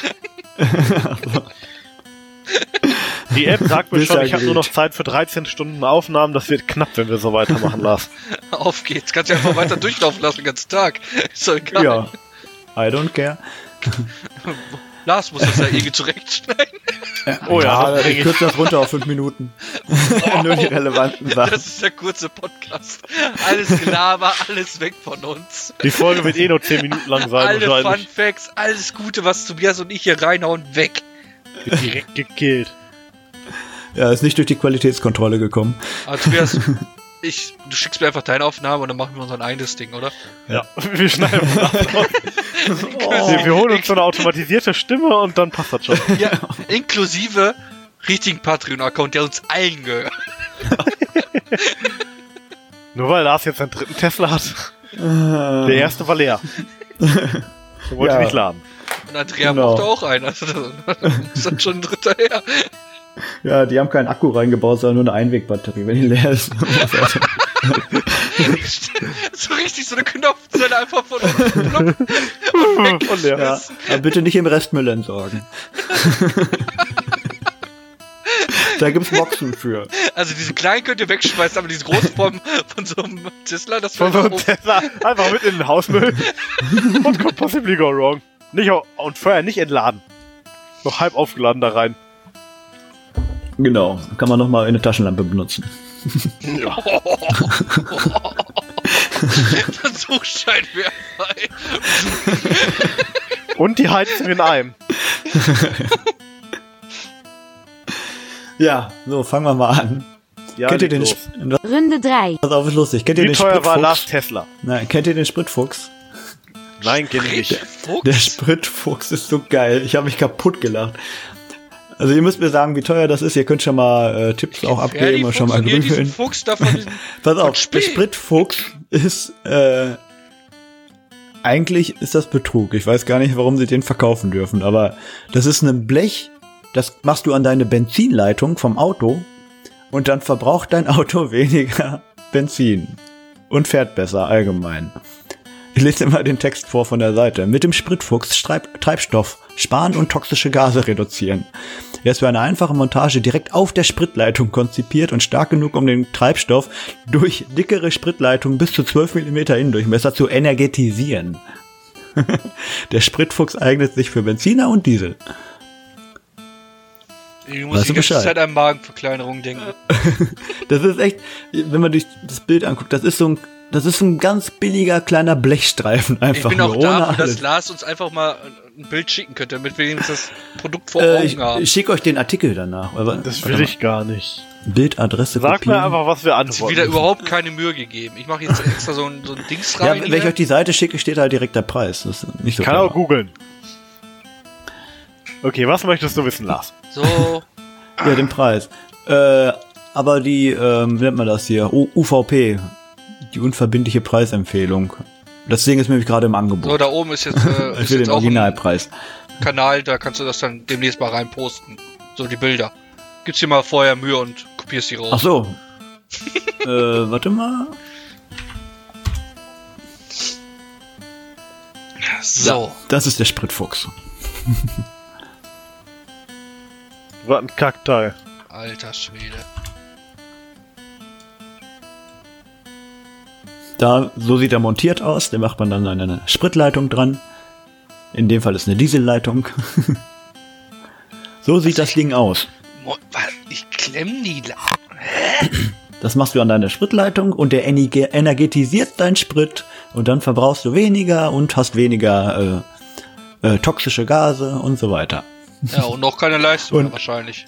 [SPEAKER 3] Die App sagt mir
[SPEAKER 1] Bis
[SPEAKER 3] schon,
[SPEAKER 1] da
[SPEAKER 3] ich habe nur
[SPEAKER 1] gerät.
[SPEAKER 3] noch Zeit für 13 Stunden Aufnahmen. Das wird knapp, wenn wir so weitermachen, Lars.
[SPEAKER 2] Auf geht's. Kannst ja einfach weiter durchlaufen lassen den ganzen Tag. Ist doch egal.
[SPEAKER 1] Ja. I don't care.
[SPEAKER 2] Lars muss das ja irgendwie zurechtschneiden.
[SPEAKER 3] Oh ja, das
[SPEAKER 1] ich,
[SPEAKER 3] bring ich.
[SPEAKER 1] kürze das runter auf fünf Minuten. nur die relevanten Sachen.
[SPEAKER 2] Das ist der kurze Podcast. Alles Gelaber, alles weg von uns.
[SPEAKER 3] Die Folge wird eh nur 10 Minuten lang sein,
[SPEAKER 2] Alle Fun
[SPEAKER 3] wahrscheinlich.
[SPEAKER 2] Facts, alles Gute, was Tobias und ich hier reinhauen, weg.
[SPEAKER 3] Wird direkt gekillt.
[SPEAKER 1] Ja, ist nicht durch die Qualitätskontrolle gekommen.
[SPEAKER 2] Aber Tobias, ich, du schickst mir einfach deine Aufnahme und dann machen wir unser eigenes Ding, oder?
[SPEAKER 3] Ja. Wir schneiden das raus.
[SPEAKER 1] Oh.
[SPEAKER 3] Wir wir holen uns so eine automatisierte Stimme und dann passt das schon.
[SPEAKER 2] Ja, inklusive richtigen Patreon-Account, der uns allen gehört.
[SPEAKER 3] Nur weil Lars jetzt seinen dritten Tesla hat. Der erste war leer. Der wollte
[SPEAKER 1] Ah. Ja.
[SPEAKER 3] nicht laden.
[SPEAKER 2] Und Andrea
[SPEAKER 1] Genau.
[SPEAKER 2] brauchte auch einen. Also, da ist dann schon ein dritter her.
[SPEAKER 1] Ja, die haben keinen Akku reingebaut, sondern nur eine Einwegbatterie, wenn die leer ist.
[SPEAKER 2] so richtig so eine Knopfzelle einfach von uns geblockt.
[SPEAKER 3] Und leer.
[SPEAKER 1] ja. Aber bitte nicht im Restmüll entsorgen. Da gibt's Boxen für.
[SPEAKER 2] Also diese kleinen könnt ihr wegschmeißen, aber diese großen von, von so einem Tesla, das
[SPEAKER 3] Von so einem
[SPEAKER 2] einfach
[SPEAKER 3] Tesla einfach mit in den Hausmüll. What could possibly go wrong? Nicht au- und Feuer nicht entladen. Noch halb aufgeladen da rein.
[SPEAKER 1] Genau. Kann man nochmal eine Taschenlampe benutzen.
[SPEAKER 2] um- Versuchsscheinwerfer. ey.
[SPEAKER 3] Und die Heizung in einem.
[SPEAKER 1] Ja, so, fangen wir mal an.
[SPEAKER 3] Ja,
[SPEAKER 1] kennt ihr den
[SPEAKER 3] leg los.
[SPEAKER 1] Sp- das
[SPEAKER 4] Runde 3.
[SPEAKER 1] ist auf, ist lustig. Kennt ihr
[SPEAKER 3] Wie
[SPEAKER 1] den
[SPEAKER 3] teuer war Lars
[SPEAKER 1] Spritfuchs?
[SPEAKER 3] Tesla?
[SPEAKER 1] Nein, kennt ihr den Spritfuchs?
[SPEAKER 3] Nein, kenne ich
[SPEAKER 2] Richtig
[SPEAKER 3] nicht.
[SPEAKER 1] Der
[SPEAKER 2] Fuchs.
[SPEAKER 1] Spritfuchs ist so geil. Ich habe mich kaputt gelacht. Also ihr müsst mir sagen, wie teuer das ist. Ihr könnt schon mal äh, Tipps auch abgeben und schon mal
[SPEAKER 2] Fuchs, ihr diesen
[SPEAKER 1] grübeln.
[SPEAKER 2] Fuchs da von diesem
[SPEAKER 1] Pass auf,
[SPEAKER 2] Und
[SPEAKER 1] der
[SPEAKER 2] Spee.
[SPEAKER 1] Spritfuchs ist äh, eigentlich ist das Betrug. Ich weiß gar nicht, warum sie den verkaufen dürfen, aber das ist ein Blech, das machst du an deine Benzinleitung vom Auto und dann verbraucht dein Auto weniger Benzin und fährt besser allgemein. Ich lese dir mal den Text vor von der Seite. Mit dem Spritfuchs Streib Treibstoff sparen und toxische Gase reduzieren. Er ist für eine einfache Montage direkt auf der Spritleitung konzipiert und stark genug, um den Treibstoff durch dickere Spritleitungen bis zu 12 mm Innendurchmesser zu energetisieren. der Spritfuchs eignet sich für Benziner und Diesel.
[SPEAKER 2] Ich
[SPEAKER 1] Weißt
[SPEAKER 2] muss
[SPEAKER 1] du
[SPEAKER 2] die ganze
[SPEAKER 1] Bescheid?
[SPEAKER 2] Zeit an Magenverkleinerung denken.
[SPEAKER 1] Das ist echt, wenn man sich das Bild anguckt, das ist so ein, das ist ein ganz billiger kleiner Blechstreifen
[SPEAKER 2] Ich
[SPEAKER 1] einfach
[SPEAKER 2] bin
[SPEAKER 1] nur
[SPEAKER 2] auch
[SPEAKER 1] ohne
[SPEAKER 2] dafür,
[SPEAKER 1] alles.
[SPEAKER 2] dass Lars uns einfach mal ein Bild schicken könnte, damit wir wenigstens das Produkt vor
[SPEAKER 1] Äh,
[SPEAKER 2] Augen
[SPEAKER 1] ich
[SPEAKER 2] haben.
[SPEAKER 1] ich schicke euch den Artikel danach. Aber,
[SPEAKER 3] Das
[SPEAKER 1] warte
[SPEAKER 3] will ich gar nicht.
[SPEAKER 1] mal. Bildadresse
[SPEAKER 3] Sag
[SPEAKER 1] kopieren.
[SPEAKER 3] mir einfach, was wir
[SPEAKER 2] Hat sich wieder
[SPEAKER 3] antworten.
[SPEAKER 2] überhaupt keine Mühe gegeben. Ich mache jetzt extra so ein, so ein Dings
[SPEAKER 1] Ja,
[SPEAKER 2] rein.
[SPEAKER 1] wenn ich
[SPEAKER 2] hier.
[SPEAKER 1] euch die Seite schicke, steht halt direkt der Preis. Das ist nicht so
[SPEAKER 3] Ich kann auch
[SPEAKER 1] teuer.
[SPEAKER 3] googeln. Okay, was möchtest du wissen, Lars?
[SPEAKER 2] so,
[SPEAKER 1] Ja, den Preis. Äh, aber die, ähm, wie nennt man das hier? U UVP. Die unverbindliche Preisempfehlung. Das Ding ist nämlich gerade im
[SPEAKER 2] so,
[SPEAKER 1] Angebot.
[SPEAKER 2] da oben ist jetzt, äh,
[SPEAKER 1] ich
[SPEAKER 2] ist
[SPEAKER 1] will
[SPEAKER 2] jetzt
[SPEAKER 1] den
[SPEAKER 2] auch ein
[SPEAKER 1] Originalpreis.
[SPEAKER 2] Kanal, da kannst du das dann demnächst mal rein posten. So die Bilder. Gibst dir mal vorher Mühe und kopierst die raus.
[SPEAKER 1] Ach so. äh, warte mal.
[SPEAKER 2] so.
[SPEAKER 1] Das ist der Spritfuchs.
[SPEAKER 3] Was ein Kackteil.
[SPEAKER 2] Alter Schwede.
[SPEAKER 1] Da, so sieht er montiert aus. Den macht man dann an eine Spritleitung dran. In dem Fall ist eine Dieselleitung. so
[SPEAKER 2] Also
[SPEAKER 1] sieht das Ding aus.
[SPEAKER 2] Mo- was? Ich klemm die. La
[SPEAKER 1] Das machst du an deiner Spritleitung und der energe- energetisiert deinen Sprit und dann verbrauchst du weniger und hast weniger äh, äh, toxische Gase und so weiter.
[SPEAKER 2] ja, und noch keine Leistung
[SPEAKER 1] Und-
[SPEAKER 2] mehr wahrscheinlich.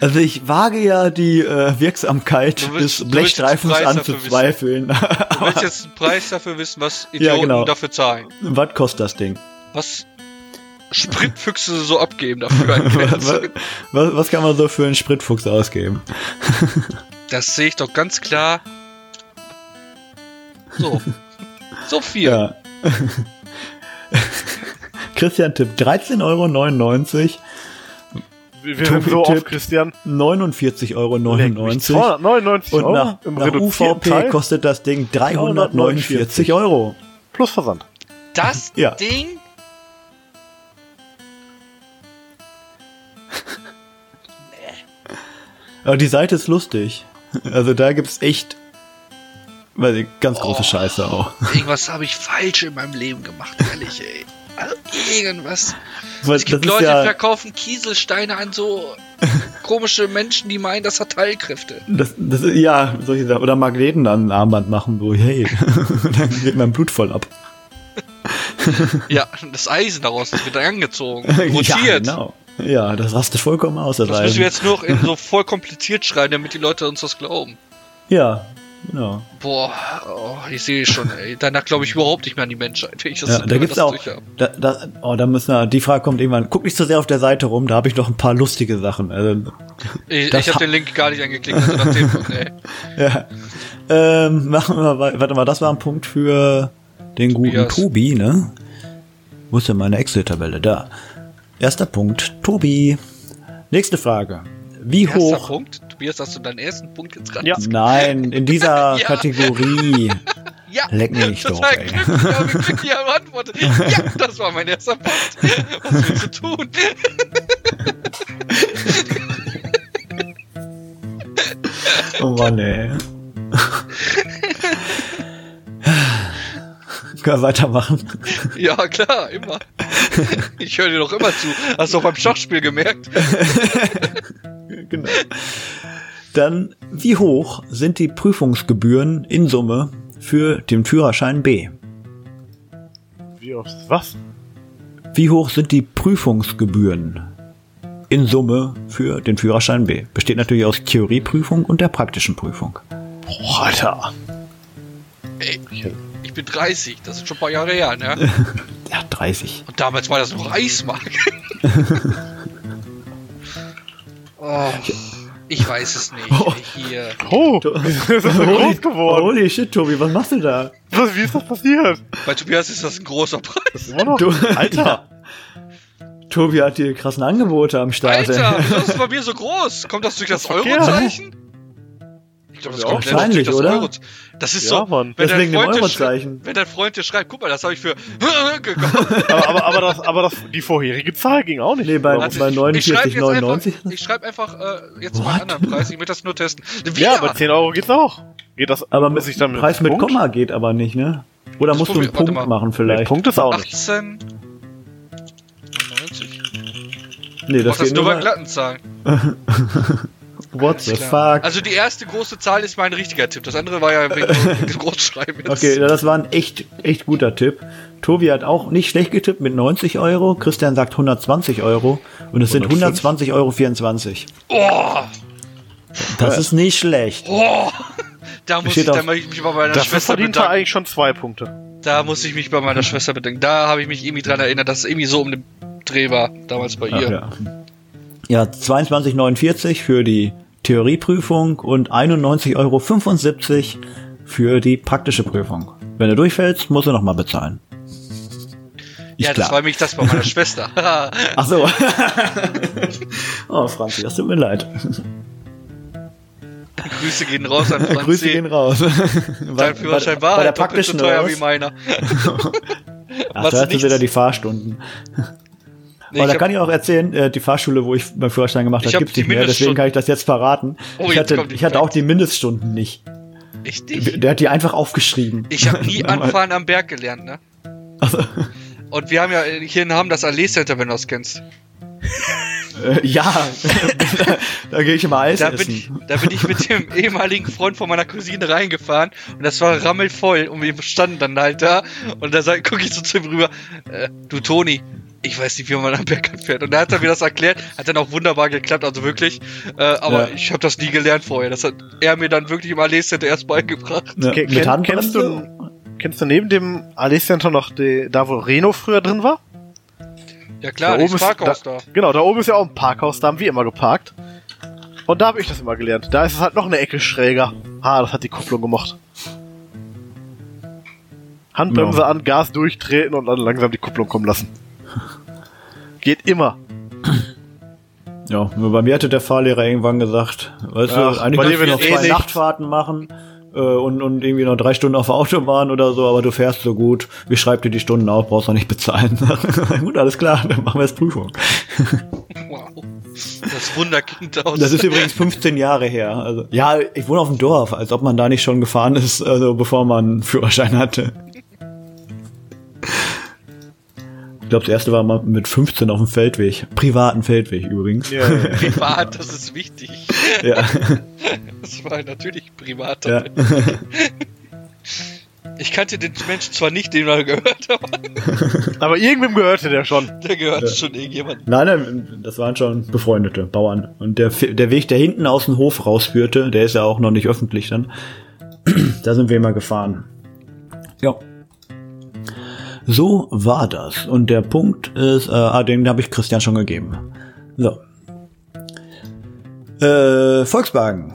[SPEAKER 1] Also ich wage ja die äh, Wirksamkeit
[SPEAKER 2] Du willst-
[SPEAKER 1] des
[SPEAKER 2] du willst den Preis
[SPEAKER 1] Blechstreifens
[SPEAKER 2] dafür
[SPEAKER 1] anzuzweifeln.
[SPEAKER 2] Du willst jetzt einen Preis dafür wissen, was Idioten
[SPEAKER 1] Ja, genau.
[SPEAKER 2] dafür zahlen.
[SPEAKER 1] Was kostet das Ding?
[SPEAKER 2] Was Spritfüchse so abgeben dafür. an
[SPEAKER 1] was,
[SPEAKER 2] Grenze.
[SPEAKER 1] was, was kann man so für einen Spritfuchs ausgeben?
[SPEAKER 2] das sehe ich doch ganz klar. So. So viel.
[SPEAKER 1] Ja. Christian Tipp, 13,99
[SPEAKER 3] Wir wir sind
[SPEAKER 1] Tobi
[SPEAKER 3] so
[SPEAKER 1] Tipp.
[SPEAKER 3] auf, Christian.
[SPEAKER 1] Euro, 49,99 Euro.
[SPEAKER 3] 299
[SPEAKER 1] Und
[SPEAKER 3] Euro
[SPEAKER 1] nach,
[SPEAKER 3] im
[SPEAKER 1] nach
[SPEAKER 3] reduzierten
[SPEAKER 1] UVP
[SPEAKER 3] Teil
[SPEAKER 1] kostet das Ding 349 Euro.
[SPEAKER 3] plus Versand.
[SPEAKER 2] Das
[SPEAKER 1] Ja.
[SPEAKER 2] Ding.
[SPEAKER 1] Aber die Seite ist lustig. Also da gibt's echt weiß ich, ganz große Scheiße auch.
[SPEAKER 2] Irgendwas habe ich falsch in meinem Leben gemacht, ehrlich, ey. Also irgendwas.
[SPEAKER 1] Weil
[SPEAKER 2] Es gibt
[SPEAKER 1] das ist
[SPEAKER 2] Leute, die
[SPEAKER 1] ja,
[SPEAKER 2] verkaufen Kieselsteine an so komische Menschen, die meinen, das hat Heilkräfte.
[SPEAKER 1] das, das ist, ja, solche Sachen. Oder Magneten an ein Armband machen, so, hey, dann geht mein Blut voll ab.
[SPEAKER 2] Ja, das Eisen daraus das wird angezogen, rotiert.
[SPEAKER 1] Ja, genau. Ja, das rastet vollkommen aus. Das
[SPEAKER 2] Das
[SPEAKER 1] Eisen.
[SPEAKER 2] müssen wir jetzt nur noch in so voll kompliziert schreiben, damit die Leute uns das glauben.
[SPEAKER 1] Ja, genau.
[SPEAKER 2] Boah, oh, ich sehe schon, ey. Danach glaube ich überhaupt nicht mehr an die Menschheit, wenn ich das,
[SPEAKER 1] Ja,
[SPEAKER 2] wenn
[SPEAKER 1] da
[SPEAKER 2] wir
[SPEAKER 1] gibt's
[SPEAKER 2] das
[SPEAKER 1] auch.
[SPEAKER 2] durchhaben.
[SPEAKER 1] Da, da, oh, da müssen wir, die Frage kommt irgendwann. Guck nicht so sehr auf der Seite rum, da habe ich noch ein paar lustige Sachen. Also,
[SPEAKER 2] Ich,
[SPEAKER 1] Das
[SPEAKER 2] ich habe
[SPEAKER 1] ha-
[SPEAKER 2] den Link gar nicht angeklickt. Also nach dem, Punkt, ey.
[SPEAKER 1] ja. Ähm, machen wir weiter. Warte mal, das war ein Punkt für den guten
[SPEAKER 2] Tobias.
[SPEAKER 1] Tobi, ne? Wo ist denn meine Excel-Tabelle? Da. Erster Punkt, Tobi. Nächste Frage. Wie
[SPEAKER 2] Erster
[SPEAKER 1] hoch?
[SPEAKER 2] Punkt. Tobias, hast du deinen ersten Punkt jetzt gerade?
[SPEAKER 3] Ja.
[SPEAKER 1] Nein, in dieser
[SPEAKER 2] Ja.
[SPEAKER 1] Kategorie.
[SPEAKER 2] ja.
[SPEAKER 1] Leck mich
[SPEAKER 2] Total
[SPEAKER 1] doch, ey.
[SPEAKER 2] glücklich, aber wie glücklich er antwortet. Ja, das war mein erster Punkt. Was willst du tun?
[SPEAKER 1] Oh Mann, ey. Können wir weitermachen?
[SPEAKER 2] Ja, klar, immer. Ich höre dir doch immer zu. Hast du auch beim Schachspiel gemerkt?
[SPEAKER 1] genau. Dann, wie hoch sind die Prüfungsgebühren in Summe für den Führerschein B?
[SPEAKER 3] Wie oft? Was?
[SPEAKER 1] Wie hoch sind die Prüfungsgebühren in Summe für den Führerschein B? Besteht natürlich aus Theorieprüfung und der praktischen Prüfung.
[SPEAKER 3] Boah, Alter.
[SPEAKER 2] Ey, ich bin 30, das ist schon ein paar Jahre her, ne?
[SPEAKER 1] Ja, 30.
[SPEAKER 2] Und damals war das noch Eismark. Oh, ich weiß es nicht. Hier.
[SPEAKER 3] Oh, das ist so groß geworden.
[SPEAKER 1] Holy shit, Tobi, was machst du da?
[SPEAKER 3] Was, wie ist das passiert?
[SPEAKER 2] Bei Tobias ist das ein großer Preis.
[SPEAKER 3] Immer noch?
[SPEAKER 1] Du-
[SPEAKER 3] Alter.
[SPEAKER 1] Tobi hat die krassen Angebote am Start.
[SPEAKER 2] Alter,
[SPEAKER 1] ey.
[SPEAKER 2] wieso ist es bei mir so groß? Kommt das durch das
[SPEAKER 3] Verkehr.
[SPEAKER 2] Eurozeichen? Ich glaube, das
[SPEAKER 3] Ja,
[SPEAKER 2] kommt leider
[SPEAKER 1] wahrscheinlich,
[SPEAKER 2] durch das
[SPEAKER 1] oder?
[SPEAKER 2] Euroze- Das ist
[SPEAKER 3] Ja,
[SPEAKER 2] so,
[SPEAKER 3] Mann.
[SPEAKER 2] wenn dein,
[SPEAKER 1] Deswegen dem
[SPEAKER 2] Freund dir
[SPEAKER 1] Eurozeichen.
[SPEAKER 2] schreibt- wenn dein Freund dir schreibt, guck mal, das habe ich für gekauft.
[SPEAKER 3] Aber, aber, aber, das, aber das, die vorherige Zahl ging auch nicht.
[SPEAKER 1] Nee, bei-
[SPEAKER 3] Warum?
[SPEAKER 1] bei-
[SPEAKER 2] Also ich- ich schreib jetzt
[SPEAKER 1] 49,99?
[SPEAKER 2] einfach- Ich schreibe einfach äh, jetzt mal
[SPEAKER 1] What?
[SPEAKER 2] einen anderen Preis. Ich will das nur testen. Wieder?
[SPEAKER 3] ja, aber 10 Euro geht's auch. Geht das,
[SPEAKER 1] aber
[SPEAKER 3] muss
[SPEAKER 1] mit,
[SPEAKER 3] ich dann mit
[SPEAKER 1] Preis mit
[SPEAKER 3] Punkt?
[SPEAKER 1] Komma geht aber nicht, ne? Oder
[SPEAKER 2] Das
[SPEAKER 1] musst du einen
[SPEAKER 2] probier- warte
[SPEAKER 1] Punkt
[SPEAKER 2] mal.
[SPEAKER 1] machen
[SPEAKER 3] Nee,
[SPEAKER 1] vielleicht?
[SPEAKER 3] Punkt ist auch nicht.
[SPEAKER 2] 18. 99.
[SPEAKER 1] Nee, das
[SPEAKER 2] Das, das
[SPEAKER 1] geht
[SPEAKER 2] nur
[SPEAKER 1] nur
[SPEAKER 2] bei
[SPEAKER 1] bei
[SPEAKER 2] glatten Zahlen.
[SPEAKER 1] What the
[SPEAKER 2] Alles klar.
[SPEAKER 1] fuck?
[SPEAKER 2] Also die erste große Zahl ist mein richtiger Tipp. Das andere war ja wegen dem Großschreiben. jetzt.
[SPEAKER 1] Okay, ja, das war ein echt, echt guter Tipp. Tobi hat auch nicht schlecht getippt mit 90 Euro. Christian sagt 120 Euro. Und es sind 120,24 Euro. 24.
[SPEAKER 2] Oh,
[SPEAKER 1] Das ist nicht schlecht.
[SPEAKER 2] oh, da muss
[SPEAKER 1] Steht
[SPEAKER 2] ich, da
[SPEAKER 1] auf-
[SPEAKER 2] muss ich mich bei meiner
[SPEAKER 3] Dafür
[SPEAKER 2] Schwester
[SPEAKER 3] verdient er
[SPEAKER 2] bedanken.
[SPEAKER 3] eigentlich schon zwei Punkte.
[SPEAKER 2] Da muss ich mich bei meiner Schwester bedanken. Da habe ich mich irgendwie dran erinnert, dass es irgendwie so um den Dreh war, damals bei
[SPEAKER 1] Ach,
[SPEAKER 2] ihr.
[SPEAKER 1] ja. ja, 22,49 für die Theorieprüfung und 91,75 Euro für die praktische Prüfung. Wenn du durchfällst, musst du nochmal bezahlen. Ist
[SPEAKER 2] Ja, das war nämlich das bei meiner Schwester.
[SPEAKER 1] Ach so. oh, Franzi, das tut mir leid.
[SPEAKER 2] Grüße gehen raus an Franzi.
[SPEAKER 1] Grüße gehen raus.
[SPEAKER 2] Dein Führerschein war
[SPEAKER 1] bei der
[SPEAKER 2] halt doppelt so
[SPEAKER 1] praktischen oder
[SPEAKER 2] teuer wie
[SPEAKER 1] was?
[SPEAKER 2] meiner.
[SPEAKER 1] Ach,
[SPEAKER 2] Was
[SPEAKER 1] da hatte
[SPEAKER 2] nichts.
[SPEAKER 1] wieder die Fahrstunden.
[SPEAKER 2] Nee,
[SPEAKER 1] Aber da
[SPEAKER 2] ich
[SPEAKER 1] kann
[SPEAKER 2] hab,
[SPEAKER 1] ich auch erzählen, äh, die Fahrschule, wo ich meinen Führerschein gemacht
[SPEAKER 2] Ich
[SPEAKER 1] habe,
[SPEAKER 2] hab
[SPEAKER 1] gibt's
[SPEAKER 2] die
[SPEAKER 1] nicht mehr, deswegen
[SPEAKER 2] Mindeststunden-
[SPEAKER 1] kann ich das jetzt verraten.
[SPEAKER 2] Oh,
[SPEAKER 1] ich
[SPEAKER 2] jetzt
[SPEAKER 1] hatte,
[SPEAKER 2] kommt die
[SPEAKER 1] ich hatte
[SPEAKER 2] Frage.
[SPEAKER 1] auch die Mindeststunden nicht.
[SPEAKER 2] richtig.
[SPEAKER 1] Der hat die einfach aufgeschrieben.
[SPEAKER 2] Ich habe nie anfahren am Berg gelernt, ne? Und wir haben ja äh, hier in Hamm das Allee Center, wenn du das kennst.
[SPEAKER 1] Äh, ja, da, da gehe ich immer Eis
[SPEAKER 2] Da bin, ich,
[SPEAKER 1] essen.
[SPEAKER 2] da bin ich mit dem ehemaligen Freund von meiner Cousine reingefahren und das war rammelvoll und wir standen dann halt da und da gucke ich so zu ihm rüber, äh, du Toni, ich weiß nicht, wie man am Berg fährt. Und da hat er mir das erklärt, hat dann auch wunderbar geklappt, also wirklich. Äh, aber
[SPEAKER 1] Ja.
[SPEAKER 2] ich habe das nie gelernt vorher. Das hat er mir dann wirklich im Allee Center erst beigebracht.
[SPEAKER 1] Ne,
[SPEAKER 3] Ke-
[SPEAKER 1] mit
[SPEAKER 3] kenn,
[SPEAKER 1] Handbremse?
[SPEAKER 3] kennst, du, kennst du neben dem Alessandro noch die, da, wo Reno früher drin war?
[SPEAKER 2] Ja klar,
[SPEAKER 3] da
[SPEAKER 2] das Parkhaus
[SPEAKER 3] da,
[SPEAKER 2] da.
[SPEAKER 3] Genau, da oben ist ja auch ein Parkhaus, da haben wir immer geparkt. Und da habe ich das immer gelernt. Da ist es halt noch eine Ecke schräger. Ah, das hat die Kupplung gemocht. Handbremse
[SPEAKER 1] Ja.
[SPEAKER 3] an, Gas durchtreten und dann langsam die Kupplung kommen lassen. Geht immer.
[SPEAKER 1] Ja, nur bei mir hatte der Fahrlehrer irgendwann gesagt, weißt
[SPEAKER 3] Ach,
[SPEAKER 1] du, eigentlich
[SPEAKER 3] bei dir
[SPEAKER 1] kannst du
[SPEAKER 3] wird
[SPEAKER 1] noch
[SPEAKER 3] das eh
[SPEAKER 1] zwei
[SPEAKER 3] nichts.
[SPEAKER 1] Nachtfahrten machen äh, und, und irgendwie noch drei Stunden auf der Autobahn oder so, aber du fährst so gut, ich schreibe dir die Stunden auf, brauchst noch nicht bezahlen. gut, alles klar, dann machen wir jetzt Prüfung.
[SPEAKER 2] Wow. Das Wunderkind aus.
[SPEAKER 1] Das ist übrigens 15 Jahre her. Also, ja, ich wohne auf dem Dorf, als ob man da nicht schon gefahren ist, also bevor man einen Führerschein hatte. Ich glaube, das erste war mal mit 15 auf dem Feldweg. Privaten Feldweg übrigens. Ja.
[SPEAKER 2] privat, das ist wichtig.
[SPEAKER 1] ja.
[SPEAKER 2] Das war natürlich privat.
[SPEAKER 1] ja.
[SPEAKER 2] Ich kannte den Menschen zwar nicht, den man gehört, aber
[SPEAKER 3] Aber irgendwem gehörte der schon.
[SPEAKER 2] der gehört schon irgendjemand.
[SPEAKER 1] Nein, nein, das waren schon befreundete Bauern. Und der, Fe- der Weg, der hinten aus dem Hof rausführte, der ist ja auch noch nicht öffentlich dann. Da sind wir immer gefahren. Ja. So war das. Und der Punkt ist, äh, ah, den habe ich Christian schon gegeben. So. Äh, Volkswagen.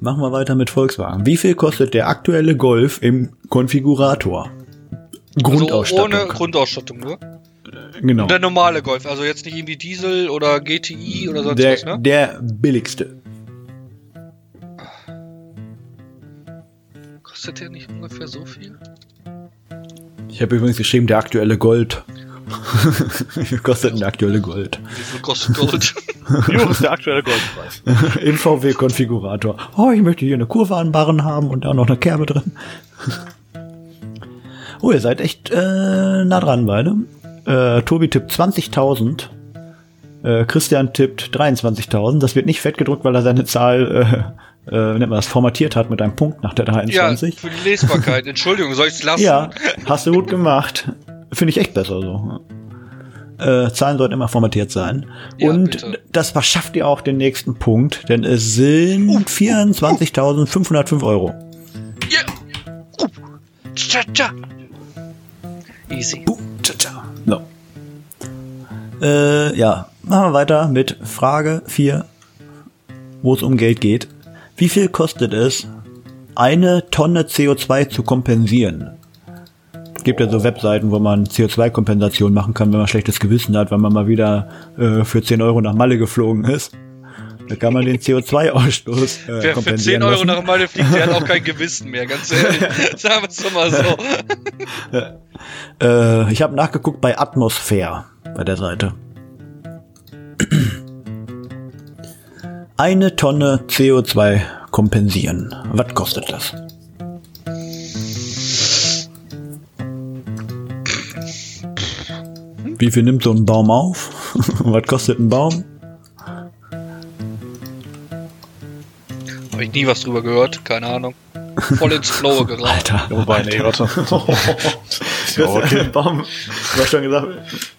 [SPEAKER 1] Machen wir weiter mit Volkswagen. Wie viel kostet der aktuelle Golf im Konfigurator?
[SPEAKER 2] Also
[SPEAKER 1] Grundausstattung.
[SPEAKER 2] ohne Grundausstattung nur.
[SPEAKER 1] genau.
[SPEAKER 2] Und der normale Golf, also jetzt nicht irgendwie Diesel oder GTI oder sonst was,
[SPEAKER 1] Der,
[SPEAKER 2] ne?
[SPEAKER 1] der billigste.
[SPEAKER 2] Kostet der nicht ungefähr so viel?
[SPEAKER 1] Ich habe übrigens geschrieben, der aktuelle Gold. Kostet eine aktuelle Gold.
[SPEAKER 2] Wie viel kostet Gold?
[SPEAKER 3] Jo, ist der aktuelle Goldpreis.
[SPEAKER 1] Im VW-Konfigurator. Oh, ich möchte hier eine Kurve an Barren haben und da noch eine Kerbe drin. Oh, ihr seid echt äh, nah dran, beide. Äh, Tobi tippt 20.000. Äh, Christian tippt 23.000. Das wird nicht fett gedruckt, weil er seine Zahl, äh, äh, wie nennt man das, formatiert hat mit einem Punkt nach der
[SPEAKER 2] ja,
[SPEAKER 1] 23.
[SPEAKER 2] für die Lesbarkeit. Entschuldigung, soll ich's lassen?
[SPEAKER 1] Ja, hast du gut gemacht. Finde ich echt besser so. Äh, Zahlen sollten immer formatiert sein.
[SPEAKER 2] Ja,
[SPEAKER 1] Und
[SPEAKER 2] bitte.
[SPEAKER 1] das verschafft ihr auch den nächsten Punkt, denn es sind
[SPEAKER 2] Oh,
[SPEAKER 1] 24.505 Euro.
[SPEAKER 2] Ja. Uh. Tja, tja. Easy.
[SPEAKER 1] So. Äh, ja, machen wir weiter mit Frage 4, wo es um Geld geht. Wie viel kostet es, eine Tonne CO2 zu kompensieren? Es gibt ja so Webseiten, wo man CO2-Kompensation machen kann, wenn man schlechtes Gewissen hat, wenn man mal wieder äh, für 10 Euro nach Malle geflogen ist. Da kann man den CO2-Ausstoß äh,
[SPEAKER 2] Wer für
[SPEAKER 1] kompensieren
[SPEAKER 2] 10 Euro
[SPEAKER 1] lassen.
[SPEAKER 2] nach Malle fliegt, der hat auch kein Gewissen mehr, ganz ehrlich. Sagen wir es doch mal so.
[SPEAKER 1] Äh, ich habe nachgeguckt bei Atmosphäre bei der Seite. Eine Tonne CO2 kompensieren. Was kostet das? Wie viel nimmt so ein Baum auf? Was kostet ein Baum?
[SPEAKER 2] Habe ich nie was drüber gehört, keine Ahnung. Voll ins Flow geraten.
[SPEAKER 1] Alter.
[SPEAKER 5] Wobei, nee, warte. ja, okay.
[SPEAKER 1] Baum. Du hast schon gesagt,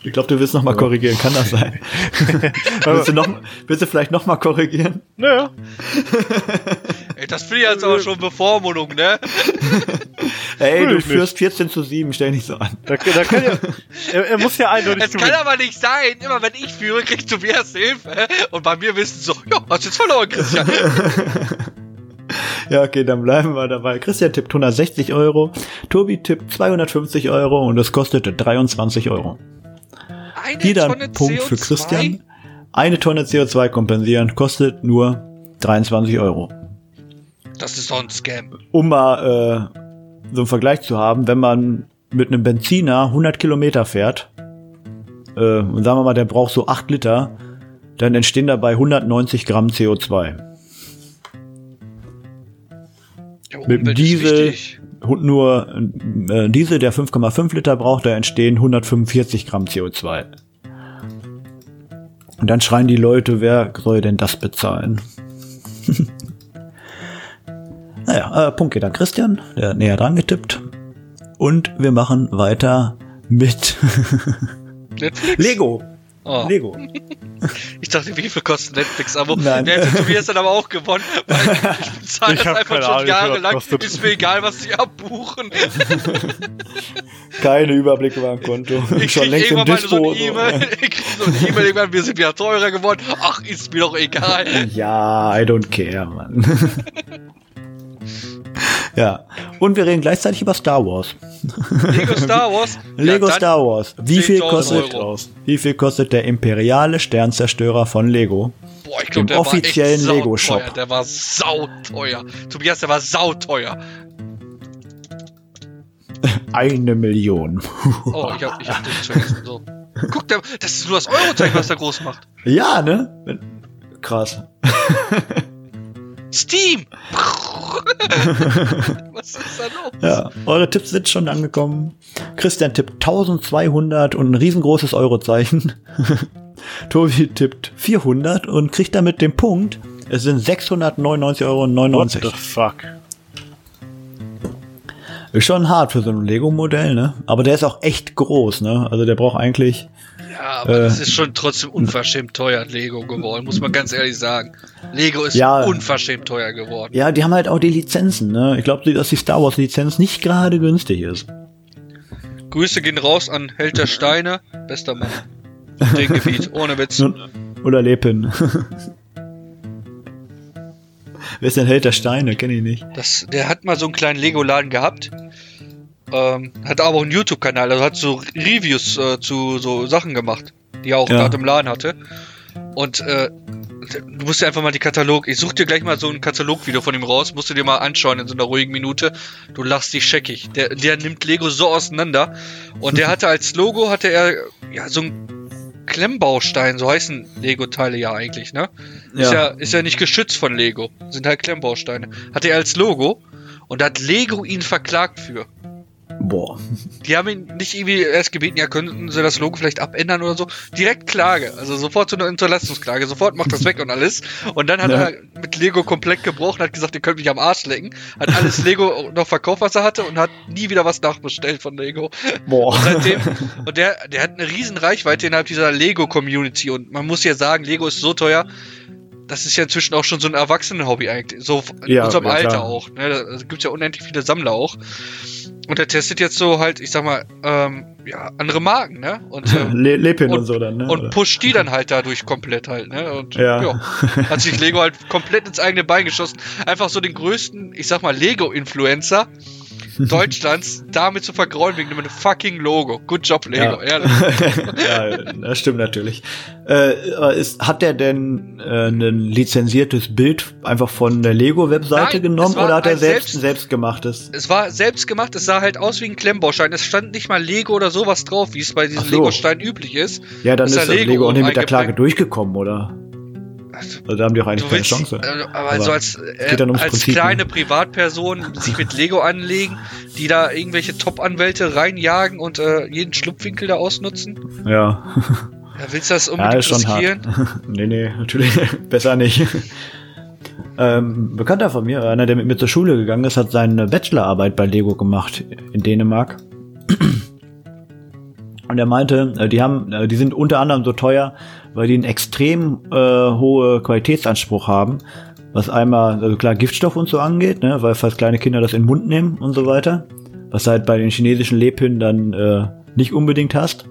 [SPEAKER 1] ich glaube, du willst noch mal korrigieren. Kann das sein? willst, du noch, willst du vielleicht noch mal korrigieren?
[SPEAKER 3] Naja,
[SPEAKER 2] Ey, das finde ich jetzt aber schon Bevormundung, ne?
[SPEAKER 1] Ey,
[SPEAKER 3] Will
[SPEAKER 1] du
[SPEAKER 3] ich
[SPEAKER 1] führst 14 zu 7, stell dich so an.
[SPEAKER 3] da, da kann ja, er, er muss ja eindeutig
[SPEAKER 2] Es kann
[SPEAKER 3] gewinnen.
[SPEAKER 2] aber nicht sein, immer wenn ich führe, kriegst du mir erst Hilfe. Und bei mir wissen so, ja, hast jetzt verloren, Christian.
[SPEAKER 1] Ja, okay, dann bleiben wir dabei. Christian tippt 160 Euro, Tobi tippt 250 Euro und es kostete 23 Euro.
[SPEAKER 2] Eine
[SPEAKER 1] Hier dann
[SPEAKER 2] Tonne
[SPEAKER 1] Punkt für
[SPEAKER 2] CO2?
[SPEAKER 1] Christian. Eine Tonne CO2 kompensieren kostet nur 23 Euro.
[SPEAKER 2] Das ist doch ein Scam.
[SPEAKER 1] Um mal äh, so einen Vergleich zu haben, wenn man mit einem Benziner 100 Kilometer fährt äh, und sagen wir mal, der braucht so 8 Liter, dann entstehen dabei 190 Gramm CO2.
[SPEAKER 2] Ja,
[SPEAKER 1] Mit dem
[SPEAKER 2] Umwelt ist
[SPEAKER 1] Diesel
[SPEAKER 2] wichtig.
[SPEAKER 1] und nur äh, Diesel, der 5,5 Liter braucht, da entstehen 145 Gramm CO2. Und dann schreien die Leute, wer soll denn das bezahlen? naja, äh, Punkt geht an Christian, der hat näher dran getippt. Und wir machen weiter mit
[SPEAKER 2] Netflix?
[SPEAKER 1] Lego.
[SPEAKER 2] Oh.
[SPEAKER 1] Lego.
[SPEAKER 2] Ich dachte, wie viel kostet Netflix-Abo?
[SPEAKER 1] Nein.
[SPEAKER 2] Der hätte Tobias dann aber auch gewonnen, weil ich bezahle
[SPEAKER 3] Ich
[SPEAKER 2] das
[SPEAKER 3] hab
[SPEAKER 2] einfach
[SPEAKER 3] keine
[SPEAKER 2] schon
[SPEAKER 3] Ahnung, wie viel das
[SPEAKER 2] jahrelang.
[SPEAKER 3] kostet.
[SPEAKER 2] Ist mir egal, was die abbuchen.
[SPEAKER 1] Keine Überblick über ein Konto.
[SPEAKER 2] Ich
[SPEAKER 1] Schon
[SPEAKER 2] krieg
[SPEAKER 1] längst im
[SPEAKER 2] irgendwann mal so
[SPEAKER 1] Dispo.
[SPEAKER 2] eine E-Mail. Ich krieg so eine E-Mail, irgendwann, wir sind wieder teurer geworden. Ach, ist mir doch egal.
[SPEAKER 1] Ja, I don't care, Mann. ja. Und wir reden gleichzeitig über Star Wars.
[SPEAKER 2] Lego Star Wars.
[SPEAKER 1] Lego
[SPEAKER 2] ja, dann-
[SPEAKER 1] Star Wars. Wie viel
[SPEAKER 2] 10.000
[SPEAKER 1] kostet
[SPEAKER 2] Euro.
[SPEAKER 1] Wie viel kostet der imperiale Sternzerstörer von Lego?
[SPEAKER 2] Boah, ich
[SPEAKER 1] Im
[SPEAKER 2] glaub, der
[SPEAKER 1] offiziellen
[SPEAKER 2] war echt
[SPEAKER 1] Lego-Shop.
[SPEAKER 2] sauteuer. Der war sauteuer. Tobias, der war sauteuer.
[SPEAKER 1] Eine Million.
[SPEAKER 2] Oh, ich hab, ich hab den vergessen. So. Guck, der, das ist nur das Eurozeichen, was der groß macht.
[SPEAKER 1] ja, ne? Krass.
[SPEAKER 2] Steam! was ist da los?
[SPEAKER 1] Ja, eure Tipps sind schon angekommen. Christian tippt 1200 und ein riesengroßes Eurozeichen. Tobi tippt 400 und kriegt damit den Punkt. Es sind 699,99
[SPEAKER 3] What the
[SPEAKER 1] Euro.
[SPEAKER 3] fuck?
[SPEAKER 1] Ist schon hart für so ein Lego-Modell, ne? Aber der ist auch echt groß, ne? Also der braucht eigentlich
[SPEAKER 2] Ja, aber
[SPEAKER 1] äh,
[SPEAKER 2] das ist schon trotzdem unverschämt teuer Lego geworden, muss man ganz ehrlich sagen. Lego ist
[SPEAKER 1] Ja.
[SPEAKER 2] unverschämt teuer geworden.
[SPEAKER 1] Ja, die haben halt auch die Lizenzen, ne? Ich glaube, dass die Star Wars Lizenz nicht gerade günstig ist.
[SPEAKER 2] Grüße gehen raus an Held der Steine, bester Mann. Auf Dem Gebiet, ohne Witz.
[SPEAKER 1] Nun, Oder Lepin. Wer ist denn Held der Steine? Kenn ich nicht.
[SPEAKER 2] Das, der hat mal so einen kleinen Lego-Laden gehabt. Ähm, hat aber auch einen YouTube-Kanal, also hat so Reviews äh, zu so Sachen gemacht, die er auch
[SPEAKER 1] Ja.
[SPEAKER 2] gerade im Laden hatte. Und äh, du musst dir einfach mal die Katalog, ich such dir gleich mal so ein Katalogvideo von ihm raus, musst du dir mal anschauen in so einer ruhigen Minute. Du lachst dich scheckig. Der, der nimmt Lego so auseinander. Und der hatte als Logo, hatte er ja, so ein Klemmbaustein, so heißen Lego-Teile ja eigentlich, ne? Ist,
[SPEAKER 1] Ja.
[SPEAKER 2] ja, ist ja nicht geschützt von Lego. Sind halt Klemmbausteine. Hat er als Logo und da hat Lego ihn verklagt für.
[SPEAKER 1] Boah.
[SPEAKER 2] Die haben ihn nicht irgendwie erst gebeten, ja, könnten sie das Logo vielleicht abändern oder so. Direkt Klage. Also sofort zu einer Unterlassungsklage. Sofort macht das weg und alles. Und dann hat
[SPEAKER 1] Ja.
[SPEAKER 2] er mit Lego komplett gebrochen, hat gesagt, ihr könnt mich am Arsch lecken. Hat alles Lego noch verkauft, was er hatte und hat nie wieder was nachbestellt von Lego.
[SPEAKER 1] Boah.
[SPEAKER 2] Seitdem, und der, der hat eine riesen Reichweite innerhalb dieser Lego-Community. Und man muss ja sagen, Lego ist so teuer. Das ist ja inzwischen auch schon so ein Erwachsenen-Hobby eigentlich. So in
[SPEAKER 1] Ja,
[SPEAKER 2] unserem
[SPEAKER 1] ja,
[SPEAKER 2] Alter
[SPEAKER 1] klar.
[SPEAKER 2] auch. Ne? Da gibt es ja unendlich viele Sammler auch. Und der testet jetzt so halt, ich sag mal, ähm, ja, andere Marken, ne? Und, ähm,
[SPEAKER 1] Le Lepin und,
[SPEAKER 2] Und-
[SPEAKER 1] so dann, ne?
[SPEAKER 2] und
[SPEAKER 1] Oder?
[SPEAKER 2] pusht die dann halt dadurch komplett halt, ne? Und
[SPEAKER 1] Ja.
[SPEAKER 2] hat sich Lego halt komplett ins eigene Bein geschossen. Einfach so den größten, ich sag mal, Lego-Influencer Deutschlands damit zu vergrauen wegen einem fucking Logo. Good job, Lego,
[SPEAKER 1] Ja.
[SPEAKER 2] ehrlich.
[SPEAKER 1] ja, das stimmt natürlich. Äh, aber ist, hat der denn äh, ein lizenziertes Bild einfach von der Lego-Webseite
[SPEAKER 2] Nein, es
[SPEAKER 1] genommen
[SPEAKER 2] war
[SPEAKER 1] oder hat er
[SPEAKER 2] ein
[SPEAKER 1] selbst ein
[SPEAKER 2] selbst-
[SPEAKER 1] selbstgemachtes?
[SPEAKER 2] Es war selbst gemacht, es sah halt aus wie ein Klemmbaustein. Es stand nicht mal Lego oder sowas drauf, wie es bei diesen
[SPEAKER 1] Ach so.
[SPEAKER 2] Lego-Steinen üblich ist.
[SPEAKER 1] Ja, dann
[SPEAKER 2] Ist
[SPEAKER 1] ist,
[SPEAKER 2] da
[SPEAKER 1] das
[SPEAKER 2] Lego
[SPEAKER 1] Lego, auch nicht mit der
[SPEAKER 2] eingeprägt?
[SPEAKER 1] Klage durchgekommen, oder?
[SPEAKER 2] Also,
[SPEAKER 1] Also da haben die auch eigentlich
[SPEAKER 2] Du
[SPEAKER 1] keine
[SPEAKER 2] willst,
[SPEAKER 1] Chance.
[SPEAKER 2] äh, aber,
[SPEAKER 1] Aber
[SPEAKER 2] so als,
[SPEAKER 1] es
[SPEAKER 2] äh,
[SPEAKER 1] geht dann ums
[SPEAKER 2] als
[SPEAKER 1] Prinzip, ne?
[SPEAKER 2] kleine Privatperson sich mit Lego anlegen, die da irgendwelche Top-Anwälte reinjagen und äh, jeden Schlupfwinkel da ausnutzen.
[SPEAKER 1] ja.
[SPEAKER 2] Da willst du das
[SPEAKER 1] Ja,
[SPEAKER 2] unbedingt
[SPEAKER 1] ist schon
[SPEAKER 2] riskieren?
[SPEAKER 1] hart. nee, nee, natürlich besser nicht. Ähm, ein Bekannter von mir, einer, der mit mir zur Schule gegangen ist, hat seine Bachelorarbeit bei Lego gemacht in Dänemark. Und er meinte, äh, die haben, äh, die sind unter anderem so teuer, weil die einen extrem äh, hohe Qualitätsanspruch haben. Was einmal, also klar, Giftstoff und so angeht, ne, weil fast kleine Kinder das in den Mund nehmen und so weiter. Was halt bei den chinesischen Lebhünden dann äh, nicht unbedingt hast.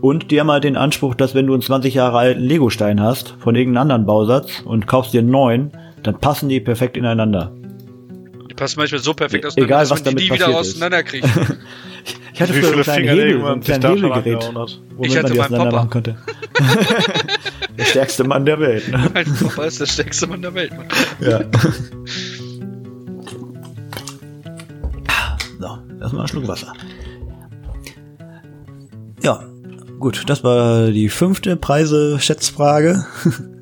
[SPEAKER 1] Und die haben halt den Anspruch, dass wenn du einen 20 Jahre alten Legostein hast, von irgendeinem anderen Bausatz und kaufst dir einen neuen, dann passen die perfekt ineinander.
[SPEAKER 2] Die passen manchmal so perfekt
[SPEAKER 1] E-
[SPEAKER 2] auseinander,
[SPEAKER 1] egal,
[SPEAKER 2] dass
[SPEAKER 1] was
[SPEAKER 2] man die
[SPEAKER 1] damit
[SPEAKER 2] nie wieder
[SPEAKER 1] passiert ist.
[SPEAKER 2] auseinanderkriegt.
[SPEAKER 1] Ich hatte
[SPEAKER 3] Wie
[SPEAKER 1] früher so einen
[SPEAKER 3] viele
[SPEAKER 1] kleinen
[SPEAKER 3] Fingernägel
[SPEAKER 1] Hebel, so einen
[SPEAKER 3] man sich
[SPEAKER 1] kleinen
[SPEAKER 3] da schon
[SPEAKER 1] Hebelgerät,
[SPEAKER 3] angehauen hat.
[SPEAKER 2] Ich
[SPEAKER 1] womit
[SPEAKER 2] hatte
[SPEAKER 1] man die
[SPEAKER 2] meinen
[SPEAKER 1] auseinander
[SPEAKER 2] Papa.
[SPEAKER 1] machen konnte. der stärkste Mann der Welt. Ne?
[SPEAKER 2] mein Papa Halt, ist der stärkste Mann der Welt. Mann.
[SPEAKER 1] Ja. So, erstmal einen Schluck Wasser. Ja, gut, das war die fünfte Preise-Schätzfrage.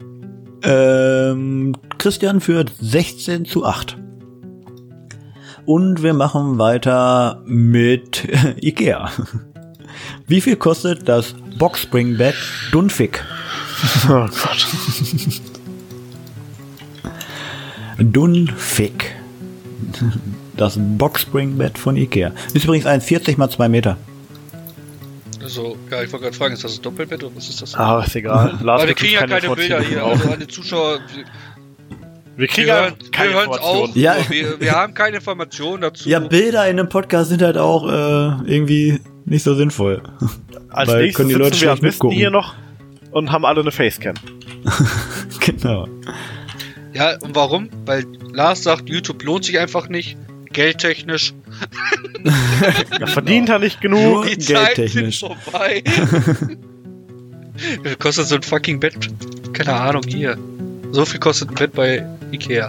[SPEAKER 1] ähm, Christian führt 16 zu 8. Und wir machen weiter mit Ikea. Wie viel kostet das Boxspringbett Dunfik?
[SPEAKER 5] Oh Gott.
[SPEAKER 1] Dunfik. Das Boxspringbett von Ikea. Ist übrigens 1,40 mal 2 Meter.
[SPEAKER 2] Also, ja, ich wollte gerade fragen, ist das ein Doppelbett oder was ist das?
[SPEAKER 3] Ah, ist egal. Lars,
[SPEAKER 1] also
[SPEAKER 2] aber wir kriegen ja keine Bilder
[SPEAKER 3] Informationen
[SPEAKER 2] hier.
[SPEAKER 3] auf.
[SPEAKER 1] genau.
[SPEAKER 2] Also, an die Zuschauer, wir,
[SPEAKER 3] Wir kriegen
[SPEAKER 2] wir
[SPEAKER 3] ja
[SPEAKER 2] hören
[SPEAKER 3] keine
[SPEAKER 2] es auf.
[SPEAKER 3] Informationen.
[SPEAKER 1] Ja.
[SPEAKER 2] nur Wir, wir haben keine Informationen dazu.
[SPEAKER 1] Ja, Bilder in einem Podcast sind halt auch äh, irgendwie nicht so sinnvoll.
[SPEAKER 3] Als
[SPEAKER 1] Weil
[SPEAKER 3] nächstes
[SPEAKER 1] können die
[SPEAKER 3] sitzen
[SPEAKER 1] Leute
[SPEAKER 3] wir am
[SPEAKER 1] schlecht
[SPEAKER 3] besten
[SPEAKER 1] mitgucken.
[SPEAKER 3] hier noch und haben alle eine Facecam.
[SPEAKER 1] genau.
[SPEAKER 2] Ja, und warum? Weil Lars sagt, YouTube lohnt sich einfach nicht. Geldtechnisch.
[SPEAKER 3] Ja, verdient er nicht
[SPEAKER 1] Nur-
[SPEAKER 3] genug.
[SPEAKER 2] Die Zeiten sind
[SPEAKER 1] geldtechnisch.
[SPEAKER 2] vorbei. Wie viel kostet so ein fucking Bett? Keine Ahnung, hier. So viel kostet ein Bett bei Ikea.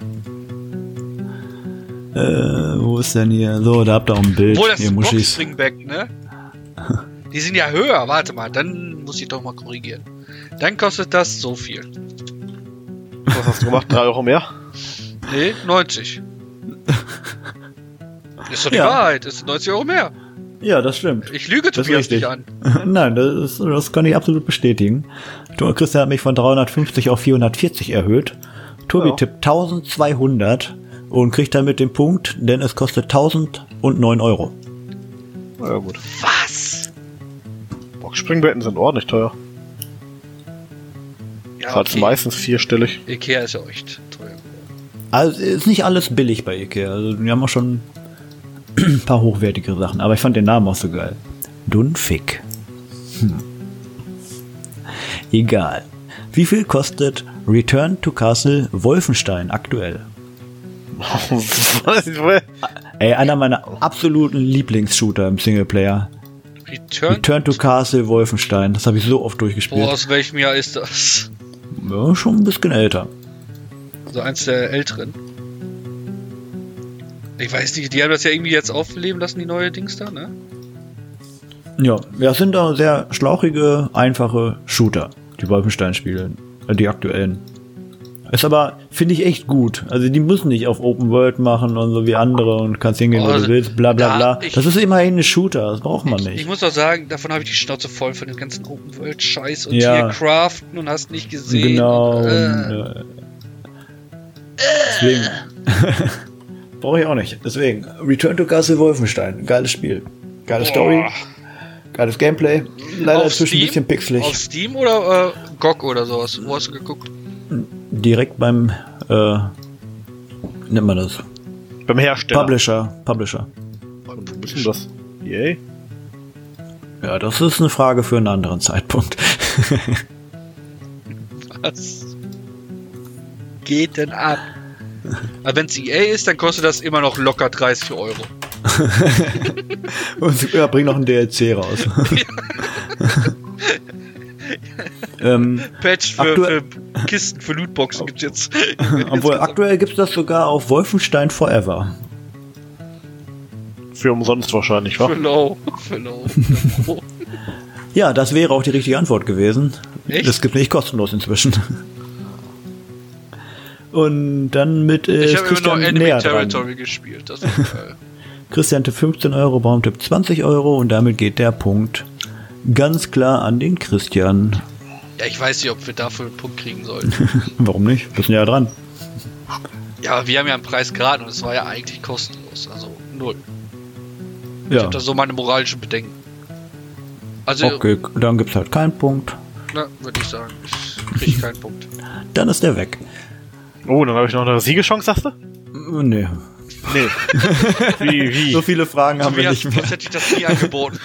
[SPEAKER 1] Äh, wo ist denn hier? So, da habt ihr auch ein Bild.
[SPEAKER 2] Obwohl, das
[SPEAKER 1] ihr
[SPEAKER 2] ist ein
[SPEAKER 1] Muschis.
[SPEAKER 2] Boxspringbett, ne? Die sind ja höher. Warte mal, dann muss ich doch mal korrigieren. Dann kostet das so viel.
[SPEAKER 3] Was hast du gemacht? 3 Euro mehr?
[SPEAKER 2] Nee, 90. Ist doch die
[SPEAKER 1] Ja.
[SPEAKER 2] Wahrheit. Ist 90 Euro mehr.
[SPEAKER 1] Ja, das stimmt.
[SPEAKER 2] Ich lüge
[SPEAKER 1] Das ist
[SPEAKER 2] Tobias nicht
[SPEAKER 1] richtig.
[SPEAKER 2] an.
[SPEAKER 1] Nein, das, ist, das kann ich absolut bestätigen. Du, Christian hat mich von 350 auf 440 erhöht. Tobi
[SPEAKER 3] Ja.
[SPEAKER 1] tippt 1200 und kriegt damit den Punkt, denn es kostet 1009 Euro.
[SPEAKER 3] Na ja, gut.
[SPEAKER 2] Was?
[SPEAKER 3] Boxspringbetten sind ordentlich teuer.
[SPEAKER 2] Ja,
[SPEAKER 3] Das ist meistens vierstellig.
[SPEAKER 2] Ikea ist ja auch echt teuer.
[SPEAKER 1] Also ist nicht alles billig bei Ikea. Also die haben auch schon ein paar hochwertigere Sachen. Aber ich fand den Namen auch so geil. Dunfik. Hm. Egal. Wie viel kostet Return to Castle Wolfenstein aktuell? Ey, einer meiner absoluten Lieblingsshooter im Singleplayer.
[SPEAKER 2] Return?
[SPEAKER 1] Return to Castle Wolfenstein. Das habe ich so oft
[SPEAKER 2] Boah,
[SPEAKER 1] durchgespielt.
[SPEAKER 2] aus welchem Jahr ist das?
[SPEAKER 1] Ja, schon ein bisschen älter.
[SPEAKER 2] Also eins der älteren. Ich weiß nicht, die haben das ja irgendwie jetzt aufleben lassen, die neue Dings da, ne?
[SPEAKER 1] Ja, ja, es sind auch sehr schlauchige, einfache Shooter, die Wolfenstein-Spiele, äh, die aktuellen. Ist aber, finde ich, echt gut. Also die müssen nicht auf Open World machen und so wie andere und kannst hingehen, wo
[SPEAKER 2] Oh,
[SPEAKER 1] du willst, bla bla
[SPEAKER 2] da-
[SPEAKER 1] bla.
[SPEAKER 2] ich-
[SPEAKER 1] das ist immerhin ein Shooter, das braucht man
[SPEAKER 2] Ich
[SPEAKER 1] nicht.
[SPEAKER 2] muss auch sagen, davon habe ich die Schnauze voll von dem ganzen Open World Scheiß und
[SPEAKER 1] Ja.
[SPEAKER 2] hier craften und hast nicht gesehen.
[SPEAKER 1] genau.
[SPEAKER 2] Und,
[SPEAKER 1] Und,
[SPEAKER 2] äh,
[SPEAKER 1] äh, deswegen. Brauche ich auch nicht. Deswegen, Return to Castle Wolfenstein, geiles Spiel. Geile Story, geiles Gameplay. Leider
[SPEAKER 2] auf
[SPEAKER 1] inzwischen
[SPEAKER 2] Steam,
[SPEAKER 1] ein bisschen pixelig.
[SPEAKER 2] Auf Steam oder äh, GOG oder sowas? Wo hast du geguckt?
[SPEAKER 1] direkt beim äh, wie nennt man das?
[SPEAKER 3] Beim Hersteller. Also,
[SPEAKER 1] Publisher. Publisher.
[SPEAKER 3] Wo ist denn das? Yay.
[SPEAKER 1] Ja, das ist eine Frage für einen anderen Zeitpunkt.
[SPEAKER 2] Was geht denn ab? Aber wenn es EA ist, dann kostet das immer noch locker 30 Euro.
[SPEAKER 1] Und ja, bring noch ein DLC raus. ähm,
[SPEAKER 2] Patch für,
[SPEAKER 1] Aktuell-
[SPEAKER 2] für Kisten, für Lootboxen gibt's jetzt.
[SPEAKER 1] obwohl aktuell gibt's das sogar auf Wolfenstein Forever.
[SPEAKER 3] Für umsonst wahrscheinlich, wa?
[SPEAKER 2] Für low. Für low. Oh.
[SPEAKER 1] Ja, das wäre auch die richtige Antwort gewesen.
[SPEAKER 2] Echt?
[SPEAKER 1] Das gibt nicht kostenlos inzwischen. Und dann mit äh,
[SPEAKER 2] Ich habe immer nur
[SPEAKER 1] Christian
[SPEAKER 2] Enemy
[SPEAKER 1] näher dran.
[SPEAKER 2] Territory gespielt. Das ist geil.
[SPEAKER 1] Christian Tipp 15 Euro, Baumtipp 20 Euro und damit geht der Punkt ganz klar an den Christian.
[SPEAKER 2] Ja, ich weiß nicht, ob wir dafür einen Punkt kriegen sollten.
[SPEAKER 1] Warum nicht? Wir sind ja dran.
[SPEAKER 2] ja, aber wir haben ja einen Preis geraten und es war ja eigentlich kostenlos. Also null. Ich
[SPEAKER 1] Ja.
[SPEAKER 2] hab da so meine moralischen Bedenken. Also,
[SPEAKER 1] Okay, dann gibt's halt keinen Punkt.
[SPEAKER 2] na, würde ich sagen, ich krieg keinen Punkt.
[SPEAKER 1] Dann ist der weg.
[SPEAKER 3] Oh, dann habe ich noch eine Siegeschance, sagst du?
[SPEAKER 1] Mm, Nee.
[SPEAKER 3] Nee. wie, wie?
[SPEAKER 1] viele Fragen
[SPEAKER 2] So wie, als, als hätte ich das nie angeboten.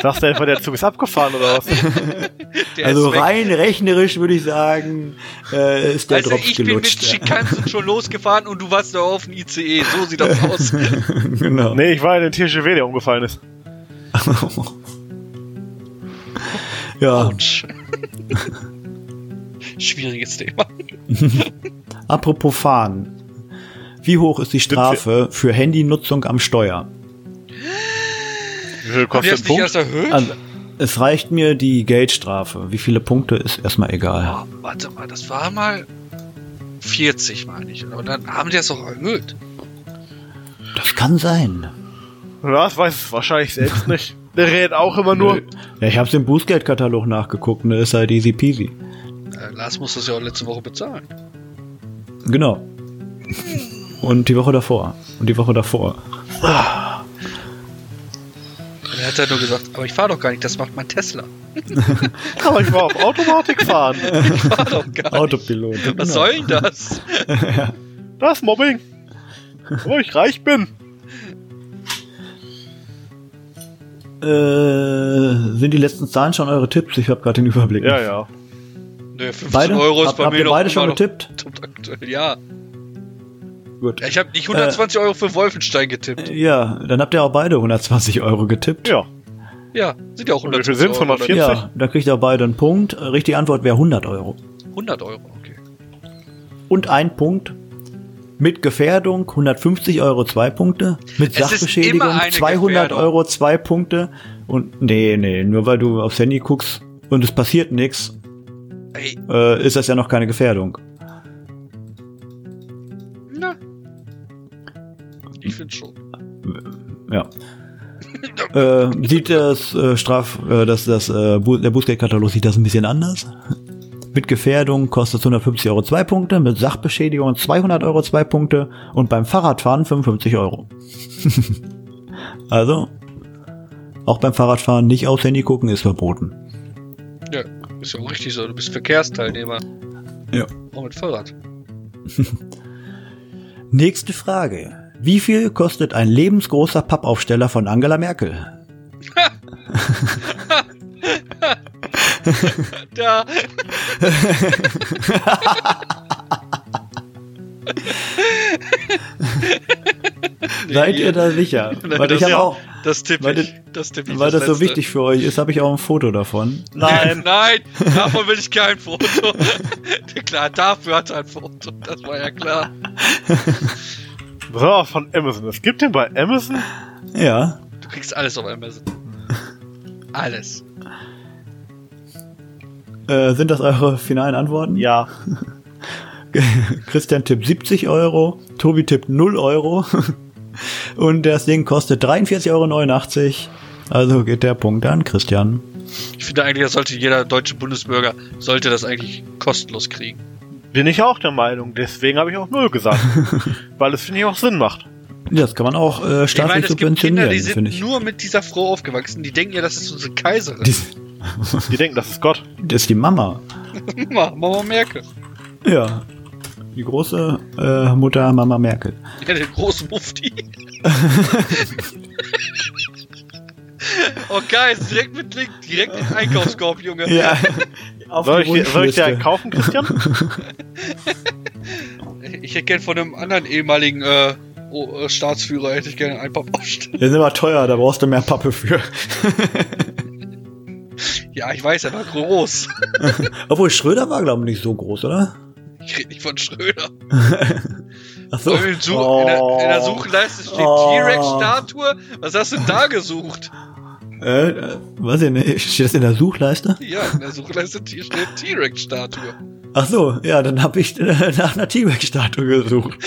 [SPEAKER 3] Sagst du etwa, der Zug ist abgefahren oder was?
[SPEAKER 2] Der
[SPEAKER 1] Also
[SPEAKER 2] ist weg.
[SPEAKER 1] rein rechnerisch würde ich sagen, äh, ist der
[SPEAKER 2] Also
[SPEAKER 1] Drops
[SPEAKER 2] ich bin mit
[SPEAKER 1] gelutscht.
[SPEAKER 2] Schikanzen schon losgefahren und du warst da auf dem ICE. So sieht das aus.
[SPEAKER 1] genau.
[SPEAKER 3] Nee, ich war in den TGW, der umgefallen ist.
[SPEAKER 1] Ja,
[SPEAKER 2] Autsch. Schwieriges Thema.
[SPEAKER 1] apropos fahren. Wie hoch ist die Strafe für Handynutzung am Steuer?
[SPEAKER 3] Wie viel
[SPEAKER 2] Haben die
[SPEAKER 3] kostet
[SPEAKER 2] das
[SPEAKER 3] ein
[SPEAKER 2] nicht
[SPEAKER 3] Punkt?
[SPEAKER 2] erst erhöht?
[SPEAKER 1] Also, es reicht mir die Geldstrafe. Wie viele Punkte ist erstmal egal.
[SPEAKER 2] Oh, warte mal, das war mal 40, meine ich. Und dann haben die das doch erhöht.
[SPEAKER 1] Das kann sein.
[SPEAKER 3] Ja, das weiß es wahrscheinlich selbst nicht. Der rät auch immer nur.
[SPEAKER 1] Ja, ich hab's im Bußgeldkatalog nachgeguckt, ne? Ist halt easy peasy.
[SPEAKER 2] Äh, Lars muss das ja auch letzte Woche bezahlen.
[SPEAKER 1] Genau. Und die Woche davor. Und die Woche davor.
[SPEAKER 2] Und er hat halt nur gesagt, aber ich fahre doch gar nicht, das macht mein Tesla.
[SPEAKER 3] Aber ich war auf Automatik fahren.
[SPEAKER 2] Ich fahre doch gar nicht.
[SPEAKER 1] Autopilot. genau.
[SPEAKER 2] Was soll denn das?
[SPEAKER 3] Das ist Mobbing. Wo ich reich bin.
[SPEAKER 1] Äh, sind die letzten Zahlen schon eure Tipps? Ich habe gerade den Überblick.
[SPEAKER 3] Ja, ja.
[SPEAKER 2] Ne, 15
[SPEAKER 1] Beide?
[SPEAKER 2] Euro ist
[SPEAKER 1] Hab-
[SPEAKER 2] bei
[SPEAKER 1] habt
[SPEAKER 2] mir
[SPEAKER 1] ihr
[SPEAKER 2] noch
[SPEAKER 1] beide
[SPEAKER 2] immer
[SPEAKER 1] schon
[SPEAKER 2] noch
[SPEAKER 1] getippt?
[SPEAKER 2] top aktuell. Ja,
[SPEAKER 1] Gut.
[SPEAKER 2] Ja, ich habe nicht 120 Euro für Wolfenstein getippt.
[SPEAKER 1] Ja, dann habt ihr auch beide 120 Euro getippt.
[SPEAKER 3] Ja.
[SPEAKER 2] Ja, sind ja auch
[SPEAKER 3] Und wie viel
[SPEAKER 2] 120
[SPEAKER 3] sind's?
[SPEAKER 2] Euro.
[SPEAKER 3] 140?
[SPEAKER 1] Ja, dann kriegt ihr auch beide einen Punkt. Richtige Antwort wäre 100 Euro.
[SPEAKER 2] 100 Euro, okay.
[SPEAKER 1] Und ein Punkt. Mit Gefährdung 150 Euro zwei Punkte. Mit
[SPEAKER 2] Es ist
[SPEAKER 1] Sachbeschädigung
[SPEAKER 2] immer eine
[SPEAKER 1] 200
[SPEAKER 2] Gefährdung.
[SPEAKER 1] Euro zwei Punkte. Und nee, nee, nur weil du aufs Handy guckst und es passiert nichts,
[SPEAKER 2] Ey,
[SPEAKER 1] äh, ist das ja noch keine Gefährdung.
[SPEAKER 2] na. Ich finde schon.
[SPEAKER 1] Ja. äh, sieht das äh, Straf, äh, das, das, äh, Bu der Bußgeldkatalog sieht das ein bisschen anders. Mit Gefährdung kostet 150 Euro zwei Punkte, mit Sachbeschädigung 200 Euro zwei Punkte und beim Fahrradfahren 55 Euro. also, auch beim Fahrradfahren nicht aufs Handy gucken ist verboten.
[SPEAKER 2] Ja, ist ja auch richtig so. Du bist Verkehrsteilnehmer.
[SPEAKER 1] Ja.
[SPEAKER 2] Auch mit Fahrrad.
[SPEAKER 1] Nächste Frage. Wie viel kostet ein lebensgroßer Pappaufsteller von Angela Merkel?
[SPEAKER 2] Da.
[SPEAKER 1] Seid ihr da sicher? Weil
[SPEAKER 2] das
[SPEAKER 1] ich hab
[SPEAKER 2] ja-
[SPEAKER 1] auch,
[SPEAKER 2] Das tipp
[SPEAKER 1] Weil
[SPEAKER 2] ich. Das tipp ich.
[SPEAKER 1] weil das so
[SPEAKER 2] Letzte.
[SPEAKER 1] wichtig für euch ist, habe ich auch ein Foto davon.
[SPEAKER 2] Nein, nein, davon will ich kein Foto. klar, dafür hat er ein Foto. Das war ja klar.
[SPEAKER 3] So, von Amazon. Es gibt den bei Amazon.
[SPEAKER 1] Ja,
[SPEAKER 2] Du Du kriegst alles auf einmal. so. Alles.
[SPEAKER 1] Äh, sind das eure finalen Antworten?
[SPEAKER 3] Ja.
[SPEAKER 1] Christian tippt 70 Euro, Tobi tippt 0 Euro und das Ding kostet 43,89 Euro. Also geht der Punkt an Christian.
[SPEAKER 2] Ich finde eigentlich, das sollte jeder deutsche Bundesbürger, sollte das eigentlich kostenlos kriegen.
[SPEAKER 3] Bin ich auch der Meinung. Deswegen habe ich auch null gesagt. weil es, finde ich, auch Sinn macht.
[SPEAKER 1] Das kann man auch äh,
[SPEAKER 2] Ich meine,
[SPEAKER 1] staatlich
[SPEAKER 2] es gibt Kinder,
[SPEAKER 1] subventionieren,
[SPEAKER 2] die
[SPEAKER 1] finde
[SPEAKER 2] sind
[SPEAKER 1] ich.
[SPEAKER 2] nur mit dieser Frau aufgewachsen. Die denken ja, das ist unsere Kaiserin.
[SPEAKER 1] Die,
[SPEAKER 3] Die denken, das ist Gott.
[SPEAKER 1] das ist die Mama.
[SPEAKER 2] Mama, Mama Merkel.
[SPEAKER 1] Ja. Die große äh, Mutter Mama Merkel.
[SPEAKER 2] Ja, den großen Mufti. oh geil, ist direkt mit Link, direkt in den Einkaufskorb, Junge.
[SPEAKER 1] Auf
[SPEAKER 3] Soll
[SPEAKER 1] die
[SPEAKER 3] ich, dir- soll ich dir
[SPEAKER 1] Wunschliste.
[SPEAKER 3] einen kaufen, Christian?
[SPEAKER 2] Ich hätte gern von einem anderen ehemaligen äh, oh, äh, Staatsführer hätte ich gerne ein paar Post.
[SPEAKER 1] Die sind immer teuer, da brauchst du mehr Pappe für.
[SPEAKER 2] Ja, ich weiß, er war groß.
[SPEAKER 1] Obwohl Schröder war, glaube ich, nicht so groß, oder?
[SPEAKER 2] Ich rede nicht von Schröder.
[SPEAKER 1] Ach so.
[SPEAKER 2] So. In, Such in, der, in der Suchleiste steht
[SPEAKER 1] Oh.
[SPEAKER 2] T-Rex-Statue. Was hast du denn da gesucht?
[SPEAKER 1] Äh, äh, weiß ich nicht. Steht das in der Suchleiste?
[SPEAKER 2] Ja, in der Suchleiste t- steht T-Rex-Statue.
[SPEAKER 1] Ach so, ja, dann habe ich äh, nach einer T-Rex-Statue gesucht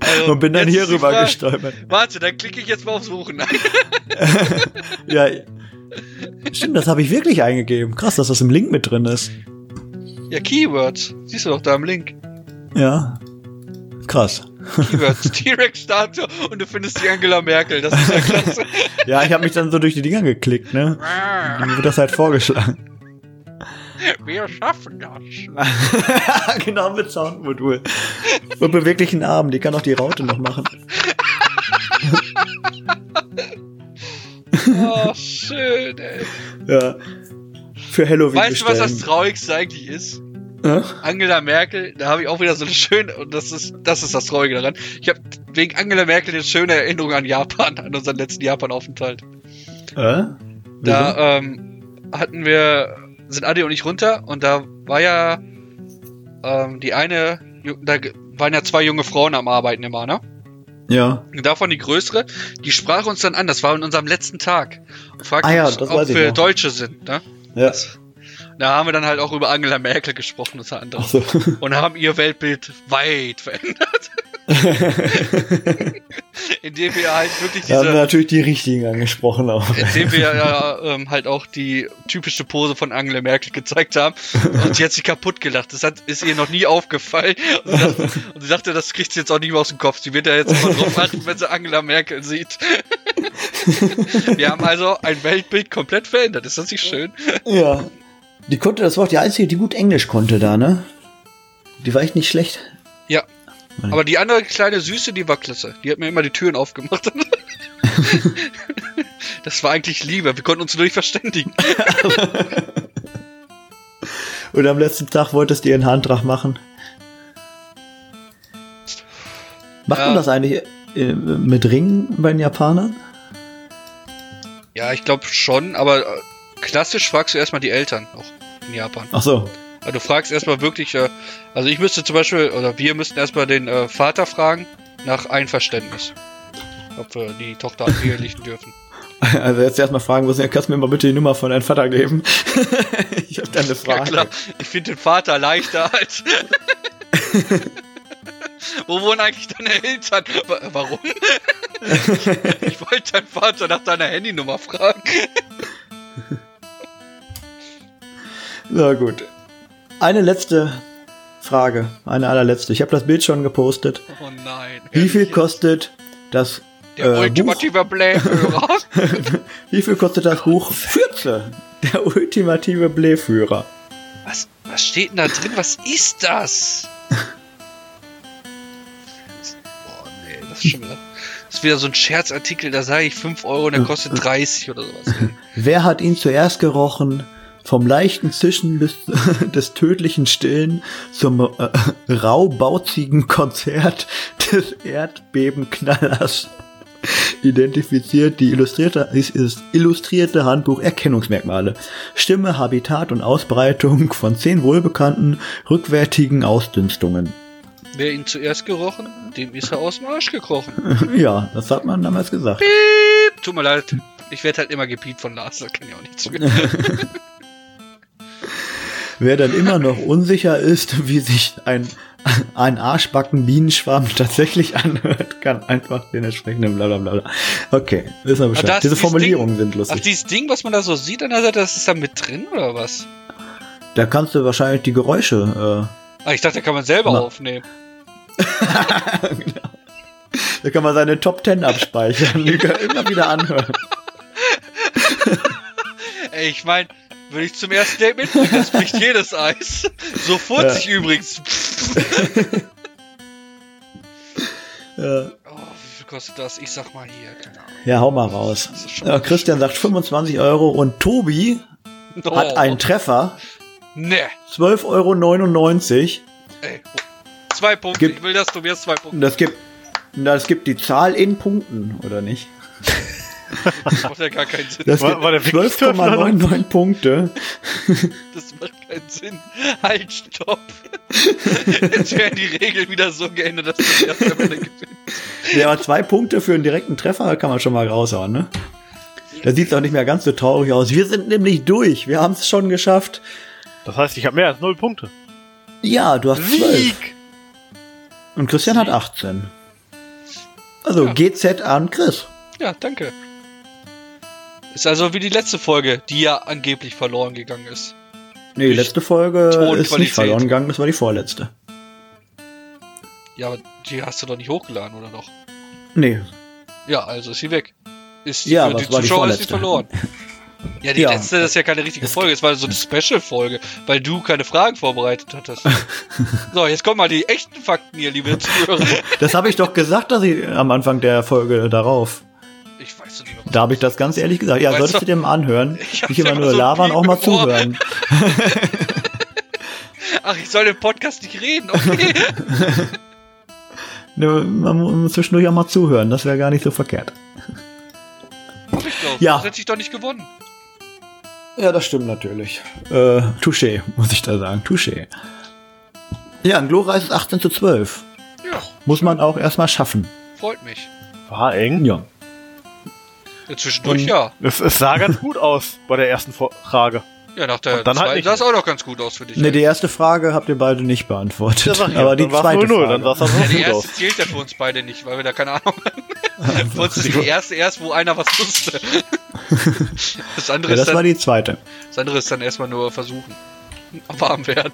[SPEAKER 2] Also,
[SPEAKER 1] und bin dann
[SPEAKER 2] jetzt
[SPEAKER 1] hier
[SPEAKER 2] ist die
[SPEAKER 1] rüber
[SPEAKER 2] Frage-
[SPEAKER 1] gestolpert.
[SPEAKER 2] Warte, dann klicke ich jetzt mal auf Suchen.
[SPEAKER 1] Ja. Stimmt, das habe ich wirklich eingegeben. Krass, dass das im Link mit drin ist.
[SPEAKER 2] Ja, Keywords. Siehst du doch da im Link.
[SPEAKER 1] Ja. Krass.
[SPEAKER 2] Keywords. T-Rex-Statue und du findest die Angela Merkel. Das ist ja klasse.
[SPEAKER 1] Ja, ich habe mich dann so durch die Dinger geklickt, ne? Dann wird das halt vorgeschlagen.
[SPEAKER 2] Wir schaffen das.
[SPEAKER 1] genau mit Soundmodul. Und beweglichen Armen, die kann auch die Raute noch machen.
[SPEAKER 2] Oh, schön, ey.
[SPEAKER 1] Ja. Für Halloween
[SPEAKER 2] Weißt du, was das
[SPEAKER 1] bestellen.
[SPEAKER 2] Traurigste eigentlich ist?
[SPEAKER 1] was
[SPEAKER 2] Angela Merkel, da habe ich auch wieder so eine schöne, und das ist, das ist das Traurige daran. Ich habe wegen Angela Merkel eine schöne Erinnerung an Japan, an unseren letzten Japan-Aufenthalt.
[SPEAKER 1] äh? Wieso?
[SPEAKER 2] Da ähm, hatten wir, sind Adi und ich runter und da war ja ähm, die eine, Ju- da g- waren ja zwei junge Frauen am Arbeiten immer, ne?
[SPEAKER 1] Ja.
[SPEAKER 2] Und davon die größere, die sprach uns dann an, das war an unserem letzten Tag. Und fragte
[SPEAKER 1] Ah ja,
[SPEAKER 2] uns,
[SPEAKER 1] das
[SPEAKER 2] ob
[SPEAKER 1] weiß ich
[SPEAKER 2] wir
[SPEAKER 1] noch.
[SPEAKER 2] Deutsche sind, ne?
[SPEAKER 1] Ja.
[SPEAKER 2] Da haben wir dann halt auch über Angela Merkel gesprochen, unter anderem.
[SPEAKER 1] Ach so.
[SPEAKER 2] Und haben ihr Weltbild weit verändert. indem wir halt wirklich
[SPEAKER 1] Da haben wir
[SPEAKER 2] diese,
[SPEAKER 1] natürlich die richtigen angesprochen auch.
[SPEAKER 2] indem wir ja, ähm, halt auch die typische Pose von Angela Merkel gezeigt haben. Und sie hat sich kaputt gelacht. Das hat, ist ihr noch nie aufgefallen. Und sie, dachte, und sie dachte, das kriegt sie jetzt auch nicht mehr aus dem Kopf. Sie wird ja jetzt immer drauf achten, wenn sie Angela Merkel sieht. wir haben also ein Weltbild komplett verändert. Ist das nicht schön?
[SPEAKER 1] Ja. Die konnte, das war auch die einzige, die gut Englisch konnte da, ne? Die war echt nicht schlecht.
[SPEAKER 2] Ja. Aber die andere kleine Süße, die war klasse. Die hat mir immer die Türen aufgemacht. das war eigentlich Liebe. Wir konnten uns nur nicht verständigen.
[SPEAKER 1] Und am letzten Tag wolltest du ihren Handtrag machen. Macht
[SPEAKER 2] Ja.
[SPEAKER 1] man das eigentlich äh, mit Ringen bei den Japanern?
[SPEAKER 2] Ja, ich glaube schon, aber äh, klassisch fragst du erstmal die Eltern auch in Japan.
[SPEAKER 1] Ach so.
[SPEAKER 2] Also du fragst erstmal wirklich, äh, also ich müsste zum Beispiel, oder wir müssten erstmal den äh, Vater fragen nach Einverständnis. Ob wir die Tochter ehelichen dürfen.
[SPEAKER 1] Also jetzt erstmal fragen müssen, ja, kannst du mir mal bitte die Nummer von deinem Vater geben? ich habe da eine
[SPEAKER 2] Ja
[SPEAKER 1] Frage.
[SPEAKER 2] klar, ich finde den Vater leichter als. Wo wohnen eigentlich deine Eltern? Wa- Warum? ich wollte deinen Vater nach deiner Handynummer fragen.
[SPEAKER 1] Na gut. Eine letzte Frage, eine allerletzte. Ich habe das Bild schon gepostet.
[SPEAKER 2] Oh nein.
[SPEAKER 1] Wie viel kostet das
[SPEAKER 2] Der
[SPEAKER 1] äh, Buch?
[SPEAKER 2] ultimative Blähhörer.
[SPEAKER 1] Wie viel kostet das Buch? 14. Der ultimative Blähführer.
[SPEAKER 2] Was, was steht denn da drin? Was ist das? Boah, nee, das ist schon wieder. Das ist wieder so ein Scherzartikel, da sage ich 5 Euro und der kostet 30 oder sowas.
[SPEAKER 1] Wer hat ihn zuerst gerochen? Vom leichten Zischen bis des tödlichen Stillen zum äh, raubauzigen Konzert des Erdbebenknallers. Identifiziert die illustrierte, ist, ist illustrierte Handbuch Erkennungsmerkmale. Stimme, Habitat und Ausbreitung von zehn wohlbekannten rückwärtigen Ausdünstungen.
[SPEAKER 2] Wer ihn zuerst gerochen, dem ist er aus dem Arsch gekrochen.
[SPEAKER 1] Ja, das hat man damals gesagt.
[SPEAKER 2] Piep! tut mir leid. Ich werde halt immer gepiept von Lars, da kann ich auch nichts für.
[SPEAKER 1] Wer dann immer noch unsicher ist, wie sich ein, ein Arschbacken-Bienenschwarm tatsächlich anhört, kann einfach den entsprechenden blablabla. Okay, wissen wir
[SPEAKER 2] Aber da
[SPEAKER 1] Bescheid.
[SPEAKER 2] ist
[SPEAKER 1] Diese
[SPEAKER 2] dieses
[SPEAKER 1] Formulierungen sind
[SPEAKER 2] Ach,
[SPEAKER 1] lustig.
[SPEAKER 2] dieses Ding, was man da so sieht an der Seite, das ist da mit drin oder was?
[SPEAKER 1] Da kannst du wahrscheinlich die Geräusche, äh,
[SPEAKER 2] Ah, ich dachte, da kann man selber
[SPEAKER 1] Na.
[SPEAKER 2] aufnehmen.
[SPEAKER 1] äh, genau. da kann man seine Top Ten abspeichern, die kann immer wieder anhören.
[SPEAKER 2] Ey, ich meine, würde ich zum ersten Date mitbringen, das bricht jedes Eis. So furzt ich übrigens.
[SPEAKER 1] Äh,
[SPEAKER 2] Oh, wie viel kostet das? Ich sag mal hier, keine Ahnung.
[SPEAKER 1] ja, hau mal raus.
[SPEAKER 2] Das ist schon-
[SPEAKER 1] Äh, Christian sagt 25 Euro und Tobi hat
[SPEAKER 2] Oh,
[SPEAKER 1] einen Treffer,
[SPEAKER 2] Ne,
[SPEAKER 1] 12,99 Euro.
[SPEAKER 2] ey. Zwei Punkte,
[SPEAKER 1] Gibt-
[SPEAKER 2] ich will, dass du mir zwei Punkte
[SPEAKER 1] Und das gibt, das gibt die Zahl in Punkten, oder nicht?
[SPEAKER 2] Das macht ja gar keinen Sinn.
[SPEAKER 1] Das
[SPEAKER 3] War-
[SPEAKER 1] gibt
[SPEAKER 3] war der wirklich
[SPEAKER 1] 12,99 Punkte.
[SPEAKER 2] Das macht keinen Sinn. Halt, stopp. Jetzt werden die Regeln wieder so geändert, dass du die erste Runde gewinnst.
[SPEAKER 1] Ja, aber zwei Punkte für einen direkten Treffer kann man schon mal raushauen, ne? Da sieht's auch nicht mehr ganz so traurig aus. Wir sind nämlich durch. Wir haben es schon geschafft.
[SPEAKER 3] Das heißt, ich habe mehr als null Punkte.
[SPEAKER 1] Ja, du hast zwölf. Und Christian hat 18. Also GZ an Chris.
[SPEAKER 2] Ja, danke. Ist also wie die letzte Folge, die ja angeblich verloren gegangen ist.
[SPEAKER 1] Nee, die
[SPEAKER 2] Durch
[SPEAKER 1] letzte Folge ist
[SPEAKER 2] Tonqualität.
[SPEAKER 1] nicht verloren gegangen, das war die vorletzte.
[SPEAKER 2] Ja, aber die hast du doch nicht hochgeladen, oder doch?
[SPEAKER 1] Nee,
[SPEAKER 2] Ja, also ist sie weg. Ist
[SPEAKER 1] Ja,
[SPEAKER 2] für
[SPEAKER 1] aber
[SPEAKER 2] die
[SPEAKER 1] es war die
[SPEAKER 2] Zuschauer ist sie
[SPEAKER 1] vorletzte.
[SPEAKER 2] verloren. Ja, die
[SPEAKER 1] Ja.
[SPEAKER 2] letzte ist ja keine richtige Folge, es war so eine Special-Folge, weil du keine Fragen vorbereitet hattest. so, jetzt kommen mal die echten Fakten hier, liebe Zuhörer.
[SPEAKER 1] das habe ich doch gesagt, dass ich am Anfang der Folge darauf.
[SPEAKER 2] Ich weiß nicht mehr,
[SPEAKER 1] Da habe ich das ganz ehrlich gesagt. Ja,
[SPEAKER 2] Weißt
[SPEAKER 1] solltest
[SPEAKER 2] du-
[SPEAKER 1] du dir mal anhören.
[SPEAKER 2] Ich hab's
[SPEAKER 1] Nicht immer
[SPEAKER 2] immer
[SPEAKER 1] nur
[SPEAKER 2] so
[SPEAKER 1] labern, auch mal
[SPEAKER 2] lieb im Ohr.
[SPEAKER 1] zuhören.
[SPEAKER 2] Ach, ich soll im Podcast nicht reden, okay.
[SPEAKER 1] Ne, Man muss zwischendurch auch mal zuhören, das wäre gar nicht so verkehrt.
[SPEAKER 2] Hab ich doch.
[SPEAKER 1] Ja.
[SPEAKER 2] Das hätte ich doch nicht gewonnen.
[SPEAKER 1] Ja, das stimmt natürlich. Äh, Touché, muss ich da sagen. Touché. Ja, ein glorreiches 18 zu 12.
[SPEAKER 2] Ja,
[SPEAKER 1] Muss man auch erstmal schaffen.
[SPEAKER 2] freut mich.
[SPEAKER 3] War eng.
[SPEAKER 1] Ja.
[SPEAKER 2] Ja, zwischendurch ja.
[SPEAKER 3] Es, es sah ganz gut aus bei der ersten Vor- Frage.
[SPEAKER 2] Ja, nach der
[SPEAKER 3] Und dann halt
[SPEAKER 2] zweiten
[SPEAKER 3] nicht
[SPEAKER 2] sah es auch noch ganz gut aus für dich.
[SPEAKER 1] Ne, die
[SPEAKER 2] ja,
[SPEAKER 1] erste Frage habt ihr beide nicht beantwortet.
[SPEAKER 3] sag ich ja,
[SPEAKER 1] aber die
[SPEAKER 3] dann war's
[SPEAKER 1] zweite
[SPEAKER 3] 0-0,
[SPEAKER 1] Frage.
[SPEAKER 3] Dann sah es auch
[SPEAKER 2] Also die
[SPEAKER 3] gut
[SPEAKER 2] erste
[SPEAKER 3] aus.
[SPEAKER 2] zählt ja für uns beide nicht, weil wir da keine Ahnung haben. Für uns ist die erste erst, wo einer was wusste. Das andere,
[SPEAKER 1] ja,
[SPEAKER 2] ist
[SPEAKER 1] das war
[SPEAKER 2] dann,
[SPEAKER 1] die zweite.
[SPEAKER 2] das andere ist dann erstmal nur versuchen. Warm werden.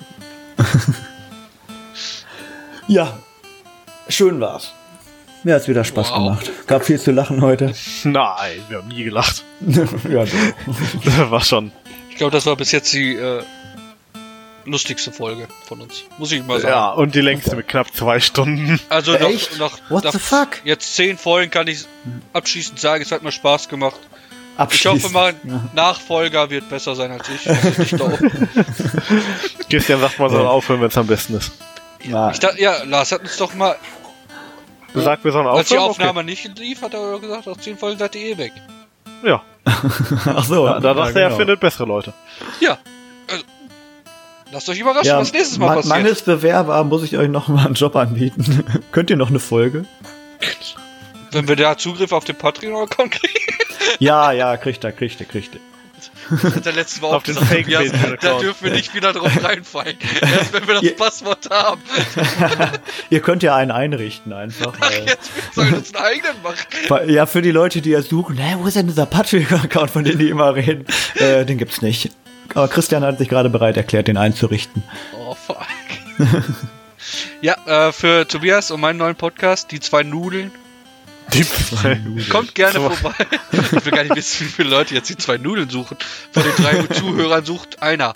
[SPEAKER 1] Ja, schön war's. Mir hat's wieder Spaß
[SPEAKER 2] Wow.
[SPEAKER 1] gemacht. Gab viel zu lachen heute.
[SPEAKER 3] Nein, wir haben nie gelacht.
[SPEAKER 1] ja, so.
[SPEAKER 3] Das war schon.
[SPEAKER 2] Ich glaube, das war bis jetzt die äh, lustigste Folge von uns. Muss ich mal sagen.
[SPEAKER 3] Ja, und die längste mit knapp zwei Stunden.
[SPEAKER 2] Also
[SPEAKER 1] Echt?
[SPEAKER 2] nach, nach,
[SPEAKER 1] What
[SPEAKER 2] nach
[SPEAKER 1] the fuck?
[SPEAKER 2] jetzt zehn Folgen kann ich abschließend sagen, es hat mir Spaß gemacht. Ich
[SPEAKER 1] Abschließend.
[SPEAKER 2] hoffe, mein Nachfolger wird besser sein als ich. was ich nicht glaube.
[SPEAKER 3] Christian sagt, man soll aufhören, wenn es am besten ist.
[SPEAKER 1] Ja.
[SPEAKER 2] Ich dachte, ja, Lars hat uns doch mal,
[SPEAKER 3] Du sagst, wir sollen
[SPEAKER 2] als die
[SPEAKER 3] aufhören.
[SPEAKER 2] Aufnahme nicht lief, hat er doch gesagt, nach zehn Folgen seid ihr eh weg.
[SPEAKER 3] Okay. Ja,
[SPEAKER 1] Ach so.
[SPEAKER 3] da, da
[SPEAKER 1] ja,
[SPEAKER 3] dachte
[SPEAKER 1] genau.
[SPEAKER 3] er, er findet bessere Leute.
[SPEAKER 2] Ja. Also, lasst euch überraschen,
[SPEAKER 1] Ja,
[SPEAKER 2] was nächstes Mal
[SPEAKER 1] man-
[SPEAKER 2] passiert.
[SPEAKER 1] Mangels Bewerber muss ich euch noch mal einen Job anbieten. Könnt ihr noch eine Folge?
[SPEAKER 2] Wenn wir da Zugriff auf den Patreon-Account kriegen,
[SPEAKER 1] Ja, ja, kriegt er, kriegt er, kriegt er.
[SPEAKER 2] hat er letztes Mal auch
[SPEAKER 3] Auf den
[SPEAKER 2] gesagt,
[SPEAKER 3] Fake
[SPEAKER 2] Tobias,
[SPEAKER 3] Patreon-Account.
[SPEAKER 2] da dürfen wir nicht wieder drauf reinfallen. Erst wenn wir das
[SPEAKER 1] Ja.
[SPEAKER 2] Passwort haben.
[SPEAKER 1] Ihr könnt ja einen einrichten einfach. Weil,
[SPEAKER 2] Jetzt sollen wir uns einen eigenen machen.
[SPEAKER 1] weil- ja, für die Leute, die ja suchen, hä, wo ist denn dieser Patreon-Account, von dem die immer reden? Äh, den gibt's nicht. Aber Christian hat sich gerade bereit erklärt, den einzurichten.
[SPEAKER 2] Oh, fuck. ja, äh, für Tobias und meinen neuen Podcast, die zwei Nudeln,
[SPEAKER 3] Die
[SPEAKER 2] kommt gerne
[SPEAKER 3] So.
[SPEAKER 2] vorbei. Ich will gar nicht wissen, wie viele Leute jetzt die zwei Nudeln suchen. Von den drei Zuhörern sucht einer.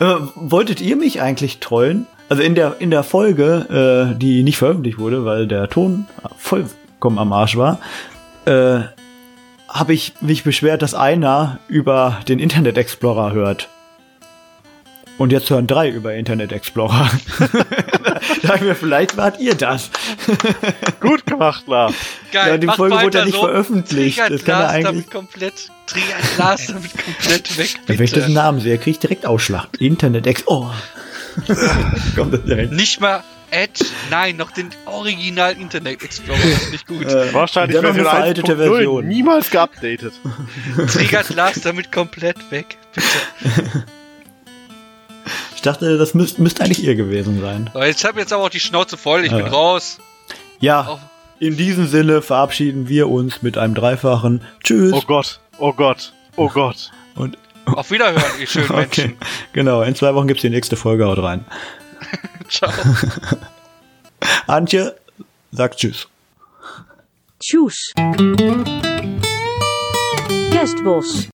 [SPEAKER 1] Äh, wolltet ihr mich eigentlich trollen? Also in der, in der Folge, äh, die nicht veröffentlicht wurde, weil der Ton vollkommen am Arsch war, äh, habe ich mich beschwert, dass einer über den Internet Explorer hört. Und jetzt hören drei über Internet Explorer. Sag mir, vielleicht wart ihr das.
[SPEAKER 3] gut gemacht, Lars.
[SPEAKER 2] Geil,
[SPEAKER 1] Ja, die
[SPEAKER 2] macht
[SPEAKER 1] Folge wurde
[SPEAKER 2] weiter
[SPEAKER 1] ja nicht veröffentlicht.
[SPEAKER 2] Triggert
[SPEAKER 1] Das kann
[SPEAKER 2] Lars
[SPEAKER 1] er eigentlich-
[SPEAKER 2] damit komplett, triggert Lars damit komplett weg,
[SPEAKER 1] Wenn ich diesen
[SPEAKER 2] bitte.
[SPEAKER 1] Namen sehe, kriege ich direkt Ausschlag. Internet Explorer. Kommt das direkt.
[SPEAKER 2] Nicht mal Edge, nein, noch den original Internet Explorer. Das ist nicht gut.
[SPEAKER 1] Äh,
[SPEAKER 3] Wahrscheinlich
[SPEAKER 1] dann noch eine veraltete
[SPEAKER 3] 1.0
[SPEAKER 1] Version.
[SPEAKER 3] Niemals geupdatet.
[SPEAKER 2] Triggert Lars damit komplett weg.
[SPEAKER 1] Ich dachte, das müsst- müsste eigentlich ihr gewesen sein.
[SPEAKER 2] So, jetzt hab jetzt aber auch die Schnauze voll. Ich bin
[SPEAKER 1] Ja.
[SPEAKER 2] raus.
[SPEAKER 1] Ja,
[SPEAKER 2] Auf-
[SPEAKER 1] in diesem Sinne verabschieden wir uns mit einem dreifachen Tschüss
[SPEAKER 3] Oh Gott, oh Gott, oh Gott.
[SPEAKER 1] und
[SPEAKER 2] Auf Wiederhören, ihr schönen
[SPEAKER 1] okay,
[SPEAKER 2] Menschen.
[SPEAKER 1] genau, in zwei Wochen gibt's die nächste Folge, haut rein.
[SPEAKER 2] Ciao.
[SPEAKER 1] Antje sagt Tschüss.
[SPEAKER 4] Tjus. Kerstbos.